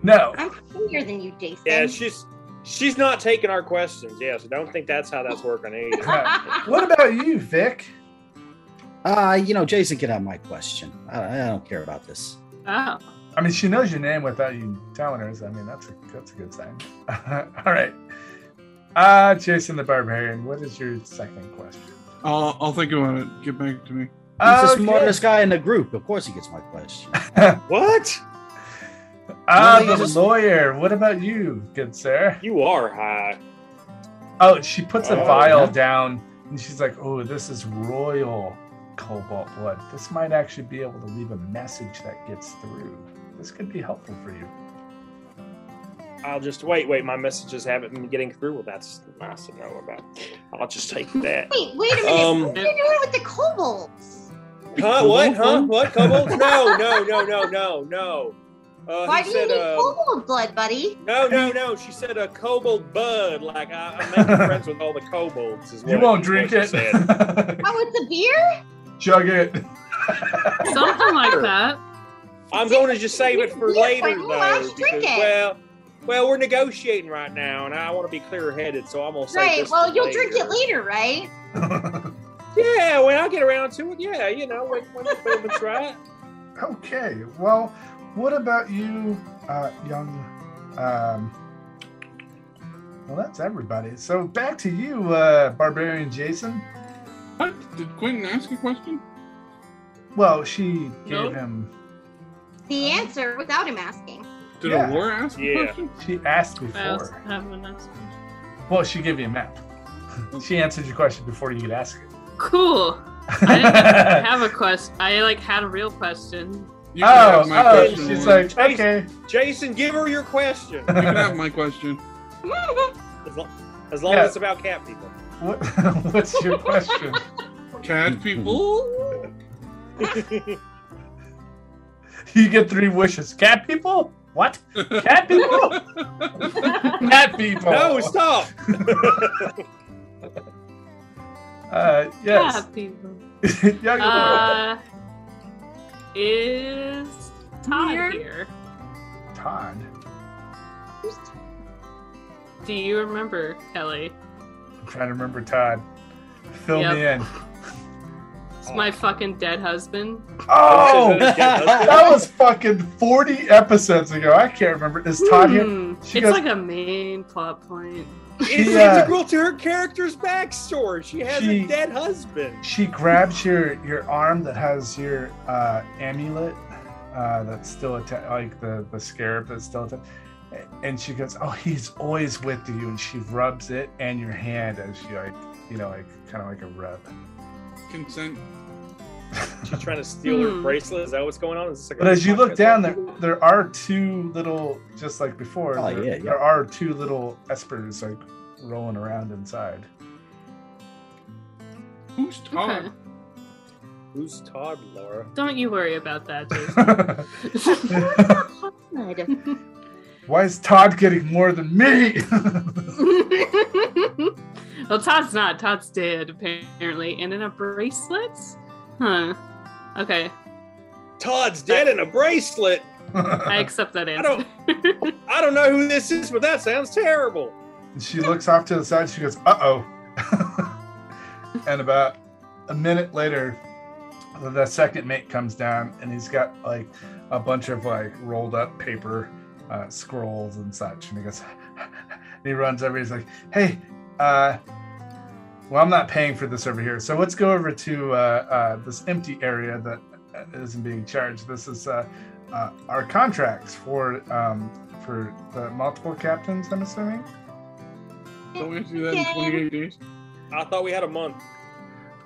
Speaker 1: No,
Speaker 7: I'm prettier than you, Jason.
Speaker 3: Yeah, she's she's not taking our questions. Yeah, so don't think that's how that's working
Speaker 1: <laughs>
Speaker 3: either.
Speaker 1: What about you, Vic?
Speaker 5: Uh, you know, Jason can have my question. Uh, I, I don't care about this.
Speaker 6: oh.
Speaker 1: I mean, she knows your name without you telling her. So I mean, that's a that's a good sign. <laughs> All right. Uh, Jason the Barbarian, what is your second question?
Speaker 2: I'll, I'll think about it. Get back to me.
Speaker 5: uh, He's the
Speaker 1: Okay.
Speaker 5: smartest guy in the group. Of course, he gets my
Speaker 3: <laughs>
Speaker 5: question.
Speaker 1: <laughs>
Speaker 3: what?
Speaker 1: Ah,
Speaker 5: No, he's
Speaker 1: the
Speaker 5: just-
Speaker 1: lawyer. What about you, good sir?
Speaker 3: You are high.
Speaker 1: Oh, she puts a
Speaker 3: Oh,
Speaker 1: vial
Speaker 5: yeah.
Speaker 1: down and she's like, "Oh, this is royal cobalt blood. This might actually be able to leave a message that gets through. This could be helpful for you."
Speaker 3: I'll just wait. Wait, my messages haven't been getting through. Well, that's nice to know about. I'll just take that.
Speaker 7: Wait, wait a minute.
Speaker 3: Um,
Speaker 7: what are you doing with the kobolds?
Speaker 3: Huh? What? Huh? What?
Speaker 1: <laughs>
Speaker 3: Kobold? No! No! No! No! No! No! Uh,
Speaker 7: Why
Speaker 3: he
Speaker 7: do you
Speaker 3: said,
Speaker 7: need
Speaker 3: uh,
Speaker 7: kobold
Speaker 3: <laughs>
Speaker 7: blood, buddy?
Speaker 3: No, no, no. She said a kobold bud. Like I, I'm
Speaker 1: <laughs>
Speaker 3: making friends with all the kobolds. Is what
Speaker 1: You won't drink
Speaker 3: what
Speaker 1: it.
Speaker 3: she said.
Speaker 7: Oh, it's a beer?
Speaker 1: <laughs> Chug it.
Speaker 6: Something like that.
Speaker 3: I'm going to just save it for
Speaker 7: Yeah,
Speaker 3: later,
Speaker 7: but
Speaker 3: though.
Speaker 7: who else drink
Speaker 3: because,
Speaker 7: it?
Speaker 3: well, well, we're negotiating right now, and I want to be clear-headed, so I'm gonna save
Speaker 7: Right.
Speaker 3: this
Speaker 7: Well,
Speaker 3: for
Speaker 7: you'll
Speaker 3: later.
Speaker 7: drink it later, right?
Speaker 3: Yeah, when I get around to it, yeah, you know, when, when the
Speaker 1: <laughs>
Speaker 3: moment's right.
Speaker 1: Okay. Well, what about you, uh, young? Um, well, that's everybody. So back to you, uh, Barbarian Jason.
Speaker 2: What? Did Quentin ask a question?
Speaker 1: Well, she gave
Speaker 6: Nope.
Speaker 1: him.
Speaker 7: The answer without him asking.
Speaker 2: Did
Speaker 1: Yeah.
Speaker 2: a war ask a
Speaker 3: Yeah.
Speaker 2: question?
Speaker 1: She asked
Speaker 6: I also
Speaker 1: before.
Speaker 6: have an answer.
Speaker 1: Well, she gave you a map. She answered your question before you could ask it.
Speaker 6: Cool. I
Speaker 1: <laughs>
Speaker 6: didn't have a question. I like had a real question.
Speaker 2: You can
Speaker 1: oh,
Speaker 2: have my
Speaker 1: oh,
Speaker 2: question.
Speaker 1: she's
Speaker 2: Lauren.
Speaker 1: like, okay.
Speaker 3: Jason, give her your
Speaker 1: <laughs>
Speaker 3: question.
Speaker 2: you can have my question.
Speaker 3: As, lo- as long
Speaker 1: Yeah.
Speaker 3: as it's about cat people.
Speaker 1: What, <laughs> what's your question?
Speaker 2: Cat
Speaker 3: <laughs>
Speaker 2: people?
Speaker 1: you get three wishes. Cat people? What?
Speaker 6: <laughs>
Speaker 1: Cat people? Cat people.
Speaker 3: No, stop.
Speaker 1: <laughs> Uh, yes.
Speaker 6: Yeah,
Speaker 1: <laughs>
Speaker 6: people.
Speaker 1: Young
Speaker 6: Uh, is Todd
Speaker 7: Here?
Speaker 6: here?
Speaker 1: Todd.
Speaker 6: Do you remember Kelly?
Speaker 1: I'm trying to remember Todd. Fill me
Speaker 6: Yep. <laughs>
Speaker 1: in.
Speaker 6: It's my fucking dead husband.
Speaker 1: Oh, <laughs>
Speaker 3: that
Speaker 1: that was fucking 40 episodes ago. I can't remember. Is Todd here?
Speaker 6: Hmm. It's
Speaker 1: She goes-
Speaker 6: like a main plot point.
Speaker 3: It's
Speaker 1: Yeah.
Speaker 3: integral to her character's backstory. She has
Speaker 1: uh, She-
Speaker 3: a dead husband.
Speaker 1: She grabs your your arm that has your uh, amulet uh, that's still attached, like the the scarab that's still attached. And she goes, "Oh, he's always with you." And she rubs it and your hand as she like, you know, like kind of like a rub.
Speaker 2: Consent.
Speaker 3: She's trying to steal her
Speaker 6: Hmm.
Speaker 3: bracelet. Is that what's going on? Is this like a
Speaker 1: But as you look
Speaker 3: podcast?
Speaker 1: down, there there are two little, just like before.
Speaker 5: Oh,
Speaker 1: there,
Speaker 5: yeah, yeah.
Speaker 1: there are two little espers like rolling around inside.
Speaker 2: Who's Todd?
Speaker 6: Okay.
Speaker 3: Who's Todd, Laura?
Speaker 6: Don't you worry about
Speaker 1: <laughs>
Speaker 6: that, Jason.
Speaker 7: Good.
Speaker 1: <laughs> Why is Todd getting more than me? <laughs>
Speaker 6: well, Todd's not. Todd's dead, apparently. And in a bracelet? Huh. Okay.
Speaker 3: Todd's dead in a
Speaker 1: <laughs>
Speaker 3: bracelet.
Speaker 6: I accept that
Speaker 3: I
Speaker 6: answer.
Speaker 3: don't. I don't know who this is, but that sounds terrible.
Speaker 1: And she looks off to the side. She goes, "Uh oh." <laughs> and about a minute later, the second mate comes down, and he's got like a bunch of like rolled up paper uh, scrolls and such. And he goes, <laughs> and he runs over. He's like, "Hey, uh, well, I'm not paying for this over here, so let's go over to uh, uh, this empty area that uh, isn't being charged. This is uh, uh, our contracts for um, for the multiple captains. I'm assuming."
Speaker 2: <laughs> Don't we have to do that in 28 days?
Speaker 3: I thought we had a month.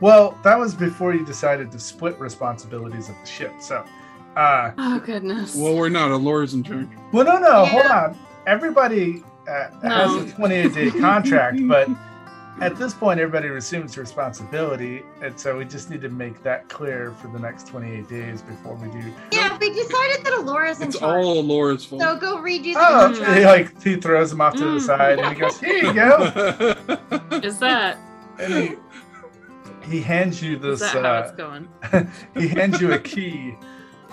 Speaker 1: Well, that was before you decided to split responsibilities of the ship. So, uh,
Speaker 6: Oh goodness.
Speaker 2: Well, we're not. Alora's in charge.
Speaker 1: well, no, no,
Speaker 7: Yeah.
Speaker 1: hold on. Everybody uh, has
Speaker 6: No.
Speaker 1: a
Speaker 6: <laughs>
Speaker 1: 28 day contract, but at this point, everybody assumes responsibility. And so we just need to make that clear for the next 28 days before we do.
Speaker 7: Yeah, we decided that Alora's in
Speaker 2: It's
Speaker 7: charge.
Speaker 2: all Alora's fault.
Speaker 7: So go redo the
Speaker 1: Oh,
Speaker 7: contract.
Speaker 1: <laughs> he, like he throws him off to the
Speaker 6: Mm.
Speaker 1: side and he goes, Here you go.
Speaker 2: <laughs>
Speaker 1: <laughs>
Speaker 6: is that
Speaker 2: Hey,
Speaker 1: He hands you
Speaker 6: is
Speaker 1: this.
Speaker 6: that how
Speaker 1: uh,
Speaker 6: it's going?
Speaker 1: he hands
Speaker 6: <laughs>
Speaker 1: you a key,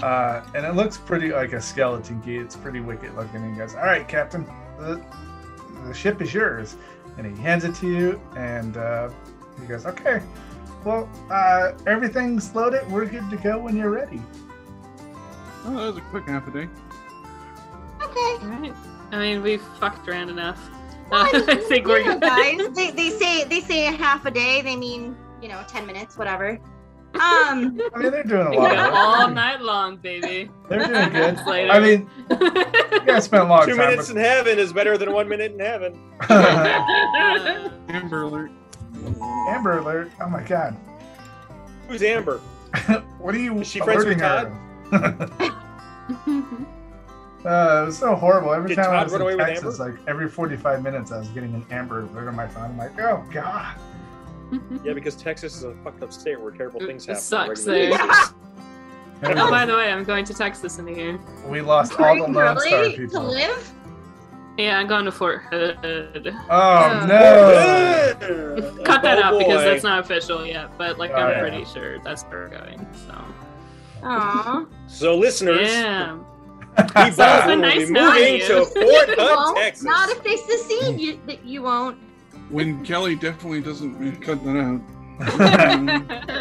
Speaker 1: uh, and it looks pretty like a skeleton key. It's pretty wicked looking. And he goes, "All right, Captain, the, the ship is yours." And he hands it to you, and uh, he goes, "Okay, well, uh, everything's loaded. We're good to go when you're ready."
Speaker 2: oh, that was a quick half a day.
Speaker 7: Okay.
Speaker 6: Alright. I mean we've fucked around enough.
Speaker 7: <laughs> Well, I
Speaker 6: <laughs>
Speaker 7: mean,
Speaker 6: I think
Speaker 7: you
Speaker 6: we're
Speaker 7: know,
Speaker 6: good.
Speaker 7: guys. They, they say they say a half a day. They mean you know ten minutes, whatever. Um,
Speaker 1: I mean, they're doing a
Speaker 6: We
Speaker 1: lot.
Speaker 6: got all
Speaker 1: Of work.
Speaker 6: night long, baby. <laughs>
Speaker 1: They're doing good.
Speaker 6: Minutes later.
Speaker 1: I mean, you guys spent a long
Speaker 3: Two
Speaker 1: time.
Speaker 3: minutes in heaven is better than one minute in heaven.
Speaker 1: but-
Speaker 2: Amber alert.
Speaker 1: Amber alert! Oh my god,
Speaker 3: Who's Amber?
Speaker 1: <laughs> what are you
Speaker 3: Is she friends with
Speaker 1: alerting her of? Uh, it was so horrible. Every
Speaker 3: Did
Speaker 1: time I
Speaker 3: Todd
Speaker 1: was
Speaker 3: run away
Speaker 1: in
Speaker 3: with
Speaker 1: Texas, like every 45 minutes, I was getting an amber alert on my phone. I'm like, oh god.
Speaker 6: <laughs>
Speaker 3: Yeah, because Texas is a fucked up state where terrible
Speaker 6: It-
Speaker 3: things
Speaker 6: it
Speaker 3: happen. on a
Speaker 6: sucks
Speaker 3: regular
Speaker 6: there.
Speaker 1: <laughs>
Speaker 3: basis.
Speaker 6: oh, by the way, I'm going to Texas in a year.
Speaker 1: we lost all
Speaker 7: Greg,
Speaker 1: the Lone Star
Speaker 7: really? To
Speaker 1: people.
Speaker 7: live?
Speaker 6: Yeah, I'm going to Fort Hood.
Speaker 1: Oh
Speaker 6: Yeah.
Speaker 1: no!
Speaker 6: Cut that
Speaker 3: Oh,
Speaker 6: out because
Speaker 3: boy.
Speaker 6: that's not official yet, but like
Speaker 1: Oh,
Speaker 6: I'm
Speaker 1: yeah.
Speaker 6: pretty sure that's where we're going. So
Speaker 7: Aw.
Speaker 3: So, listeners,
Speaker 6: yeah,
Speaker 3: we
Speaker 6: Sounds
Speaker 3: both
Speaker 6: so
Speaker 3: will
Speaker 6: nice
Speaker 3: be
Speaker 6: knowing
Speaker 3: moving
Speaker 6: you.
Speaker 3: to Fort
Speaker 7: Well,
Speaker 3: Hood, Texas.
Speaker 7: Not if they secede. You that you won't.
Speaker 2: When Kelly definitely doesn't cut that out. Um,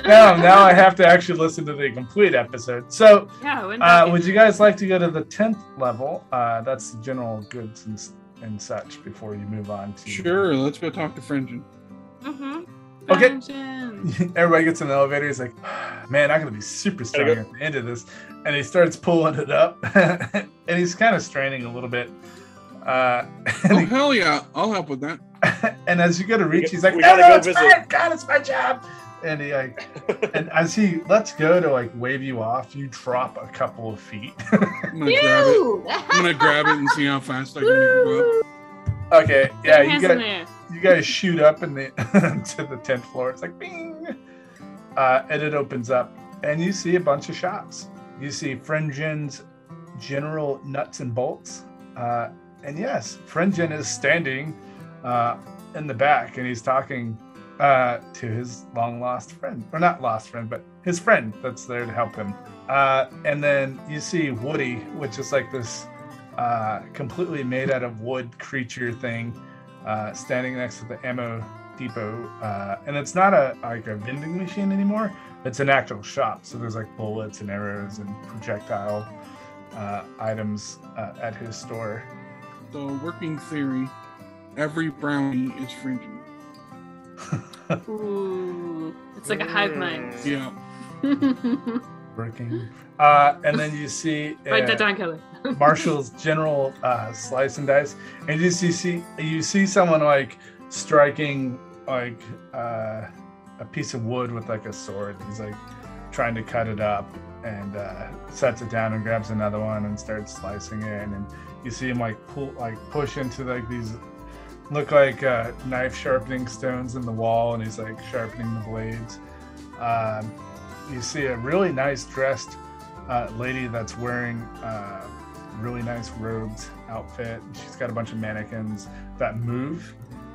Speaker 1: now, now I have to actually listen to the complete episode. So,
Speaker 6: yeah. When
Speaker 1: uh, would you guys like to go to the 10th level? Uh, that's the general goods and, s- and such before you move on to.
Speaker 2: sure, let's go talk to Fringin.
Speaker 7: Mm-hmm.
Speaker 1: okay.
Speaker 6: Dungeon.
Speaker 1: <laughs> Everybody gets in the elevator. He's like, <sighs> "Man, I'm gonna be super strong
Speaker 3: Gotta
Speaker 1: at the end of this," and he starts pulling it up, <laughs> and he's kind of straining a little bit. Uh, <laughs>
Speaker 2: Oh,
Speaker 1: and,
Speaker 2: hell yeah. I'll help with that.
Speaker 1: he- <laughs> and as you go to reach,
Speaker 3: We-
Speaker 1: he's like,
Speaker 3: we
Speaker 1: "No,
Speaker 3: gotta
Speaker 1: no,
Speaker 3: go
Speaker 1: it's
Speaker 3: visit."
Speaker 1: fine. God, it's my job." And
Speaker 3: <laughs>
Speaker 1: he like, and as he lets go to like wave you off, you drop a couple of feet. <laughs>
Speaker 2: I'm going to grab it. I'm going to grab it and see how fast I can make it go up.
Speaker 1: okay, yeah,
Speaker 6: Hands
Speaker 1: you
Speaker 6: in
Speaker 1: got
Speaker 6: there.
Speaker 1: you guys shoot up in the <laughs> to the tenth floor. It's like bing, uh, and it opens up, and you see a bunch of shops. You see Fringen's General Nuts and Bolts, uh, and yes, Fringen is standing uh, in the back, and he's talking uh, to his long lost friend, or not lost friend, but his friend that's there to help him. Uh, and then you see Woody, which is like this uh, completely made out of wood creature thing uh, standing next to the ammo depot, uh, and it's not a like a vending machine anymore. It's an actual shop, so there's like bullets and arrows and projectile uh, items uh, at his store.
Speaker 2: So, working theory every brownie is Fringin.
Speaker 6: Ooh, it's like a hive mind.
Speaker 2: Yeah.
Speaker 3: Mm.
Speaker 1: Working, uh, and then you see
Speaker 6: Write that
Speaker 1: uh,
Speaker 6: down, Kelly.
Speaker 1: Marshall's general uh, slice and dice, and you see, see you see someone like striking like uh, a piece of wood with like a sword. He's like trying to cut it up and uh, sets it down and grabs another one and starts slicing it. And you see him like pull like push into like these look like uh, knife sharpening stones in the wall, and he's like sharpening the blades. Um, you see a really nice dressed uh, lady that's wearing. Uh, really nice robes outfit. She's got a bunch of mannequins that move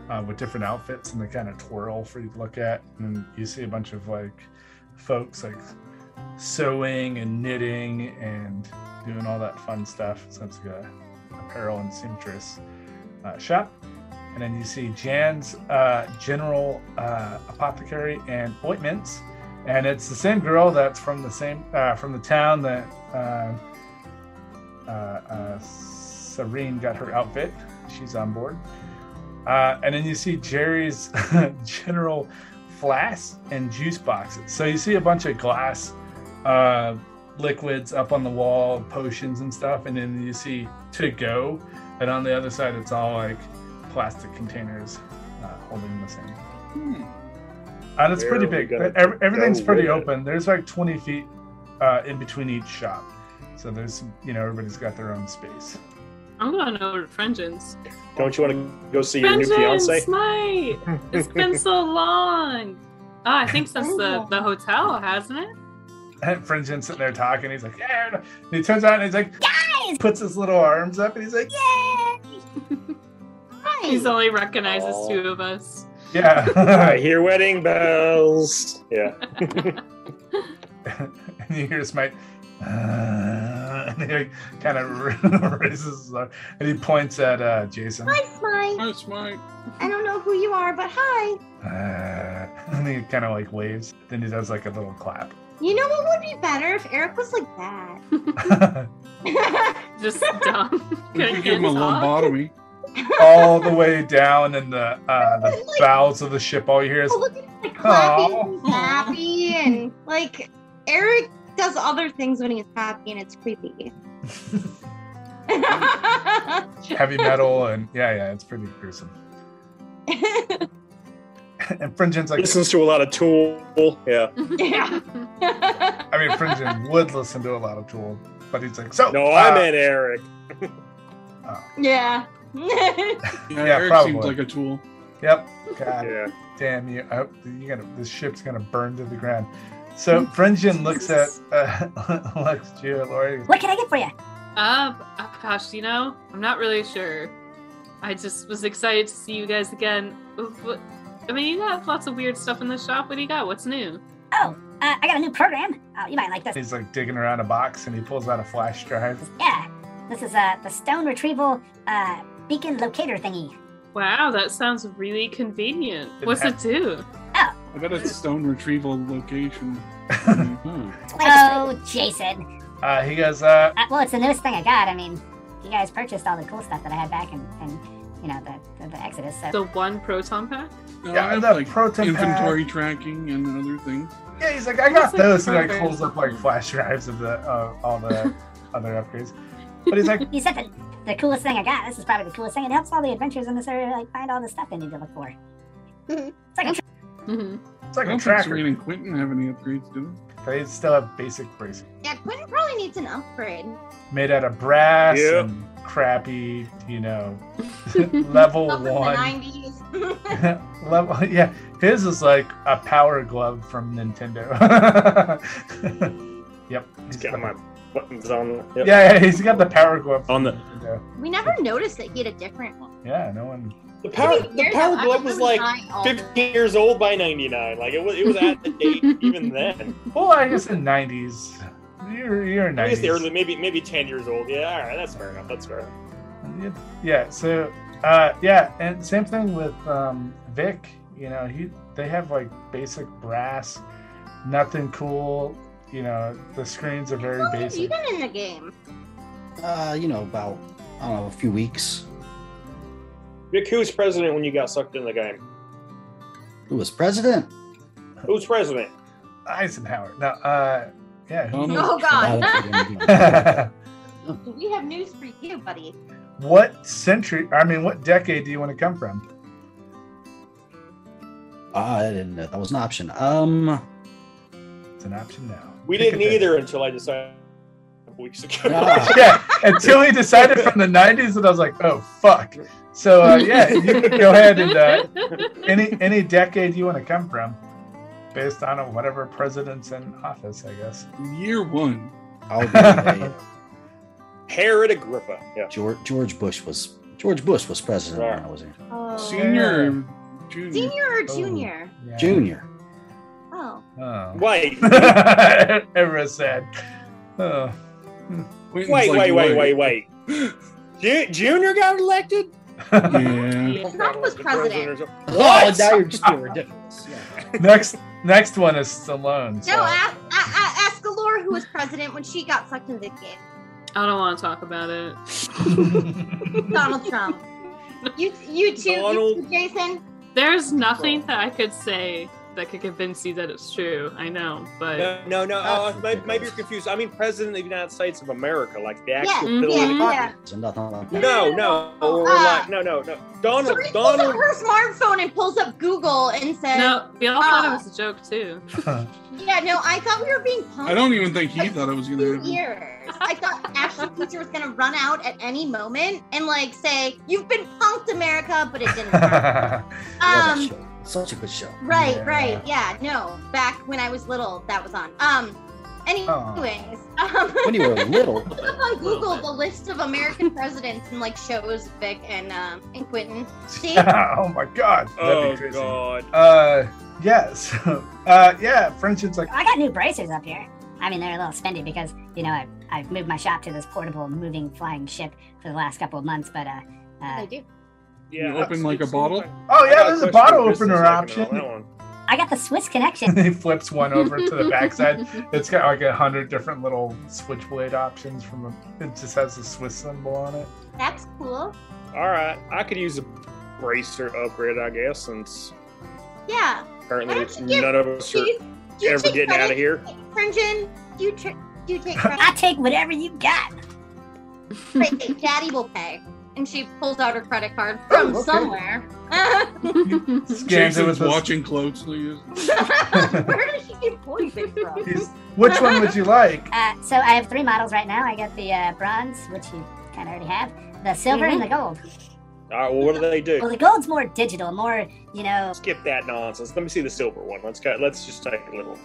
Speaker 1: uh, with different outfits and they kind of twirl for you to look at. And you see a bunch of like folks like sewing and knitting and doing all that fun stuff. So it's like a apparel and seamstress uh, shop. And then you see Jan's uh, general uh, apothecary and ointments, and it's the same girl that's from the same uh, from the town that um uh, uh, Serene got her outfit. She's on board. Uh, and then you see Jerry's <laughs> general flasks and juice boxes. So you see a bunch of glass uh, liquids up on the wall, potions and stuff, and then you see to go, and on the other side it's all like plastic containers uh, holding the same.
Speaker 2: Hmm.
Speaker 1: And it's pretty
Speaker 3: Where are we
Speaker 1: big.
Speaker 3: gonna
Speaker 1: Ev- everything's
Speaker 3: go
Speaker 1: pretty
Speaker 3: with it?
Speaker 1: open. There's like 20 feet uh, in between each shop, so there's you know everybody's got their own space.
Speaker 6: <laughs> I'm going over to Frengens.
Speaker 3: Don't you want to go see your new fiance?
Speaker 6: Frengens, mate! It's
Speaker 3: <laughs>
Speaker 6: been so long. Oh, I think since the, the hotel, hasn't it?
Speaker 1: And Fringen's sitting there talking. He's like, yeah. And he turns out and he's like, guys! Puts his little arms up and he's like,
Speaker 6: He's only recognizes
Speaker 3: Aw.
Speaker 6: two of us.
Speaker 1: yeah. <laughs>
Speaker 3: I hear wedding bells. Yeah.
Speaker 6: <laughs>
Speaker 1: and you hear Smite, uh, and he kind of <laughs> raises his arm and he points at uh, Jason.
Speaker 7: Hi, Smite.
Speaker 2: That's my.
Speaker 7: I don't know who you are, but hi.
Speaker 1: Uh, and he kind of like waves. Then he does like a little
Speaker 7: <laughs>
Speaker 1: clap.
Speaker 7: You know what would be better if Eric was like
Speaker 1: <laughs>
Speaker 7: that? <laughs>
Speaker 6: Just dumb.
Speaker 2: We
Speaker 6: Couldn't
Speaker 2: could give him a
Speaker 6: get off.
Speaker 7: <laughs>
Speaker 2: lobotomy.
Speaker 1: all the way down in the uh, the bowels of the ship. All you hear is,
Speaker 7: Oh, look at him, like clapping,
Speaker 1: Aw.
Speaker 7: and happy, and like Eric does other things when he's happy, and it's
Speaker 1: <laughs>
Speaker 7: creepy.
Speaker 1: heavy metal and yeah, yeah, it's pretty gruesome. And Fringen's like,
Speaker 3: Listens to a lot of Tool. Yeah.
Speaker 7: yeah.
Speaker 1: <laughs> I mean, Fringen would listen to a lot of Tool, but he's like, so
Speaker 3: No, I
Speaker 1: uh,
Speaker 3: meant Eric.
Speaker 7: <laughs> yeah.
Speaker 2: Yeah,
Speaker 1: Yeah,
Speaker 2: Eric
Speaker 1: probably.
Speaker 2: seems like a tool.
Speaker 1: Yep. God
Speaker 3: Yeah.
Speaker 1: damn you! I hope that you're gonna. This ship's gonna burn to the ground. So Fringen looks at uh, <laughs> looks at you, Lori.
Speaker 11: What can I get for you?
Speaker 6: Uh, oh gosh, you know, I'm not really sure. I just was excited to see you guys again. What- I mean, you got lots of weird stuff in the shop. What do you got? What's new?
Speaker 11: Oh, uh, I got a new program. Oh, you might like this.
Speaker 1: He's like digging around a box and he pulls out a flash drive.
Speaker 11: Yeah, this is uh, the stone retrieval uh, beacon locator thingy.
Speaker 6: Wow, that sounds really convenient.
Speaker 1: It
Speaker 6: What's it
Speaker 1: has-
Speaker 6: do?
Speaker 2: I bet it's stone retrieval
Speaker 1: <laughs>
Speaker 2: location. Mm-hmm.
Speaker 5: Hmm.
Speaker 11: Oh, Jason.
Speaker 1: Uh, he goes, uh,
Speaker 11: Uh, well, it's the newest thing I got. I mean, you guys purchased all the cool stuff that I had back in, in you know, the, the, the Exodus. So.
Speaker 6: The one proton pack?
Speaker 2: No,
Speaker 1: yeah,
Speaker 2: I
Speaker 1: I
Speaker 2: have,
Speaker 1: got
Speaker 2: like
Speaker 1: proton pad.
Speaker 2: inventory tracking and other things.
Speaker 1: Yeah, he's like, <laughs> I
Speaker 6: That's,
Speaker 1: got
Speaker 6: like,
Speaker 1: those, and like
Speaker 6: perfect.
Speaker 1: pulls up like flash drives of the uh,
Speaker 2: <laughs>
Speaker 1: all the other upgrades. But he's like,
Speaker 11: You said that the coolest thing I got. This is probably the coolest thing. It helps all the adventurers in this area like find all the stuff they need to look for. it's like a tr-
Speaker 6: hmm
Speaker 1: Mm-hmm. it's
Speaker 2: I
Speaker 1: like a
Speaker 2: don't think Serena
Speaker 1: tracker.
Speaker 2: and Quentin have any upgrades, do
Speaker 1: They still have basic braces
Speaker 7: Yeah, Quentin probably needs an upgrade.
Speaker 1: made out of brass
Speaker 3: Yeah.
Speaker 1: and crappy, you know, level
Speaker 7: Stuff from
Speaker 1: one.
Speaker 7: the 90s.
Speaker 1: level <laughs> yeah his is like a power glove from nintendo <laughs> yep he's
Speaker 3: Just getting my
Speaker 1: got-
Speaker 3: buttons on.
Speaker 1: yeah,
Speaker 3: Yep.
Speaker 1: yeah he's got the power glove from
Speaker 3: On the-
Speaker 7: <laughs>
Speaker 1: nintendo.
Speaker 7: we never noticed that he had a different one.
Speaker 1: yeah no one
Speaker 3: The power,
Speaker 7: Maybe
Speaker 3: the
Speaker 7: years
Speaker 3: power
Speaker 7: ago, I
Speaker 3: glove was like
Speaker 7: buying all this.
Speaker 3: 15 years old by 99. Like it was, it was at the
Speaker 7: <laughs>
Speaker 3: date even then.
Speaker 1: well i guess in 90s you're you're
Speaker 3: I guess the
Speaker 1: 90s
Speaker 3: early, maybe maybe 10 years old. Yeah, all right, that's fair enough. That's fair. enough.
Speaker 1: Yeah, yeah so uh yeah and same thing with um vic you know he they have like basic brass nothing cool you know the screens are very
Speaker 7: How long have you
Speaker 1: basic
Speaker 7: been in the game?
Speaker 5: Uh, you know, about I don't know, a few weeks.
Speaker 3: Vic, who was president when you got sucked in the game?
Speaker 5: Who was president?
Speaker 3: Who was president?
Speaker 1: eisenhower now uh yeah
Speaker 2: Um,
Speaker 7: Oh
Speaker 5: Uh,
Speaker 7: god. we have news for you, buddy.
Speaker 1: <laughs> what century i mean what decade do you want to come from
Speaker 5: I didn't know Uh, that was an option. Um,
Speaker 1: it's an option now
Speaker 3: We
Speaker 1: Pick a
Speaker 3: didn't
Speaker 1: decade.
Speaker 3: either until I decided weeks ago.
Speaker 5: ah,
Speaker 1: <laughs>
Speaker 3: <laughs>
Speaker 1: yeah until he decided from the 90s and i was like oh fuck so uh, yeah you can <laughs> go ahead and
Speaker 6: <laughs>
Speaker 1: uh, any any decade you want to come from based on whatever president's in office i guess
Speaker 2: they? Year one.
Speaker 3: <laughs>
Speaker 5: I'll be a-
Speaker 3: Herod Agrippa. Yeah.
Speaker 5: George George Bush was George Bush was president when I was here.
Speaker 7: Oh.
Speaker 2: Senior, junior.
Speaker 7: Senior or
Speaker 1: Oh.
Speaker 7: junior?
Speaker 1: Yeah.
Speaker 5: Junior.
Speaker 7: Oh.
Speaker 1: <laughs> Oh.
Speaker 3: Wait.
Speaker 1: <laughs> Everyone's sad. Oh.
Speaker 2: Wait,
Speaker 3: Wait, wait, wait, wait, wait. Ju- Junior got elected?
Speaker 2: <laughs> Yeah.
Speaker 7: Trump was president.
Speaker 3: What?
Speaker 12: now you're just being ridiculous. Yeah.
Speaker 1: next next one is Stallone.
Speaker 7: No,
Speaker 1: so-
Speaker 7: ask, a- a- ask Galore who was president when she got sucked in the game.
Speaker 6: I don't want to talk about it.
Speaker 1: <laughs>
Speaker 7: Donald
Speaker 3: <laughs>
Speaker 7: Trump. You, you too, you
Speaker 3: Donald-
Speaker 7: too, Jason.
Speaker 6: There's nothing that I could say that could convince you that it's true. I know, but
Speaker 3: No, no, no. Oh, maybe, maybe you're confused. I mean, president of the United States of America, like the
Speaker 7: Yeah,
Speaker 1: Mm-hmm.
Speaker 3: actual
Speaker 6: mhm.
Speaker 3: building.
Speaker 7: yeah.
Speaker 5: and
Speaker 3: <laughs>
Speaker 5: nothing like that.
Speaker 3: No, no, or
Speaker 7: Uh,
Speaker 3: like, no, no, no.
Speaker 7: So
Speaker 3: Donald,
Speaker 7: he pulls up
Speaker 3: Donald.
Speaker 7: her smartphone and pulls up Google and says,
Speaker 6: no, we all
Speaker 7: Ah.
Speaker 6: thought it was a joke too.
Speaker 7: "Yeah, no, I thought we were being punked."
Speaker 2: I don't even think he thought it was gonna
Speaker 7: two
Speaker 2: happen.
Speaker 7: years. I thought
Speaker 5: <laughs>
Speaker 7: Ashton Kutcher was gonna run out at any moment and like say, "You've been punked, America," but it
Speaker 5: <laughs>
Speaker 7: didn't. happen.
Speaker 5: Love that
Speaker 7: um,
Speaker 5: show. Such a good show.
Speaker 7: right,
Speaker 1: Yeah.
Speaker 7: right, yeah, no. Back when I was little, that was on. Um, anyways, <laughs> um,
Speaker 5: Oh. When you were little,
Speaker 7: look up on Google the list of American presidents and like shows Vic and um and Quentin.
Speaker 5: <laughs>
Speaker 7: See,
Speaker 1: <laughs> oh my god.
Speaker 3: Oh
Speaker 1: That'd be crazy.
Speaker 3: God.
Speaker 1: Uh yes. Uh yeah, friendship's like
Speaker 11: I got new bracers up here. I mean, they're a little spendy because, you know, I, I've moved my shop to this portable moving flying ship for the last couple of months, but uh, uh,
Speaker 7: I do.
Speaker 2: You open like a bottle?
Speaker 1: Oh
Speaker 3: I got
Speaker 1: yeah, there's a
Speaker 3: question
Speaker 1: bottle
Speaker 3: for business
Speaker 1: opener
Speaker 3: acumen on
Speaker 1: option. <laughs>
Speaker 3: that one.
Speaker 11: I got the Swiss connection.
Speaker 1: he flips one over to the
Speaker 2: <laughs>
Speaker 1: backside. It's got like a hundred different little switchblade options from a, it just has a Swiss symbol on it.
Speaker 7: That's cool.
Speaker 3: All right, I could use a bracer upgrade, I guess, since
Speaker 7: Yeah. Why
Speaker 3: apparently
Speaker 7: don't you give-
Speaker 3: none of us
Speaker 7: Do
Speaker 3: are
Speaker 7: you, do you
Speaker 3: ever
Speaker 7: take
Speaker 3: getting out of
Speaker 7: credit?
Speaker 3: here.
Speaker 7: Fringin, do you tr- do you take credit?
Speaker 11: I take whatever you got.
Speaker 7: Wait, Daddy will pay. And she pulls out her credit card
Speaker 3: Oh,
Speaker 7: from
Speaker 1: okay.
Speaker 7: somewhere.
Speaker 1: Scans it
Speaker 2: Jason's
Speaker 1: with his-
Speaker 2: watching closely.
Speaker 7: <laughs> Where did she get poison from?
Speaker 1: he's- Which one would you like?
Speaker 11: <laughs> Uh, so I have three models right now. I got the uh, bronze, which you kind of already have, the silver, and the
Speaker 7: Mm-hmm.
Speaker 11: gold.
Speaker 3: All right, well, what do they
Speaker 11: Well,
Speaker 3: do?
Speaker 11: the gold's more digital, more, you know,
Speaker 3: Skip that nonsense. Let me see the silver one. Let's go. Let's just take a
Speaker 1: <laughs>
Speaker 3: little.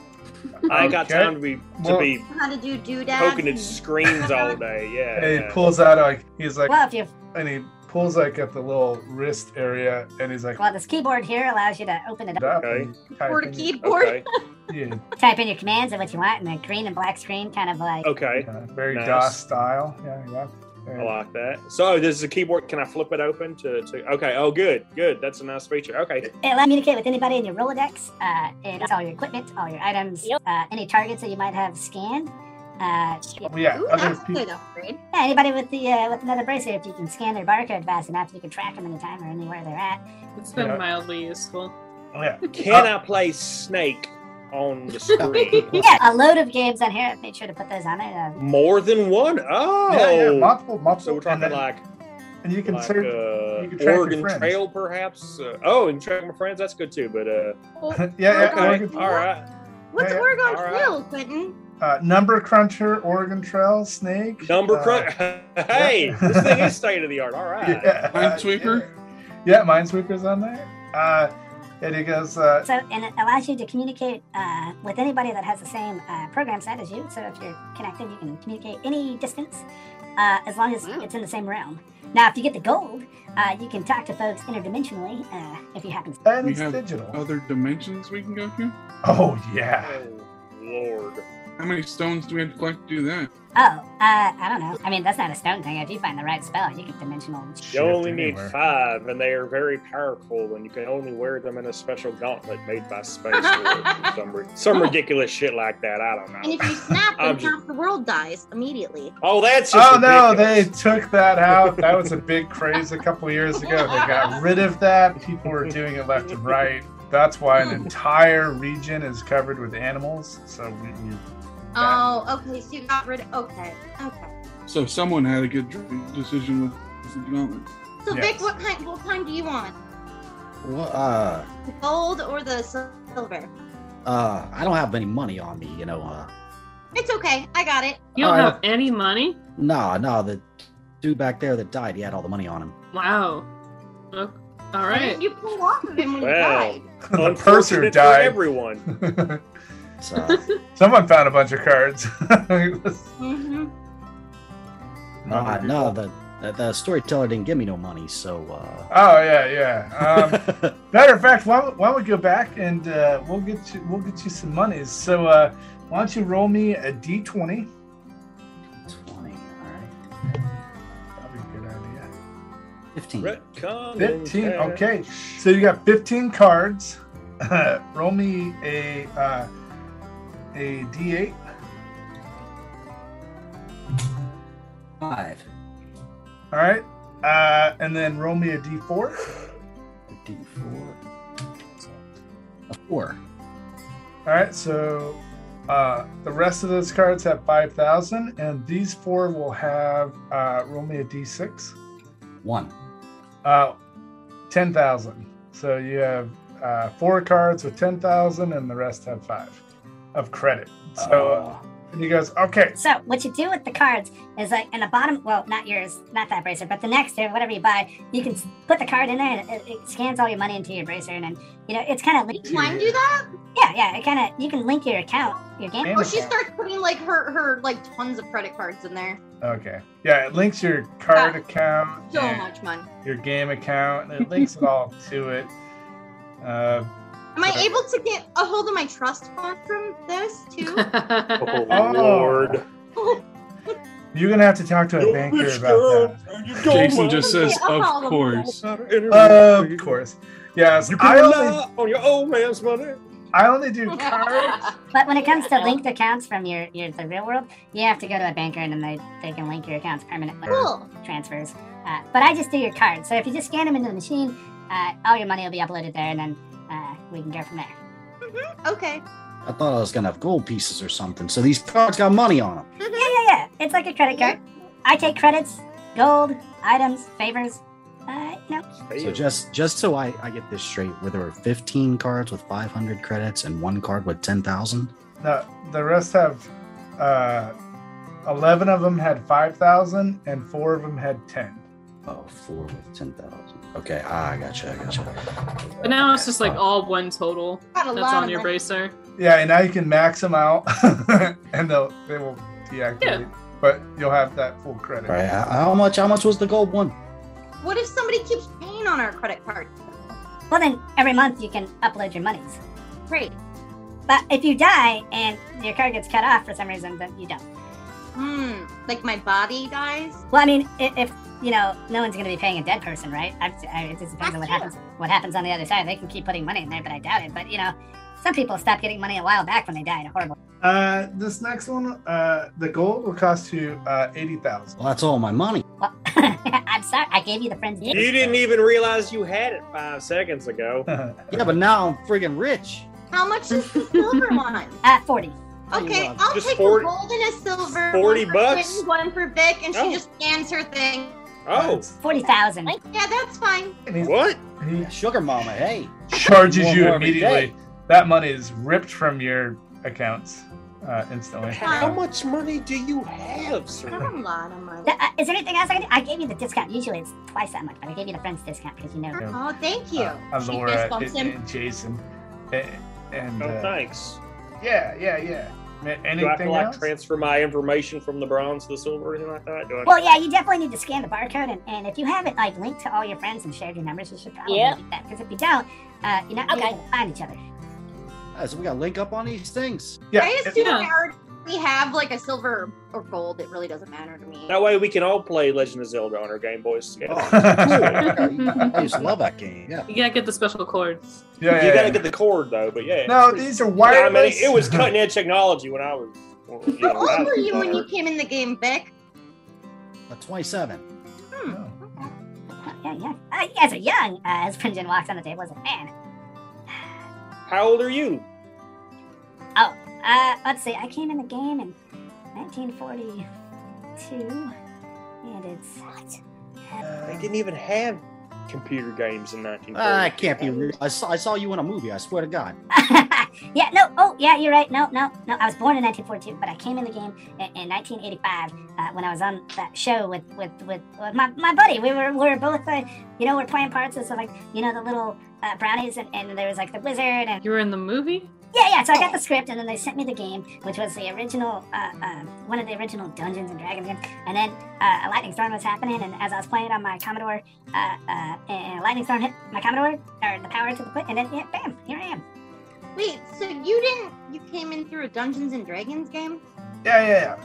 Speaker 3: I ain't got
Speaker 1: Okay.
Speaker 3: time to be to
Speaker 1: Well-
Speaker 3: be
Speaker 7: How to do doodads?
Speaker 3: poking at screens all day.
Speaker 1: And
Speaker 3: <laughs> Yeah.
Speaker 1: he pulls out like he's like
Speaker 11: well, if you're
Speaker 1: and he pulls like at the little wrist area and he's like
Speaker 11: well, this keyboard here allows you to open it
Speaker 1: "F-
Speaker 11: up,
Speaker 1: up,"
Speaker 3: Okay.
Speaker 1: and type
Speaker 7: Keyboard,
Speaker 1: in-
Speaker 7: keyboard.
Speaker 3: Okay.
Speaker 1: Yeah,
Speaker 11: type in your commands and what you want, and the green and black screen kind of like
Speaker 3: Okay.
Speaker 1: yeah, very
Speaker 3: Nice.
Speaker 1: DOS style. Oh, Yeah, yeah.
Speaker 3: I like that. So this is a keyboard. Can I flip it open to? to okay. Oh, good. Good. That's a nice feature. Okay.
Speaker 11: It allows you to communicate with anybody in your Rolodex. Uh, it's all your equipment, all your items, uh, any targets that you might have scanned. Uh, yeah,
Speaker 1: Well, Oh, yeah,
Speaker 7: Ooh,
Speaker 1: other
Speaker 7: that's a
Speaker 1: people.
Speaker 7: good upgrade.
Speaker 11: anybody with the uh, with another bracer, if you can scan their barcode fast enough, you can track them anytime or anywhere they're at.
Speaker 6: It's been
Speaker 1: Yeah.
Speaker 6: mildly useful.
Speaker 1: Oh, yeah.
Speaker 3: <laughs> Can I play Snake on the screen?
Speaker 11: Yeah, a load of games on here. I've made sure to put those on it. Uh,
Speaker 3: More than one. Oh.
Speaker 1: Yeah, yeah, multiple, multiple.
Speaker 3: So we're talking
Speaker 1: and, then-
Speaker 3: like
Speaker 1: and you can
Speaker 3: like
Speaker 1: search.
Speaker 3: uh,
Speaker 1: you can track your
Speaker 3: Oregon
Speaker 1: friends.
Speaker 3: Trail, perhaps. Uh, oh, and track my friends. That's good too. But uh,
Speaker 1: yeah,
Speaker 7: Oregon
Speaker 1: <laughs> yeah.
Speaker 3: okay,
Speaker 1: Oregon-
Speaker 3: all right.
Speaker 7: What's
Speaker 1: Yeah,
Speaker 7: Oregon
Speaker 3: all right. <laughs>
Speaker 7: Trail, Quentin?
Speaker 1: Uh, number cruncher, Oregon Trail, snake.
Speaker 3: Number
Speaker 1: uh,
Speaker 3: crunch. <laughs> hey,
Speaker 1: yeah.
Speaker 3: this thing
Speaker 1: <laughs>
Speaker 3: is state of the art. All <laughs> right.
Speaker 1: Yeah, uh,
Speaker 2: Minesweeper?
Speaker 1: Yeah, Minesweeper's on there. Uh, and he goes, uh,
Speaker 11: so, and it allows you to communicate uh, with anybody that has the same uh, program set as you. So, if you're connected, you can communicate any distance uh, as long as
Speaker 7: Wow.
Speaker 11: it's in the same realm. Now, if you get the gold, uh, you can talk to folks interdimensionally uh, if you happen to.
Speaker 1: and
Speaker 2: We
Speaker 1: it's
Speaker 2: have
Speaker 1: digital.
Speaker 2: Other dimensions we can go to?
Speaker 1: oh, yeah.
Speaker 3: Oh, Lord.
Speaker 2: How many stones do we have to collect to do that?
Speaker 11: Oh, uh, I don't know. I mean, that's not a stone thing. If you find the right spell, you get dimensional.
Speaker 3: You only
Speaker 1: Shift
Speaker 3: need
Speaker 1: anywhere.
Speaker 3: five, and they are very powerful, and you can only wear them in a special gauntlet made by Space Lord. or some, <laughs> ri- some ridiculous shit like that. I don't
Speaker 7: And
Speaker 3: know.
Speaker 7: if you snap,
Speaker 3: I'm
Speaker 7: then
Speaker 3: just-
Speaker 7: half the world dies immediately.
Speaker 3: Oh, that's just
Speaker 1: Oh no, they
Speaker 3: ridiculous.
Speaker 1: took that out. That was
Speaker 3: <laughs>
Speaker 1: a big craze a couple years ago. They got rid of that. People were doing it left and right. That's why an entire region is covered with animals. So we, we
Speaker 7: Oh, okay. So you got rid of. Okay. Okay.
Speaker 2: So someone had a good dr- decision with the development.
Speaker 7: So,
Speaker 1: Yes.
Speaker 7: Vic, what kind, what kind do you want?
Speaker 5: Well, uh,
Speaker 7: The gold or the silver?
Speaker 5: uh, I don't have any money on me, you know. Uh,
Speaker 7: It's okay. I got it.
Speaker 6: You don't
Speaker 5: Alright.
Speaker 6: have any money?
Speaker 5: nah, nah, the dude back there that died, he had all the money on him.
Speaker 6: Wow. Oh, All
Speaker 7: Why
Speaker 6: right.
Speaker 7: didn't you pull off of him when you
Speaker 3: Wow.
Speaker 7: died?
Speaker 1: <laughs> the
Speaker 3: Unfortunate
Speaker 1: purser
Speaker 3: for
Speaker 1: died.
Speaker 3: Everyone.
Speaker 1: <laughs>
Speaker 5: So,
Speaker 1: Someone found a bunch of cards.
Speaker 7: Mm-hmm.
Speaker 5: nah, no, the The, the storyteller didn't give me no money, so. Uh...
Speaker 1: Oh yeah, yeah. Um, matter of fact, why, don't- why don't we go back and uh, we'll get you we'll get you some monies. So uh, why don't you roll me a d twenty?
Speaker 5: Twenty. All right.
Speaker 1: That'd be a good idea.
Speaker 5: Fifteen.
Speaker 3: Retcon and
Speaker 1: Fifteen.
Speaker 3: cash.
Speaker 1: Okay, so you got fifteen cards. <laughs> roll me a uh, a d eight.
Speaker 5: Five.
Speaker 1: All right, uh, and then roll me a d four.
Speaker 5: D four. A four.
Speaker 1: All right, so uh, the rest of those cards have 5,000, and these four will have, uh, roll me a d6,
Speaker 5: One.
Speaker 1: uh, 10,000. So you have uh, four cards with 10,000, and the rest have five of credit. So and he goes, okay,
Speaker 11: So what you do with the cards is like in the bottom, well, not yours, not that bracer, but the next or whatever you buy, you can s- put the card in there and it, it scans all your money into your bracer, and then you know it's kind of linked.
Speaker 7: Can do that?
Speaker 11: Yeah, yeah, it kind of you can link your account, your
Speaker 7: <laughs>
Speaker 11: game.
Speaker 7: Or Oh, she starts putting like her her like tons of credit cards in there.
Speaker 1: okay. Yeah, it links your card account,
Speaker 7: Ah, So
Speaker 1: and
Speaker 7: much money.
Speaker 1: your game account, and it links it all to it. Uh,
Speaker 7: Am I able to get a hold of my trust fund from this too?
Speaker 1: oh,
Speaker 3: Lord.
Speaker 1: You're going to have to talk to a banker about that. Um,
Speaker 2: Jason just says,
Speaker 3: <laughs>
Speaker 7: I'll
Speaker 2: "Of
Speaker 7: call them.
Speaker 2: course."
Speaker 1: Of course. Yes, I only,
Speaker 3: on your old man's money.
Speaker 1: I
Speaker 3: <laughs>
Speaker 1: only do cards.
Speaker 11: But when it comes to linked accounts from your, your the real world, you have to go to a banker and then they, they can link your accounts permanently
Speaker 7: Cool.
Speaker 11: transfers. Uh, but I just do your card, so if you just scan them into the machine, uh, all your money will be uploaded there, and then uh, we can go from there.
Speaker 7: Okay.
Speaker 5: I thought I was gonna have gold pieces or something. So these cards got money on them.
Speaker 11: Yeah, yeah, yeah. It's like a credit card. I take credits, gold, items, favors. Uh, you know,
Speaker 5: So
Speaker 3: Fail.
Speaker 5: just just so I, I get this straight, where there were 15 cards with 500 credits and one card with 10,000.
Speaker 1: No, the rest have uh, 11 of them had 5,000 and four of them had 10.
Speaker 5: Oh, four with 10,000. Okay, ah, I gotcha, I gotcha.
Speaker 6: But now it's just like all one total
Speaker 7: Got a
Speaker 6: that's
Speaker 7: lot
Speaker 6: on
Speaker 7: of
Speaker 6: your
Speaker 7: money.
Speaker 2: <laughs>
Speaker 6: bracer.
Speaker 1: Yeah, and now you can max them out <laughs> and they'll, they will deactivate.
Speaker 6: Yeah.
Speaker 1: But you'll have that full credit.
Speaker 5: All right, h- how much? How much was the gold one?
Speaker 7: What if somebody keeps paying on our credit card?
Speaker 11: well then every month you can upload your monies.
Speaker 7: Great.
Speaker 11: But if you die and your card gets cut off for some reason, then you don't.
Speaker 7: Hmm. Like my body dies.
Speaker 11: Well, I mean, if, if you know, no one's going to be paying a dead person, right? I, I, it just depends on what
Speaker 7: That's
Speaker 11: happens. What happens on the other side? They can keep putting money in there, but I doubt it. But you know, some people stop getting money a while back when they die in a horrible. <laughs>
Speaker 1: Uh, this next one, uh, the gold will cost you uh, 80,000.
Speaker 5: Well, that's all my money.
Speaker 11: Well, I'm sorry, I gave you the friend's
Speaker 3: You
Speaker 11: gift.
Speaker 3: didn't even realize you had it five seconds
Speaker 1: <laughs>
Speaker 3: ago.
Speaker 5: Yeah, but now I'm friggin' rich.
Speaker 7: How much is the silver one?
Speaker 11: Uh, forty.
Speaker 7: Okay,
Speaker 5: Just
Speaker 7: I'll take
Speaker 3: 40
Speaker 7: a gold and a silver.
Speaker 3: 40
Speaker 7: one for
Speaker 3: bucks?
Speaker 7: Quentin, One for Vic, and
Speaker 3: Oh.
Speaker 7: she just scans her thing.
Speaker 3: Oh,
Speaker 11: Forty thousand.
Speaker 7: Yeah, that's fine.
Speaker 1: And he's-
Speaker 3: what?
Speaker 1: he
Speaker 5: Yeah, Sugar mama, hey.
Speaker 1: charges
Speaker 5: One
Speaker 1: you
Speaker 5: more every
Speaker 1: immediately.
Speaker 5: day.
Speaker 1: That money is ripped from your accounts uh, instantly.
Speaker 7: How
Speaker 3: much money do you have,
Speaker 7: I got a lot of money.
Speaker 11: Uh, is there anything else I can do? I gave you the discount. Usually it's twice that much, but I gave you the friend's discount because you know.
Speaker 1: Yeah.
Speaker 7: Oh, thank you.
Speaker 1: Uh, uh,
Speaker 7: She
Speaker 1: Laura
Speaker 7: fist bumps
Speaker 1: and,
Speaker 7: him.
Speaker 1: and Jason. And, and,
Speaker 3: No
Speaker 1: uh,
Speaker 3: Oh, thanks.
Speaker 1: yeah, yeah, yeah. Ma-
Speaker 3: Do I have to
Speaker 1: Anything
Speaker 3: like
Speaker 1: else?
Speaker 3: transfer my information from the bronze to the silver or anything like that? Do I-
Speaker 11: Well, yeah, you definitely need to scan the barcode, and, and if you have it like linked to all your friends and shared your numbers, you should probably
Speaker 12: Yep.
Speaker 11: keep that. Because if you don't, uh, you're not
Speaker 12: Okay.
Speaker 11: going to find each other.
Speaker 5: Yeah, so we gotta link up on these things.
Speaker 1: yeah,
Speaker 7: I
Speaker 1: it-
Speaker 7: assume
Speaker 6: Yeah.
Speaker 7: I already have like a silver or gold. It really doesn't matter to me.
Speaker 3: That way we can all play Legend of Zelda on our Game Boys together.
Speaker 5: Oh, <laughs> cool.
Speaker 3: <laughs>
Speaker 5: I used to love that game. Yeah.
Speaker 6: You gotta get the special cords.
Speaker 1: yeah,
Speaker 3: you
Speaker 1: yeah,
Speaker 3: gotta
Speaker 1: yeah.
Speaker 3: get the cord though, but yeah.
Speaker 1: No,
Speaker 3: it's
Speaker 1: these are
Speaker 3: pretty- I
Speaker 1: wireless.
Speaker 3: mean, it
Speaker 5: <laughs>
Speaker 1: <laughs>
Speaker 3: was cutting edge technology when I was. you know,
Speaker 7: How
Speaker 3: when I
Speaker 7: old were
Speaker 3: was
Speaker 7: you when
Speaker 3: younger.
Speaker 7: you came in the game, Hmm. Vic?
Speaker 5: A 27.
Speaker 1: No.
Speaker 11: Yeah, yeah. Uh, you guys are young. Uh, as Prinjin walks on the table, he's like, man.
Speaker 3: How old are you?
Speaker 11: Uh, let's see. I came in the game in 1942, and it's
Speaker 3: They didn't even have computer games in 1940.
Speaker 5: Ah, I can't be real. I saw, I saw you in a movie, I swear to God.
Speaker 11: yeah, no, oh, yeah, you're right. No, no, no. I was born in 1942, but I came in the game in, in 1985 uh, when I was on that show with with with, with my, my buddy. We were we were both, uh, you know, we're playing parts of so like you know the little uh, brownies, and, and there was like the wizard, and
Speaker 6: You were in the movie?
Speaker 11: Yeah, yeah. So I got the script, and then they sent me the game, which was the original, uh, uh, one of the original Dungeons and Dragons games. And then uh, a lightning storm was happening, and as I was playing it on my Commodore, uh, uh, and a lightning storm hit my Commodore, or the power to the put, and then yeah, bam, here I am.
Speaker 7: Wait, so you didn't? You came in through a Dungeons and Dragons game?
Speaker 1: Yeah, yeah, yeah.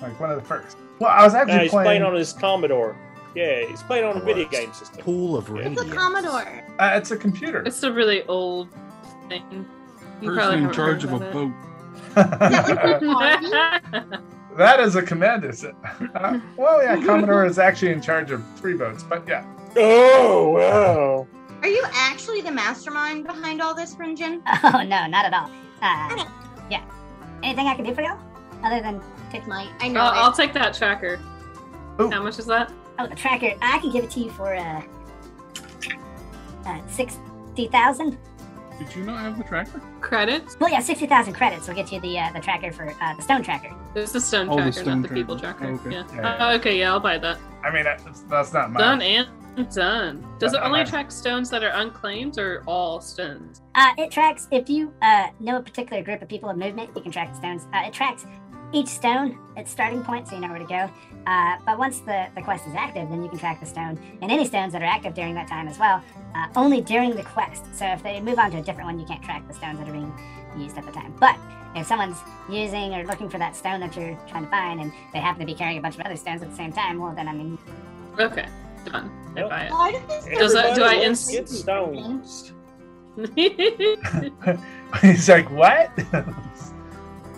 Speaker 1: Like one of the first. Well, I was actually
Speaker 3: Uh, he's
Speaker 1: playing.
Speaker 3: playing on his Commodore. Yeah, he's playing on a video game system.
Speaker 5: Pool of
Speaker 3: radio.
Speaker 7: The Commodore.
Speaker 1: uh, it's a computer.
Speaker 6: It's a really old thing. You
Speaker 2: Person in
Speaker 6: haven't
Speaker 2: charge
Speaker 6: heard
Speaker 2: of a
Speaker 6: it.
Speaker 2: boat.
Speaker 1: <laughs>
Speaker 7: <laughs>
Speaker 2: <laughs>
Speaker 3: <laughs>
Speaker 1: that is a commander. set. Uh, well, yeah,
Speaker 7: <laughs>
Speaker 1: Commodore is actually in charge of three boats, but yeah.
Speaker 3: Oh wow!
Speaker 7: Are you actually the mastermind behind all this, Rinjin?
Speaker 11: <laughs> Oh no, not at all. Uh, yeah. Anything I can do for y'all other than take my?
Speaker 7: I
Speaker 6: I'll, I'll take that tracker.
Speaker 1: Ooh.
Speaker 6: How much is that?
Speaker 11: Oh, the tracker. I can give it to you for uh, uh sixty thousand.
Speaker 2: <gasps> Did you not have the tracker?
Speaker 6: Credits?
Speaker 11: Well, yeah, sixty thousand credits will get you the uh, the tracker for uh, the stone tracker.
Speaker 6: It's the stone
Speaker 2: Oh, the
Speaker 6: tracker,
Speaker 2: stone
Speaker 6: not the people
Speaker 2: tracker.
Speaker 6: tracker.
Speaker 2: Okay.
Speaker 6: Yeah.
Speaker 1: Yeah.
Speaker 6: Oh, okay, yeah, I'll buy that.
Speaker 1: I mean, that's, that's not mine.
Speaker 6: Done and done. Does it
Speaker 1: Uh,
Speaker 6: only
Speaker 1: uh,
Speaker 6: track stones that are unclaimed or all stones?
Speaker 11: Uh, it tracks if you uh, know a particular group of people in movement, you can track the stones. Uh, it tracks each stone, its starting point, so you know where to go. Uh, but once the, the quest is active, then you can track the stone and any stones that are active during that time as well, uh, only during the quest. So if they move on to a different one, you can't track the stones that are being used at the time. But if someone's using or looking for that stone that you're trying to find and they happen to be carrying a bunch of other stones at the same time, well, then I mean,
Speaker 6: Okay, done. I
Speaker 3: Yep.
Speaker 6: buy
Speaker 7: Why did this
Speaker 6: Does that- do I
Speaker 3: Everybody
Speaker 6: ins-
Speaker 3: get stones?
Speaker 6: it.
Speaker 1: <laughs> He's like, what?
Speaker 6: <laughs>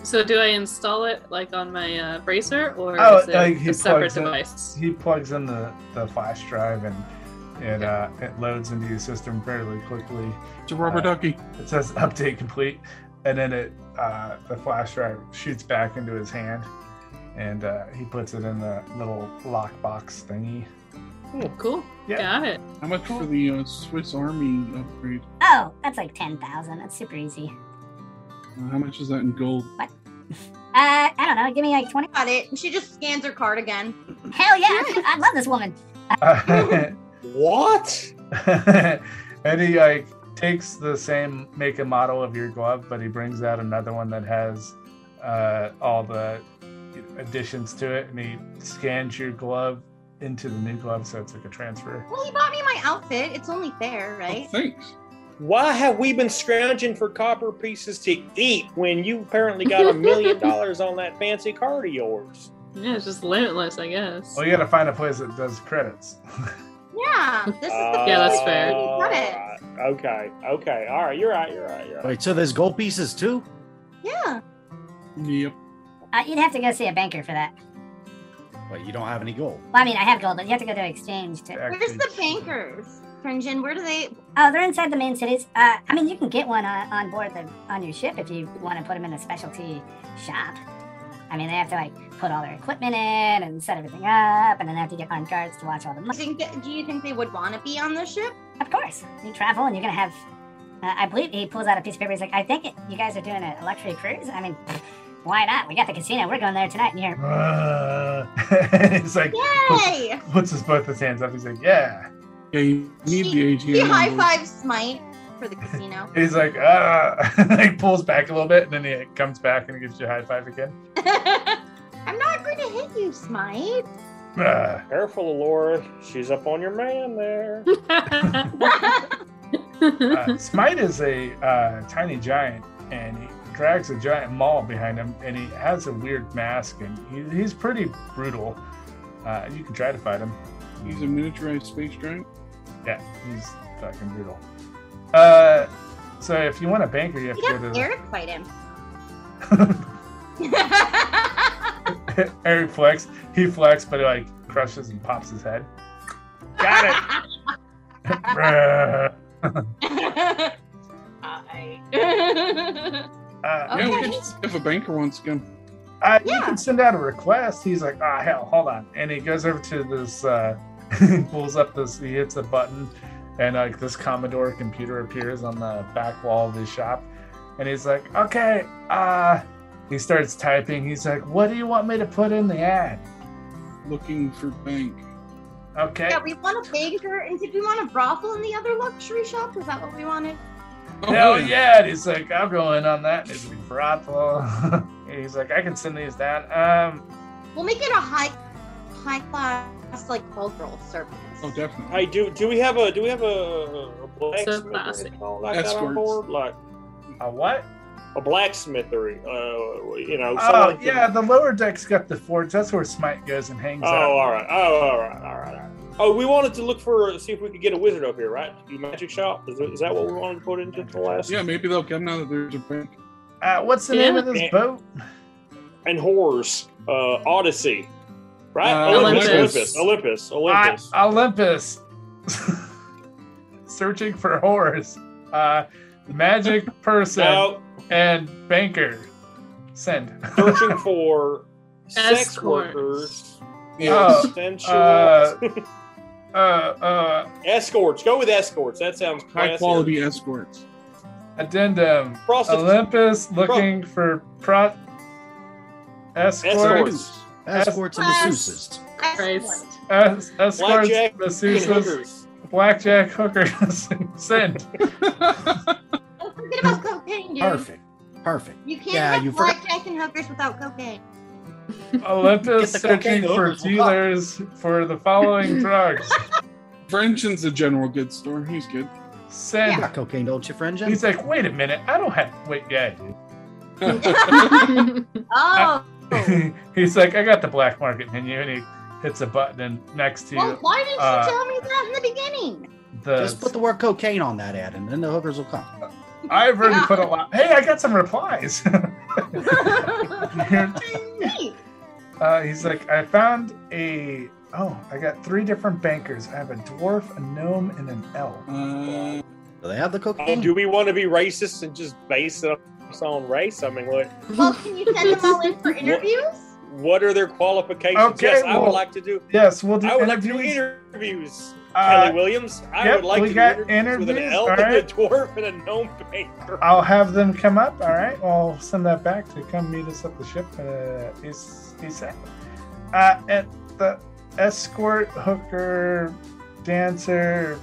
Speaker 6: so do I install it like on my uh, bracer or
Speaker 1: <laughs> Oh,
Speaker 6: is it
Speaker 1: like, he
Speaker 6: a separate
Speaker 1: plugs it-
Speaker 6: device?
Speaker 1: he plugs in the, the flash drive and it uh, it loads into your system fairly quickly.
Speaker 2: It's a rubber
Speaker 1: Uh,
Speaker 2: ducky.
Speaker 1: It says update complete, and then it uh, the flash drive shoots back into his hand, and uh, he puts it in the little lockbox thingy.
Speaker 6: Cool.
Speaker 1: Yeah.
Speaker 6: Got it.
Speaker 2: How much for the uh, Swiss Army upgrade?
Speaker 11: oh, that's like 10,000. That's super easy.
Speaker 2: Uh, how much is that in gold?
Speaker 11: Uh, I don't know. Give me like 20.
Speaker 7: Got it. And she just scans her card again.
Speaker 11: Hell yeah. I I love this woman.
Speaker 7: <laughs>
Speaker 3: What?
Speaker 1: <laughs> and he like takes the same make and model of your glove, but he brings out another one that has uh, all the additions to it, and he scans your glove into the new glove, so it's like a transfer.
Speaker 7: Well, he bought me my outfit. It's only fair,
Speaker 2: Oh,
Speaker 7: right?
Speaker 2: thanks.
Speaker 3: Why have we been scrounging for copper pieces to eat when you apparently got a million
Speaker 5: <laughs>
Speaker 3: dollars on that fancy card of yours?
Speaker 6: Yeah, it's just limitless, I guess.
Speaker 1: Well,
Speaker 6: <laughs>
Speaker 1: you gotta find a place that does credits. <laughs>
Speaker 7: Yeah. This is the
Speaker 6: Yeah, that's fair.
Speaker 7: You got it.
Speaker 3: Uh, Okay, okay, all right. You're right. You're right. You're right.
Speaker 5: Wait, so there's gold pieces too?
Speaker 7: Yeah.
Speaker 2: Yep.
Speaker 11: Uh, you'd have to go see a banker for that.
Speaker 5: Wait, you don't have any gold.
Speaker 11: Well, I mean, I have gold, but you have to go to exchange to.
Speaker 7: Where's the bankers? Fringin, where do they?
Speaker 11: Oh, they're inside the main cities. Uh, I mean, you can get one on, on board the on your ship if you want to put them in a specialty shop. I mean, they have to like put all their equipment in and set everything up, and then they have to get armed guards to watch all the money.
Speaker 7: Think that, do you think they would want to be on the ship?
Speaker 11: Of course, you travel and you're gonna have. Uh, I believe he pulls out a piece of paper. He's like, "I think it, you guys are doing a luxury cruise. I mean, why not? We got the casino. We're going there tonight." And you're,
Speaker 1: Uh, and he's like, puts,
Speaker 7: Yay!
Speaker 1: puts his both his hands up. He's like, yeah.
Speaker 2: Yeah, you need
Speaker 7: She-
Speaker 2: the ATM.
Speaker 7: He
Speaker 2: on
Speaker 7: high
Speaker 2: board.
Speaker 7: fives Smite for the casino.
Speaker 1: <laughs> He's like, ah. <laughs> he pulls back a little bit, and then he comes back and gives you a high five again.
Speaker 7: I'm not going to hit you, Smite.
Speaker 1: Ah.
Speaker 3: Careful, Laura. She's up on your man
Speaker 7: <laughs>
Speaker 3: there.
Speaker 1: Uh, Smite is a uh, tiny giant, and he drags a giant maul behind him, and he has a weird mask, and he, he's pretty brutal. Uh, you can try to fight him.
Speaker 2: He's a miniaturized space giant.
Speaker 1: Yeah, he's fucking brutal. Uh, so if you want a banker, you have
Speaker 7: You
Speaker 1: to go to
Speaker 7: got
Speaker 1: the
Speaker 7: Eric fight him.
Speaker 1: <laughs> Eric flex. He flex, but he like crushes and pops his head. <laughs> Got it. Bruh.
Speaker 7: <laughs> Hi.
Speaker 1: uh,
Speaker 2: Yeah,
Speaker 7: Okay.
Speaker 2: we could- if a banker wants to go.
Speaker 1: uh, You
Speaker 7: Yeah.
Speaker 1: can send out a request. He's like, ah, hell, hold on. And he goes over to this, uh, <laughs> pulls up this, he hits a button, and like this Commodore computer appears on the back wall of his shop. And he's like, okay, uh, he starts typing. He's like, what do you want me to put in the ad?
Speaker 2: looking for bank.
Speaker 1: Okay.
Speaker 7: yeah, we want a banker, and did we want a brothel in the other luxury shop? Is that what we wanted?
Speaker 2: Oh,
Speaker 1: Hell yeah. And he's like, I'm going on that. And it's a brothel. and <laughs> he's like, I can send these down. Um,
Speaker 7: We'll make it a high, high class like cultural service.
Speaker 2: Oh, definitely.
Speaker 3: I do. Do we have a? Do we have a, a blacksmith
Speaker 7: Subclassing.
Speaker 3: and all that got on
Speaker 2: Escorts.
Speaker 3: board? Like
Speaker 1: a what?
Speaker 3: A blacksmith or uh, you know? someone
Speaker 1: oh,
Speaker 3: like
Speaker 1: yeah. The lower deck's got the forge. That's where Smite goes and hangs
Speaker 3: Oh,
Speaker 1: out.
Speaker 3: all right. Oh, all right. All right. All right. Oh, we wanted to look for see if we could get a wizard up here, right? You magic shop. Is, is that what we wanted to put into the last?
Speaker 2: Yeah, maybe they'll come now that there's a break.
Speaker 1: Uh, what's the name of this
Speaker 3: And-
Speaker 1: boat?
Speaker 3: And horrors. Uh, Odyssey. Right.
Speaker 1: Uh,
Speaker 3: Olympus.
Speaker 1: Olympus.
Speaker 3: Olympus. Olympus.
Speaker 1: Ah,
Speaker 3: Olympus.
Speaker 1: Olympus. <laughs> Searching for horrors. Uh,
Speaker 3: <laughs>
Speaker 1: magic person
Speaker 3: No.
Speaker 1: and banker. Send. <laughs>
Speaker 3: Searching for sex
Speaker 1: Escorts.
Speaker 3: workers.
Speaker 1: Oh,
Speaker 3: Sensual.
Speaker 1: uh, uh, uh,
Speaker 3: escorts. Go with escorts. That sounds
Speaker 2: High
Speaker 3: classier.
Speaker 2: quality escorts.
Speaker 1: addendum.
Speaker 3: Prostitutes.
Speaker 1: Olympus looking for pro. Escorts.
Speaker 3: Escorts.
Speaker 5: Escorts and masseuses.
Speaker 4: Christ.
Speaker 1: Es- escorts,
Speaker 3: Blackjack and
Speaker 1: masseuses,
Speaker 3: hookers.
Speaker 1: blackjack hookers. Send.
Speaker 7: Don't forget about cocaine, dude.
Speaker 5: Hmm. Perfect. Perfect.
Speaker 7: You can't
Speaker 5: Yeah,
Speaker 7: have
Speaker 5: you forgot-
Speaker 7: blackjack and hookers without
Speaker 5: <laughs>
Speaker 7: cocaine.
Speaker 1: Olympus
Speaker 5: Get the cocaine
Speaker 1: searching for
Speaker 5: hookers, we'll buy.
Speaker 1: dealers for the
Speaker 5: <laughs>
Speaker 1: following drugs.
Speaker 2: French's a general goods store. He's good.
Speaker 5: You
Speaker 1: Send.
Speaker 5: got cocaine, don't you, friend? Jim?
Speaker 1: He's like, wait a minute, I don't have. Wait, yeah, I do.
Speaker 5: <laughs>
Speaker 7: Oh,
Speaker 1: He's like, I got the black market menu, and he hits a button and next to
Speaker 7: well, why didn't you
Speaker 1: uh,
Speaker 7: tell me that in the beginning?
Speaker 1: the.
Speaker 5: Just put the word cocaine on that ad, and then the hookers will come.
Speaker 1: I've already put a lot. Hey, I got some replies. <laughs>
Speaker 7: Hey,
Speaker 1: uh, he's like, I found a. Oh, I got three different bankers. I have a dwarf, a gnome, and an elf.
Speaker 2: Uh,
Speaker 5: Do they have the
Speaker 3: Uh,
Speaker 5: cocaine?
Speaker 3: do we want to be racist and just base it on race? I mean, what
Speaker 7: well, can you send them all in for interviews?
Speaker 3: what are their qualifications?
Speaker 1: Okay,
Speaker 3: yes, I would
Speaker 1: well,
Speaker 3: like to do.
Speaker 1: Yes, we'll do.
Speaker 3: I would like to do
Speaker 1: interviews.
Speaker 3: interviews.
Speaker 1: Uh,
Speaker 3: Kelly Williams. I
Speaker 1: yep,
Speaker 3: would like
Speaker 1: we
Speaker 3: to
Speaker 1: got
Speaker 3: do interviews with an
Speaker 1: interviews,
Speaker 3: elf and a
Speaker 1: alright.
Speaker 3: dwarf and a gnome banker.
Speaker 1: I'll have them come up. All right. I'll send that back to come meet us at the ship. Uh, is is that? Uh, and the escort, hooker, dancer.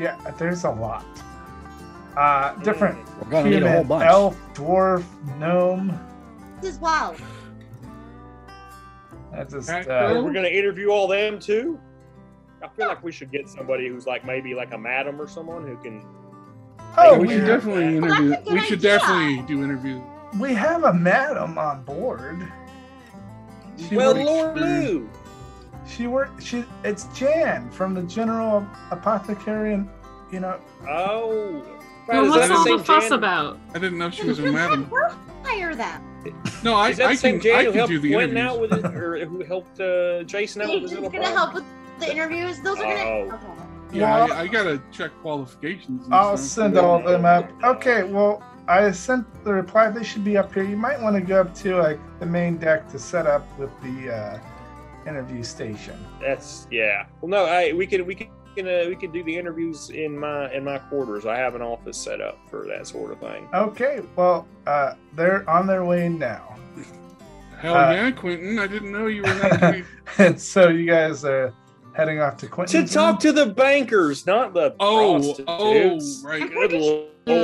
Speaker 1: Yeah, there's a lot.
Speaker 3: Mm-hmm.
Speaker 1: Uh, different.
Speaker 5: We're gonna need a whole
Speaker 1: human,
Speaker 5: bunch.
Speaker 1: Elf, dwarf, gnome.
Speaker 7: This is wild.
Speaker 1: That's just.
Speaker 2: Alright,
Speaker 1: Uh,
Speaker 3: We're gonna interview all them too. I feel like we should get somebody who's like maybe like a madam or someone who can.
Speaker 1: oh,
Speaker 2: yeah, we
Speaker 1: we
Speaker 2: should
Speaker 1: do.
Speaker 2: definitely
Speaker 7: Well, that's
Speaker 2: interview.
Speaker 7: a good
Speaker 2: We should
Speaker 7: idea.
Speaker 2: definitely do interviews.
Speaker 1: We have a madam on board. She
Speaker 3: Well,
Speaker 1: works
Speaker 3: Lord
Speaker 1: for-
Speaker 3: Lou.
Speaker 1: She worked. She. It's Jan from the General Apothecary, and you know
Speaker 3: Oh. Right,
Speaker 6: Well,
Speaker 3: is
Speaker 6: what's
Speaker 3: that
Speaker 6: all
Speaker 3: same
Speaker 6: the fuss
Speaker 3: Jan-
Speaker 6: about?
Speaker 2: I didn't know she was a madam.
Speaker 7: Hire them.
Speaker 2: No, I,
Speaker 3: <laughs> Is that
Speaker 2: I
Speaker 3: the same
Speaker 2: can,
Speaker 3: Jan
Speaker 2: I
Speaker 3: who
Speaker 2: can do
Speaker 3: helped
Speaker 2: the
Speaker 3: Gwen out
Speaker 2: interviews.
Speaker 3: with
Speaker 2: <laughs>
Speaker 3: it, or who helped uh, Jason out with his
Speaker 7: Jason's
Speaker 3: little
Speaker 7: gonna
Speaker 3: bar?
Speaker 7: help with the interviews. Those are gonna. Okay.
Speaker 2: Yeah,
Speaker 1: Well-
Speaker 2: I, I gotta check qualifications. and
Speaker 1: I'll
Speaker 2: stuff.
Speaker 1: send all them up. Okay, well, I sent the reply. They should be up here. You might want to go up to like the main deck to set up with the uh, interview station.
Speaker 3: That's yeah. Well, no, I we could we could uh, we could do the interviews in my in my quarters. I have an office set up for that sort of thing.
Speaker 1: Okay, well, uh, they're on their way now,
Speaker 2: Hell
Speaker 1: Uh,
Speaker 2: yeah, Quentin! I didn't know you were that.
Speaker 1: <laughs>
Speaker 2: good.
Speaker 1: and Uh, so you guys are heading off to
Speaker 3: To
Speaker 1: Quentin
Speaker 3: talk to the bankers, not the
Speaker 2: oh, oh,
Speaker 3: prostitutes.
Speaker 2: right.
Speaker 7: Where
Speaker 3: Good
Speaker 7: did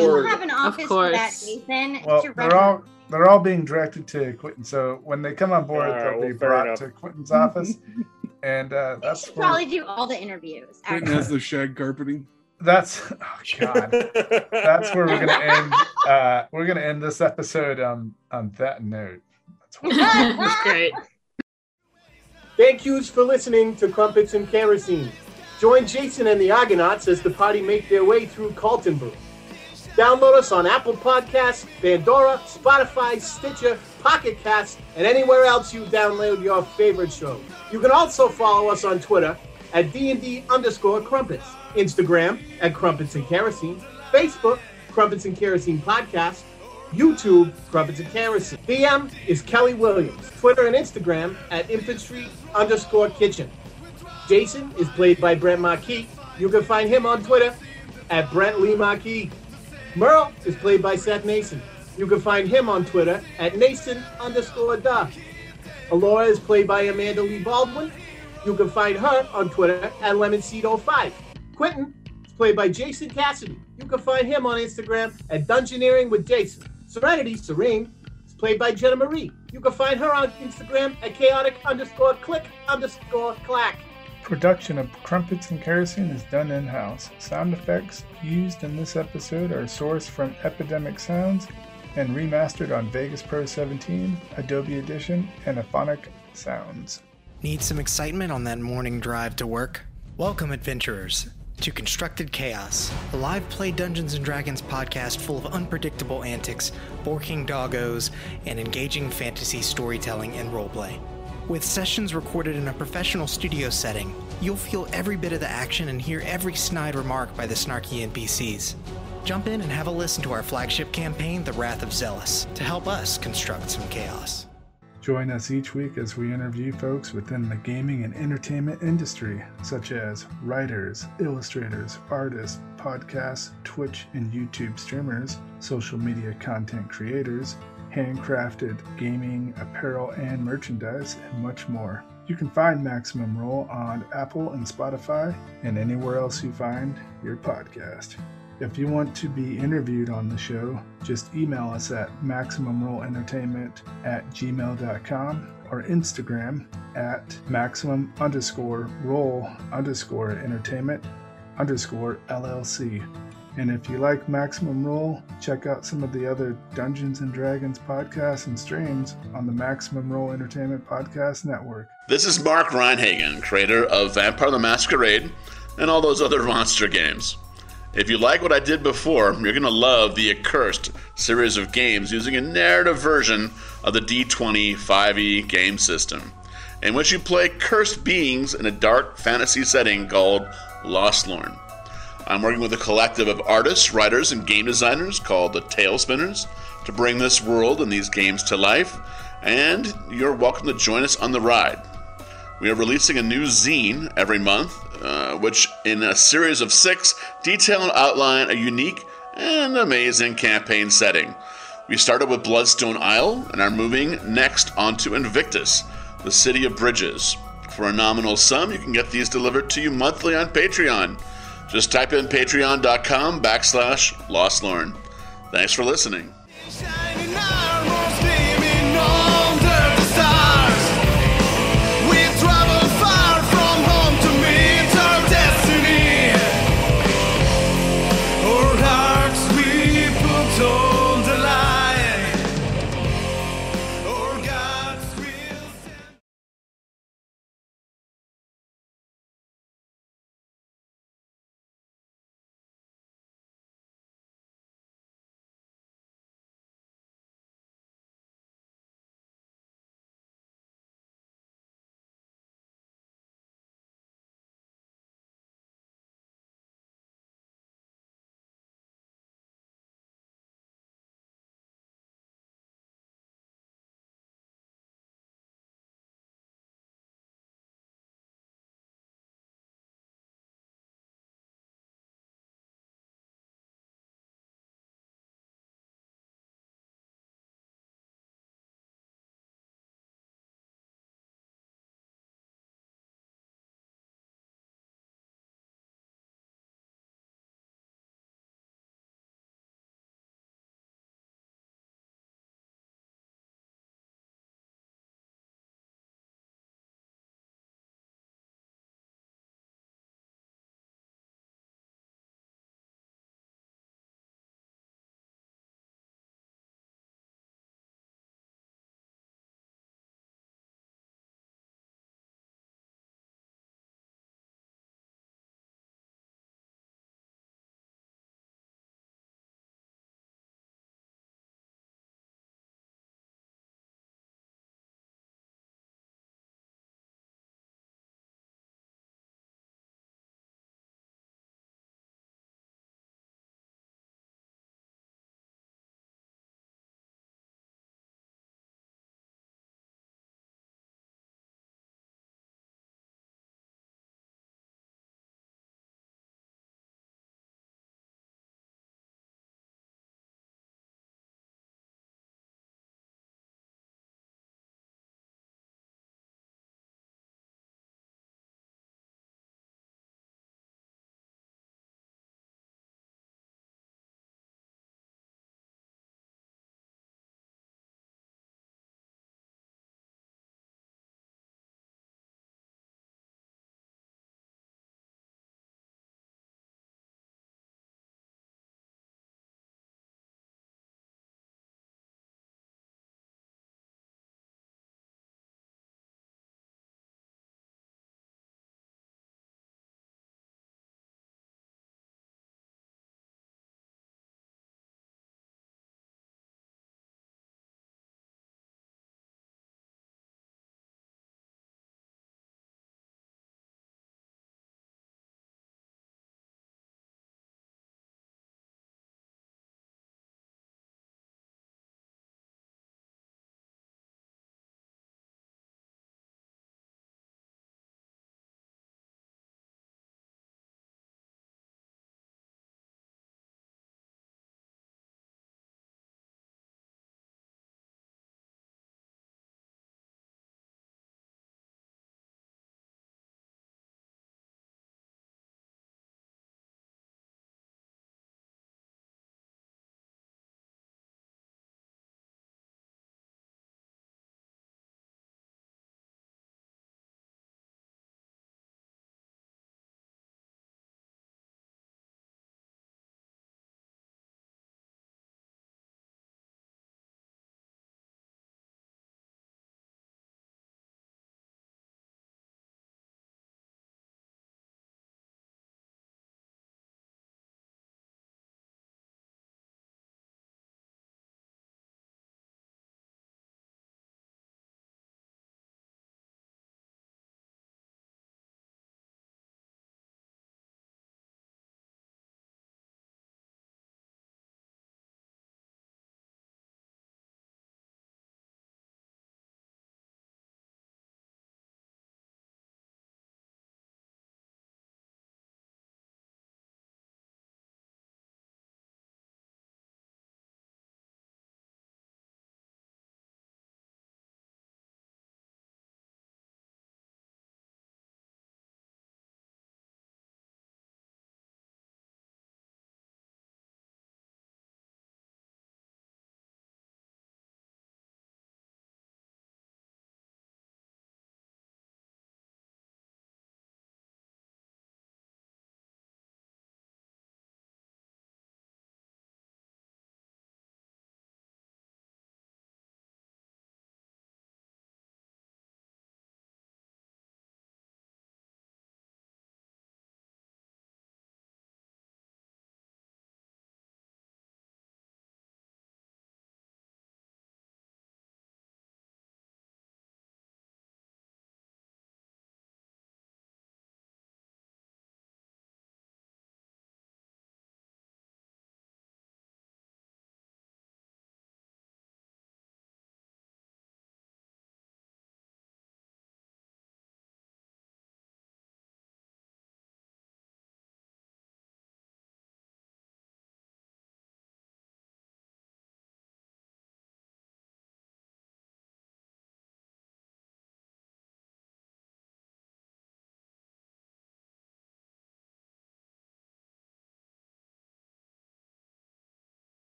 Speaker 3: lord.
Speaker 7: You have an office for that,
Speaker 6: course.
Speaker 7: Jason.
Speaker 1: Well,
Speaker 7: to run
Speaker 1: they're all they're all being directed to Quentin. So when they come on board,
Speaker 3: All right,
Speaker 1: they'll be
Speaker 3: well, fair
Speaker 1: brought
Speaker 3: enough.
Speaker 1: to Quentin's office, and uh,
Speaker 7: You
Speaker 1: that's
Speaker 7: should
Speaker 1: where-
Speaker 7: probably do all the interviews.
Speaker 2: Quentin
Speaker 7: actually.
Speaker 2: has the shag carpeting.
Speaker 1: that's oh god. that's where we're gonna end uh we're gonna end this episode on on that note That's
Speaker 6: <laughs>
Speaker 1: what-
Speaker 6: That's great.
Speaker 13: Thank yous for listening to Crumpets and Kerosene. Join Jason and the Argonauts as the party make their way through Carltonburg. Download us on Apple Podcasts, Pandora, Spotify, Stitcher, Pocket Casts, and anywhere else you download your favorite show. You can also follow us on Twitter at D&D underscore Crumpets, Instagram at Crumpets and Kerosene, Facebook, Crumpets and Kerosene Podcast, YouTube, Crumpets and Kerosene. DM is Kelly Williams. Twitter and Instagram at infantry underscore kitchen. Jason is played by Brent Marquis. You can find him on Twitter at Brent Lee Marquis. Merle is played by Seth Mason. You can find him on Twitter at Mason underscore duh. Alora is played by Amanda Lee Baldwin. You can find her on Twitter at LemonSeed05. Quentin is played by Jason Cassidy. You can find him on Instagram at Dungeoneering with Jason. Serenity Serene is played by Jenna Marie. You can find her on Instagram at chaotic underscore click underscore clack.
Speaker 1: Production of Crumpets and Kerosene is done in house. Sound effects used in this episode are sourced from Epidemic Sounds and remastered on Vegas Pro 17, Adobe Edition, and Aphonic Sounds.
Speaker 14: Need some excitement on that morning drive to work? Welcome, adventurers, to Constructed Chaos, a live play Dungeons and Dragons podcast full of unpredictable antics, borking doggos, and engaging fantasy storytelling and roleplay. With sessions recorded in a professional studio setting, you'll feel every bit of the action and hear every snide remark by the snarky NPCs. Jump in and have a listen to our flagship campaign, The Wrath of Zealous, to help us construct some chaos.
Speaker 1: Join us each week as we interview folks within the gaming and entertainment industry, such as writers, illustrators, artists, podcasts, Twitch and YouTube streamers, social media content creators, handcrafted gaming, apparel and merchandise, and much more. You can find Maximum Roll on Apple and Spotify and anywhere else you find your podcast. If you want to be interviewed on the show, just email us at maximumroleentertainment at gmail.com or Instagram at maximum underscore roll underscore entertainment underscore LLC. And if you like Maximum Roll, check out some of the other Dungeons and Dragons podcasts and streams on the Maximum Roll Entertainment Podcast Network.
Speaker 9: This is Mark Reinhagen, creator of Vampire the Masquerade and all those other monster games. If you like what I did before, you're going to love the Accursed series of games using a narrative version of the D20 5e E game system, in which you play cursed beings in a dark fantasy setting called Lost Lorn. I'm working with a collective of artists, writers, and game designers called the Tailspinners to bring this world and these games to life, and you're welcome to join us on the ride. We are releasing a new zine every month, uh, which, in a series of six, detail and outline a unique and amazing campaign setting. We started with Bloodstone Isle and are moving next onto Invictus, the City of Bridges. For a nominal sum, you can get these delivered to you monthly on Patreon. Just type in patreon.com backslash lostlorn. Thanks for listening.